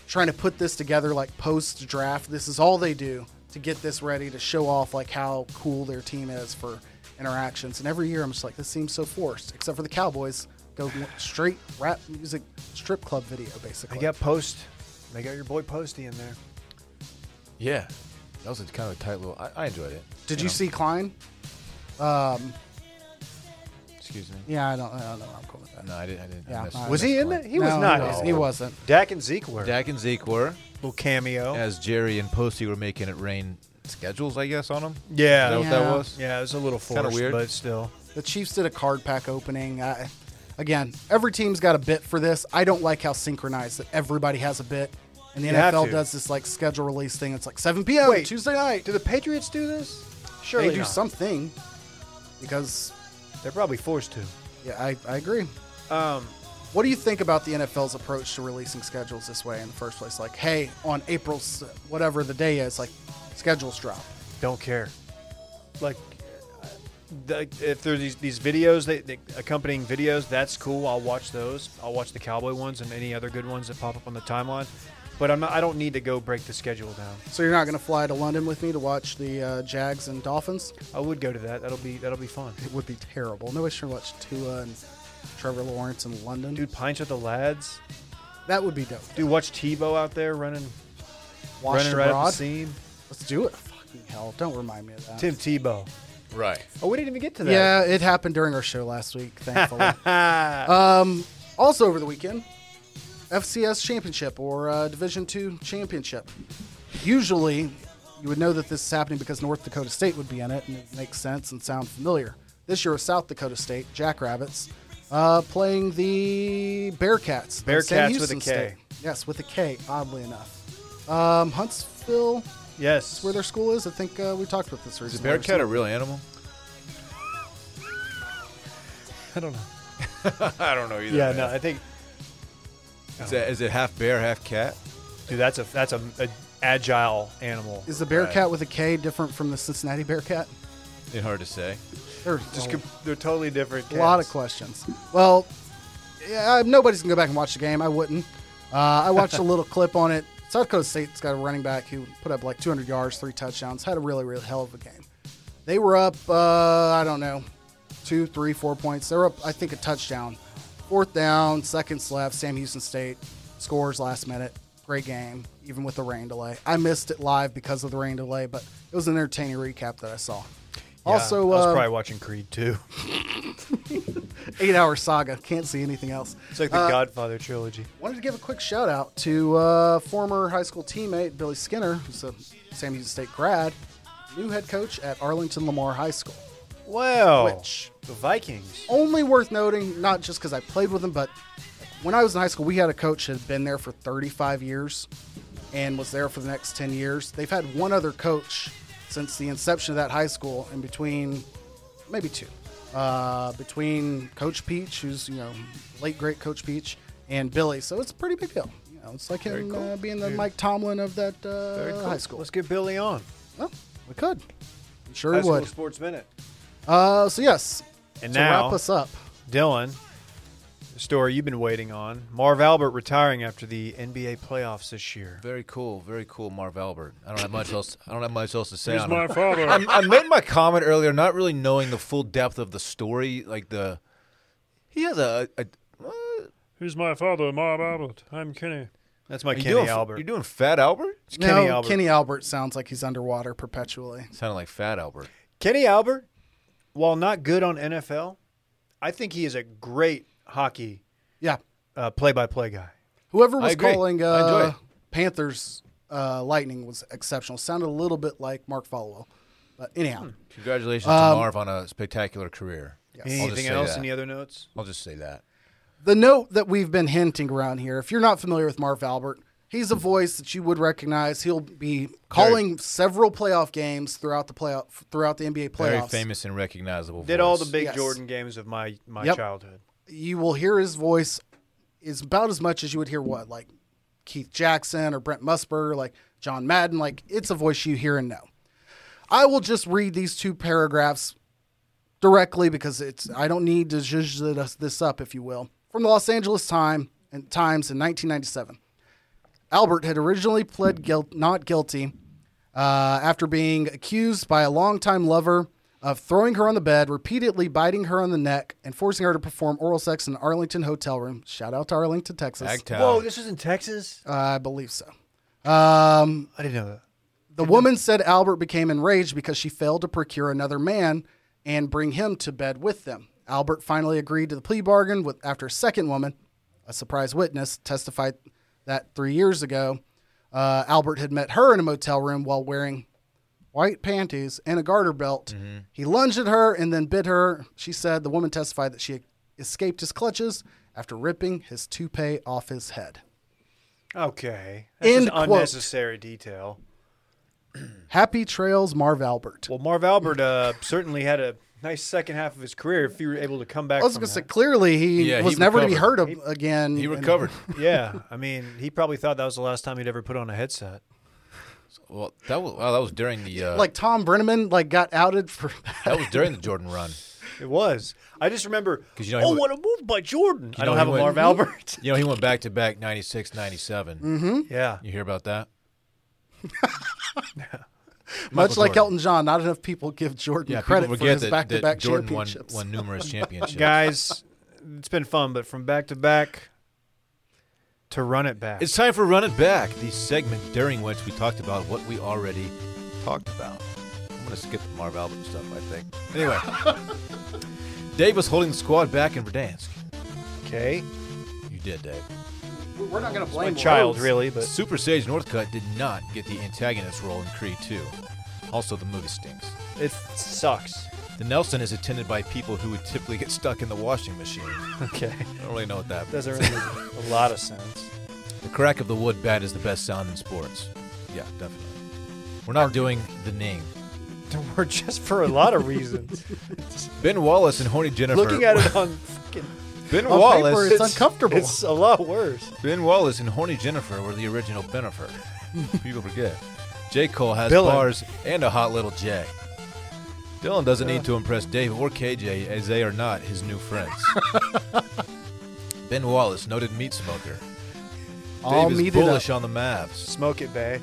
[SPEAKER 4] trying to put this together like post draft. This is all they do to get this ready to show off like how cool their team is for interactions. And every year I'm just like, this seems so forced, except for the Cowboys go straight rap music strip club video basically.
[SPEAKER 2] They got post. They got your boy Posty in there.
[SPEAKER 3] yeah, that was a kind of a tight little. I, I enjoyed it.
[SPEAKER 4] Did you
[SPEAKER 3] know.
[SPEAKER 4] see Klein?
[SPEAKER 3] Excuse me.
[SPEAKER 4] Yeah, I don't, I don't know. where I'm cool with that.
[SPEAKER 3] No, I didn't. I didn't.
[SPEAKER 4] Yeah,
[SPEAKER 3] I missed
[SPEAKER 4] I
[SPEAKER 3] it.
[SPEAKER 2] Was he in it? He was
[SPEAKER 4] No, He,
[SPEAKER 2] not. in
[SPEAKER 4] wasn't.
[SPEAKER 2] it.
[SPEAKER 4] he wasn't.
[SPEAKER 2] Dak and Zeke were.
[SPEAKER 3] Dak and Zeke were
[SPEAKER 2] Little cameo.
[SPEAKER 3] as Jerry and Posty were making it rain. Schedules, I guess, on them.
[SPEAKER 2] Yeah.
[SPEAKER 3] Is that what
[SPEAKER 4] Yeah.
[SPEAKER 3] that was?
[SPEAKER 2] Yeah, it was a little forced,
[SPEAKER 3] Kinda weird.
[SPEAKER 2] but still.
[SPEAKER 4] The Chiefs did a card pack opening. I, again, every team's got a bit for this. I don't like how synchronized that everybody has a bit, and the
[SPEAKER 2] You have
[SPEAKER 4] NFL
[SPEAKER 2] to.
[SPEAKER 4] does this like schedule release thing. It's like 7 p.m.
[SPEAKER 2] Wait.
[SPEAKER 4] Tuesday night.
[SPEAKER 2] Do the Patriots do this? Sure.
[SPEAKER 4] They do something because
[SPEAKER 2] They're probably forced to.
[SPEAKER 4] yeah, I, I agree.
[SPEAKER 2] Um,
[SPEAKER 4] What do you think about the NFL's approach to releasing schedules this way in the first place? Like, hey, on April s- whatever the day is, like schedules drop.
[SPEAKER 2] don't care. Like, uh, the, if there's these, these videos, they, they, accompanying videos, that's cool. I'll watch those. I'll watch the Cowboy ones and any other good ones that pop up on the timeline. But I'm not, I don't need to go break the schedule down.
[SPEAKER 4] So you're not going to fly to London with me to watch the uh, Jags and Dolphins?
[SPEAKER 2] I would go to that. That'll be that'll be fun.
[SPEAKER 4] It would be terrible. Nobody should watch Tua and Trevor Lawrence in London.
[SPEAKER 2] Dude, pints with the lads.
[SPEAKER 4] that would be dope.
[SPEAKER 2] Dude, watch Tebow out there running,
[SPEAKER 4] Washed
[SPEAKER 2] running right up
[SPEAKER 4] abroad.
[SPEAKER 2] the seam.
[SPEAKER 4] Let's do it. Fucking hell! Don't remind me of that.
[SPEAKER 2] Tim Tebow.
[SPEAKER 3] Right.
[SPEAKER 2] Oh, we didn't even get to that.
[SPEAKER 4] Yeah, it happened during our show last week, thankfully. um, also over the weekend, FCS Championship or uh, Division Two Championship. Usually, you would know that this is happening because North Dakota State would be in it, and it makes sense and sounds familiar. This year was South Dakota State Jackrabbits uh, playing the Bearcats. the Sam
[SPEAKER 2] Bearcats with a
[SPEAKER 4] Houston
[SPEAKER 2] K.
[SPEAKER 4] State. Yes, with a K. Oddly enough, um, Huntsville,
[SPEAKER 2] Yes.
[SPEAKER 4] where their school is. I think uh, we talked about this
[SPEAKER 3] Is a
[SPEAKER 4] recently.
[SPEAKER 3] bear cat a real animal?
[SPEAKER 2] I don't know.
[SPEAKER 3] I don't know either.
[SPEAKER 2] Yeah,
[SPEAKER 3] man.
[SPEAKER 2] no, I think
[SPEAKER 3] Is, that, is it half bear, half cat?
[SPEAKER 2] dude, that's a that's a, a agile animal.
[SPEAKER 4] Is the Bearcat with a K different from the Cincinnati Bearcat?
[SPEAKER 3] It's hard to say.
[SPEAKER 4] There's
[SPEAKER 2] Just
[SPEAKER 4] a
[SPEAKER 2] com- they're totally different. Cats.
[SPEAKER 4] lot of questions. Well, yeah, I- nobody's gonna go back and watch the game. I wouldn't. Uh, I watched a little clip on it. South Dakota State's got a running back who put up like 200 yards, three touchdowns, had a really, really hell of a game. They were up, uh, I don't know, two, three, four points. They're up, I think, a touchdown. Fourth down, seconds left. Sam Houston State scores last minute. Great game, even with the rain delay. I missed it live because of the rain delay, but it was an entertaining recap that I saw.
[SPEAKER 2] Yeah,
[SPEAKER 4] also,
[SPEAKER 2] I was
[SPEAKER 4] um,
[SPEAKER 2] probably watching Creed too.
[SPEAKER 4] eight hour saga. Can't see anything else.
[SPEAKER 2] It's like the Godfather trilogy.
[SPEAKER 4] Wanted to give a quick shout out to uh, former high school teammate Billy Skinner, who's a Sam Houston State grad, new head coach at Arlington Lamar High School.
[SPEAKER 2] Wow.
[SPEAKER 4] Which- Oh,
[SPEAKER 2] the Vikings.
[SPEAKER 4] Only worth noting, not just because I played with him, but when I was in high school, we had a coach that had been there for 35 years and was there for the next 10 years. They've had one other coach since the inception of that high school, in between maybe two. Uh, between Coach Peach, who's you know late great Coach Peach, and Billy, so it's a pretty big deal. You know, it's like him uh, being the Mike Tomlin of that uh, high school.
[SPEAKER 2] Let's get Billy on.
[SPEAKER 4] Well, we could, I'm sure
[SPEAKER 2] High
[SPEAKER 4] we
[SPEAKER 2] School
[SPEAKER 4] would.
[SPEAKER 2] Sports Minute.
[SPEAKER 4] Uh, so yes,
[SPEAKER 2] And
[SPEAKER 4] to
[SPEAKER 2] now-
[SPEAKER 4] wrap us up.
[SPEAKER 2] Dylan, the story you've been waiting on. Marv Albert retiring after the NBA playoffs this year.
[SPEAKER 3] Very cool, very cool, Marv Albert. I don't have much else. I don't have much else to say.
[SPEAKER 6] He's
[SPEAKER 3] on
[SPEAKER 6] my
[SPEAKER 3] him.
[SPEAKER 6] father.
[SPEAKER 3] I, I made my comment earlier, not really knowing the full depth of the story. Like the, he has a. a uh,
[SPEAKER 6] He's my father, Marv Albert. I'm Kenny.
[SPEAKER 2] That's my
[SPEAKER 3] you
[SPEAKER 2] Kenny
[SPEAKER 3] doing-
[SPEAKER 2] Albert.
[SPEAKER 3] You're doing Fat Albert?
[SPEAKER 2] It's Kenny
[SPEAKER 4] no,
[SPEAKER 2] Albert.
[SPEAKER 4] Kenny Albert sounds like he's underwater perpetually.
[SPEAKER 3] Sounded like Fat Albert.
[SPEAKER 2] Kenny Albert, while not good on NFL, I think he is a great hockey
[SPEAKER 4] Yeah.
[SPEAKER 2] uh, play-by-play guy.
[SPEAKER 4] Whoever
[SPEAKER 3] I
[SPEAKER 4] was
[SPEAKER 3] agree.
[SPEAKER 4] calling
[SPEAKER 3] I enjoy
[SPEAKER 4] uh,
[SPEAKER 3] it.
[SPEAKER 4] Panthers uh, Lightning was exceptional. Sounded a little bit like Mark Folwell. But anyhow,
[SPEAKER 3] Hmm. Congratulations to Marv on a spectacular career. I'll just
[SPEAKER 2] Um, Anything
[SPEAKER 3] say
[SPEAKER 2] else?
[SPEAKER 3] that.
[SPEAKER 2] Any other notes?
[SPEAKER 3] I'll just say that.
[SPEAKER 4] the note that we've been hinting around here, if you're not familiar with Marv Albert, he's a voice that you would recognize. He'll be calling several playoff games throughout the playoff throughout the NBA playoffs.
[SPEAKER 3] Very famous and recognizable.
[SPEAKER 2] Did all the
[SPEAKER 3] voice.
[SPEAKER 2] big
[SPEAKER 4] Yes.
[SPEAKER 2] Jordan games of my my
[SPEAKER 4] Yep.
[SPEAKER 2] childhood.
[SPEAKER 4] you will hear his voice is about as much as you would hear what like Keith Jackson or Brent Musburger, like John Madden. Like it's a voice you hear and know. I will just read these two paragraphs directly because it's I don't need to zhuzh this- this up, if you will, from the Los Angeles Time and Times in 1997. Albert had originally pled guilt, not guilty uh, after being accused by a longtime lover of throwing her on the bed, repeatedly biting her on the neck, and forcing her to perform oral sex in an Arlington hotel room. Shout out to Arlington, Texas.
[SPEAKER 3] Agtown.
[SPEAKER 2] Whoa, this was in Texas.
[SPEAKER 4] I believe so. Um,
[SPEAKER 2] I didn't know that.
[SPEAKER 4] the woman said Albert became enraged because she failed to procure another man and bring him to bed with them. Albert finally agreed to the plea bargain with, after a second woman, a surprise witness, testified that three years ago, uh, Albert had met her in a motel room while wearing white panties and a garter belt. He lunged at her and then bit her. She said the woman testified that she escaped his clutches after ripping his toupee off his head.
[SPEAKER 2] Okay, that's
[SPEAKER 4] End
[SPEAKER 2] just
[SPEAKER 4] quote.
[SPEAKER 2] unnecessary detail.
[SPEAKER 4] Happy trails, Marv Albert.
[SPEAKER 2] Well, Marv Albert uh, certainly had a nice second half of his career if you were able to come back.
[SPEAKER 4] I was
[SPEAKER 2] from
[SPEAKER 4] going to say,
[SPEAKER 2] that.
[SPEAKER 4] clearly he
[SPEAKER 3] Yeah, he
[SPEAKER 4] was never to be heard
[SPEAKER 3] recovered.
[SPEAKER 4] of again.
[SPEAKER 3] he
[SPEAKER 4] and-
[SPEAKER 3] recovered.
[SPEAKER 2] yeah, I mean, he probably thought that was the last time he'd ever put on a headset.
[SPEAKER 3] well, that was wow. That was during the uh,
[SPEAKER 4] Like Tom Brenneman, like got outed for that.
[SPEAKER 3] that was during the Jordan run.
[SPEAKER 2] It was. I just remember.
[SPEAKER 3] 'Cause you know he
[SPEAKER 2] oh,
[SPEAKER 3] wa-
[SPEAKER 2] what a move by Jordan! I
[SPEAKER 3] know
[SPEAKER 2] don't
[SPEAKER 3] he
[SPEAKER 2] have a
[SPEAKER 3] went-
[SPEAKER 2] Marv Albert.
[SPEAKER 3] You know, he went back to back 96, 97.
[SPEAKER 2] Mm-hmm. yeah,
[SPEAKER 3] You hear about that?
[SPEAKER 4] much like
[SPEAKER 3] Jordan.
[SPEAKER 4] Elton John. Not enough people give Jordan
[SPEAKER 3] Yeah,
[SPEAKER 4] credit
[SPEAKER 3] people
[SPEAKER 4] for
[SPEAKER 3] forget
[SPEAKER 4] his
[SPEAKER 3] that,
[SPEAKER 4] back-to-back
[SPEAKER 3] that Jordan won,
[SPEAKER 4] championships.
[SPEAKER 3] won numerous championships.
[SPEAKER 2] guys, it's been fun, but from back to back to run it back.
[SPEAKER 3] It's time for Run It Back, the segment during which we talked about what we already talked about. gonna skip the Marv Albert stuff, I think. Anyway, Dave was holding the squad back in Verdansk.
[SPEAKER 2] Okay.
[SPEAKER 3] You did, Dave.
[SPEAKER 4] We're not going to
[SPEAKER 2] My
[SPEAKER 4] blame
[SPEAKER 2] child,
[SPEAKER 4] Rhodes.
[SPEAKER 2] really, but
[SPEAKER 3] Super Sage Northcutt did not get the antagonist role in Creed 2. Also, the movie stinks.
[SPEAKER 2] it sucks.
[SPEAKER 3] The Nelson is attended by people who would typically get stuck in the washing machine. I
[SPEAKER 2] Okay.
[SPEAKER 3] don't really know what that means.
[SPEAKER 2] Doesn't really make a lot of sense.
[SPEAKER 3] The crack of the wood bat is the best sound in sports. Yeah, definitely. We're not doing the name.
[SPEAKER 2] Or just for a lot of reasons.
[SPEAKER 3] Ben Wallace and Horny Jennifer.
[SPEAKER 2] Looking at it on fucking
[SPEAKER 3] Ben
[SPEAKER 4] On
[SPEAKER 3] Wallace.
[SPEAKER 4] paper, it's uncomfortable.
[SPEAKER 2] It's a lot worse.
[SPEAKER 3] Ben Wallace and Horny Jennifer were the original Benifer. People forget. J. Cole has
[SPEAKER 2] Dylan.
[SPEAKER 3] bars and a hot little J. Dylan doesn't need to impress Dave or KJ as they are not his new friends. ben Wallace, noted meat smoker.
[SPEAKER 4] All
[SPEAKER 3] Dave
[SPEAKER 4] meated
[SPEAKER 3] is bullish
[SPEAKER 4] up.
[SPEAKER 3] on the Mavs.
[SPEAKER 2] Smoke it, Bay.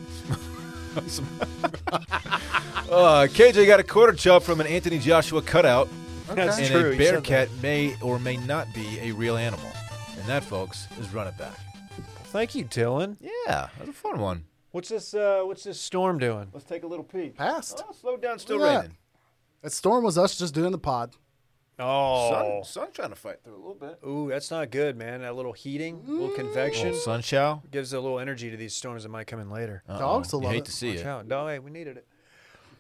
[SPEAKER 3] Uh, KJ got a quarter chop from an Anthony Joshua cutout,
[SPEAKER 2] That's
[SPEAKER 3] and
[SPEAKER 2] true.
[SPEAKER 3] a
[SPEAKER 2] he
[SPEAKER 3] bear
[SPEAKER 2] said that.
[SPEAKER 3] cat may or may not be a real animal. And that, folks, is Run It Back.
[SPEAKER 2] Thank you, Dylan.
[SPEAKER 3] Yeah, that's a fun one.
[SPEAKER 2] What's this? Uh, what's this storm doing?
[SPEAKER 3] Let's take a little peek.
[SPEAKER 4] Passed.
[SPEAKER 3] slow down, still
[SPEAKER 4] Look at that. That storm was us just doing the pod.
[SPEAKER 2] Oh,
[SPEAKER 3] sun trying to fight through a little bit.
[SPEAKER 2] ooh, that's not good, man. That little heating, little convection
[SPEAKER 3] Sunshow?
[SPEAKER 2] gives a little energy to these storms that might come in later.
[SPEAKER 4] Dogs will
[SPEAKER 3] you
[SPEAKER 4] love
[SPEAKER 3] hate
[SPEAKER 4] it.
[SPEAKER 3] to see
[SPEAKER 2] Watch
[SPEAKER 3] it.
[SPEAKER 2] out. No, hey, we needed it.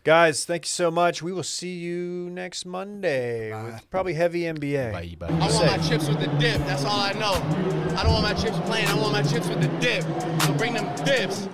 [SPEAKER 2] Guys, thank you so much. We will see you next Monday with probably heavy NBA.
[SPEAKER 3] Bye, bye.
[SPEAKER 7] I want my chips with the dip. That's all I know. I don't want my chips plain. I want my chips with the dip. So bring them dips.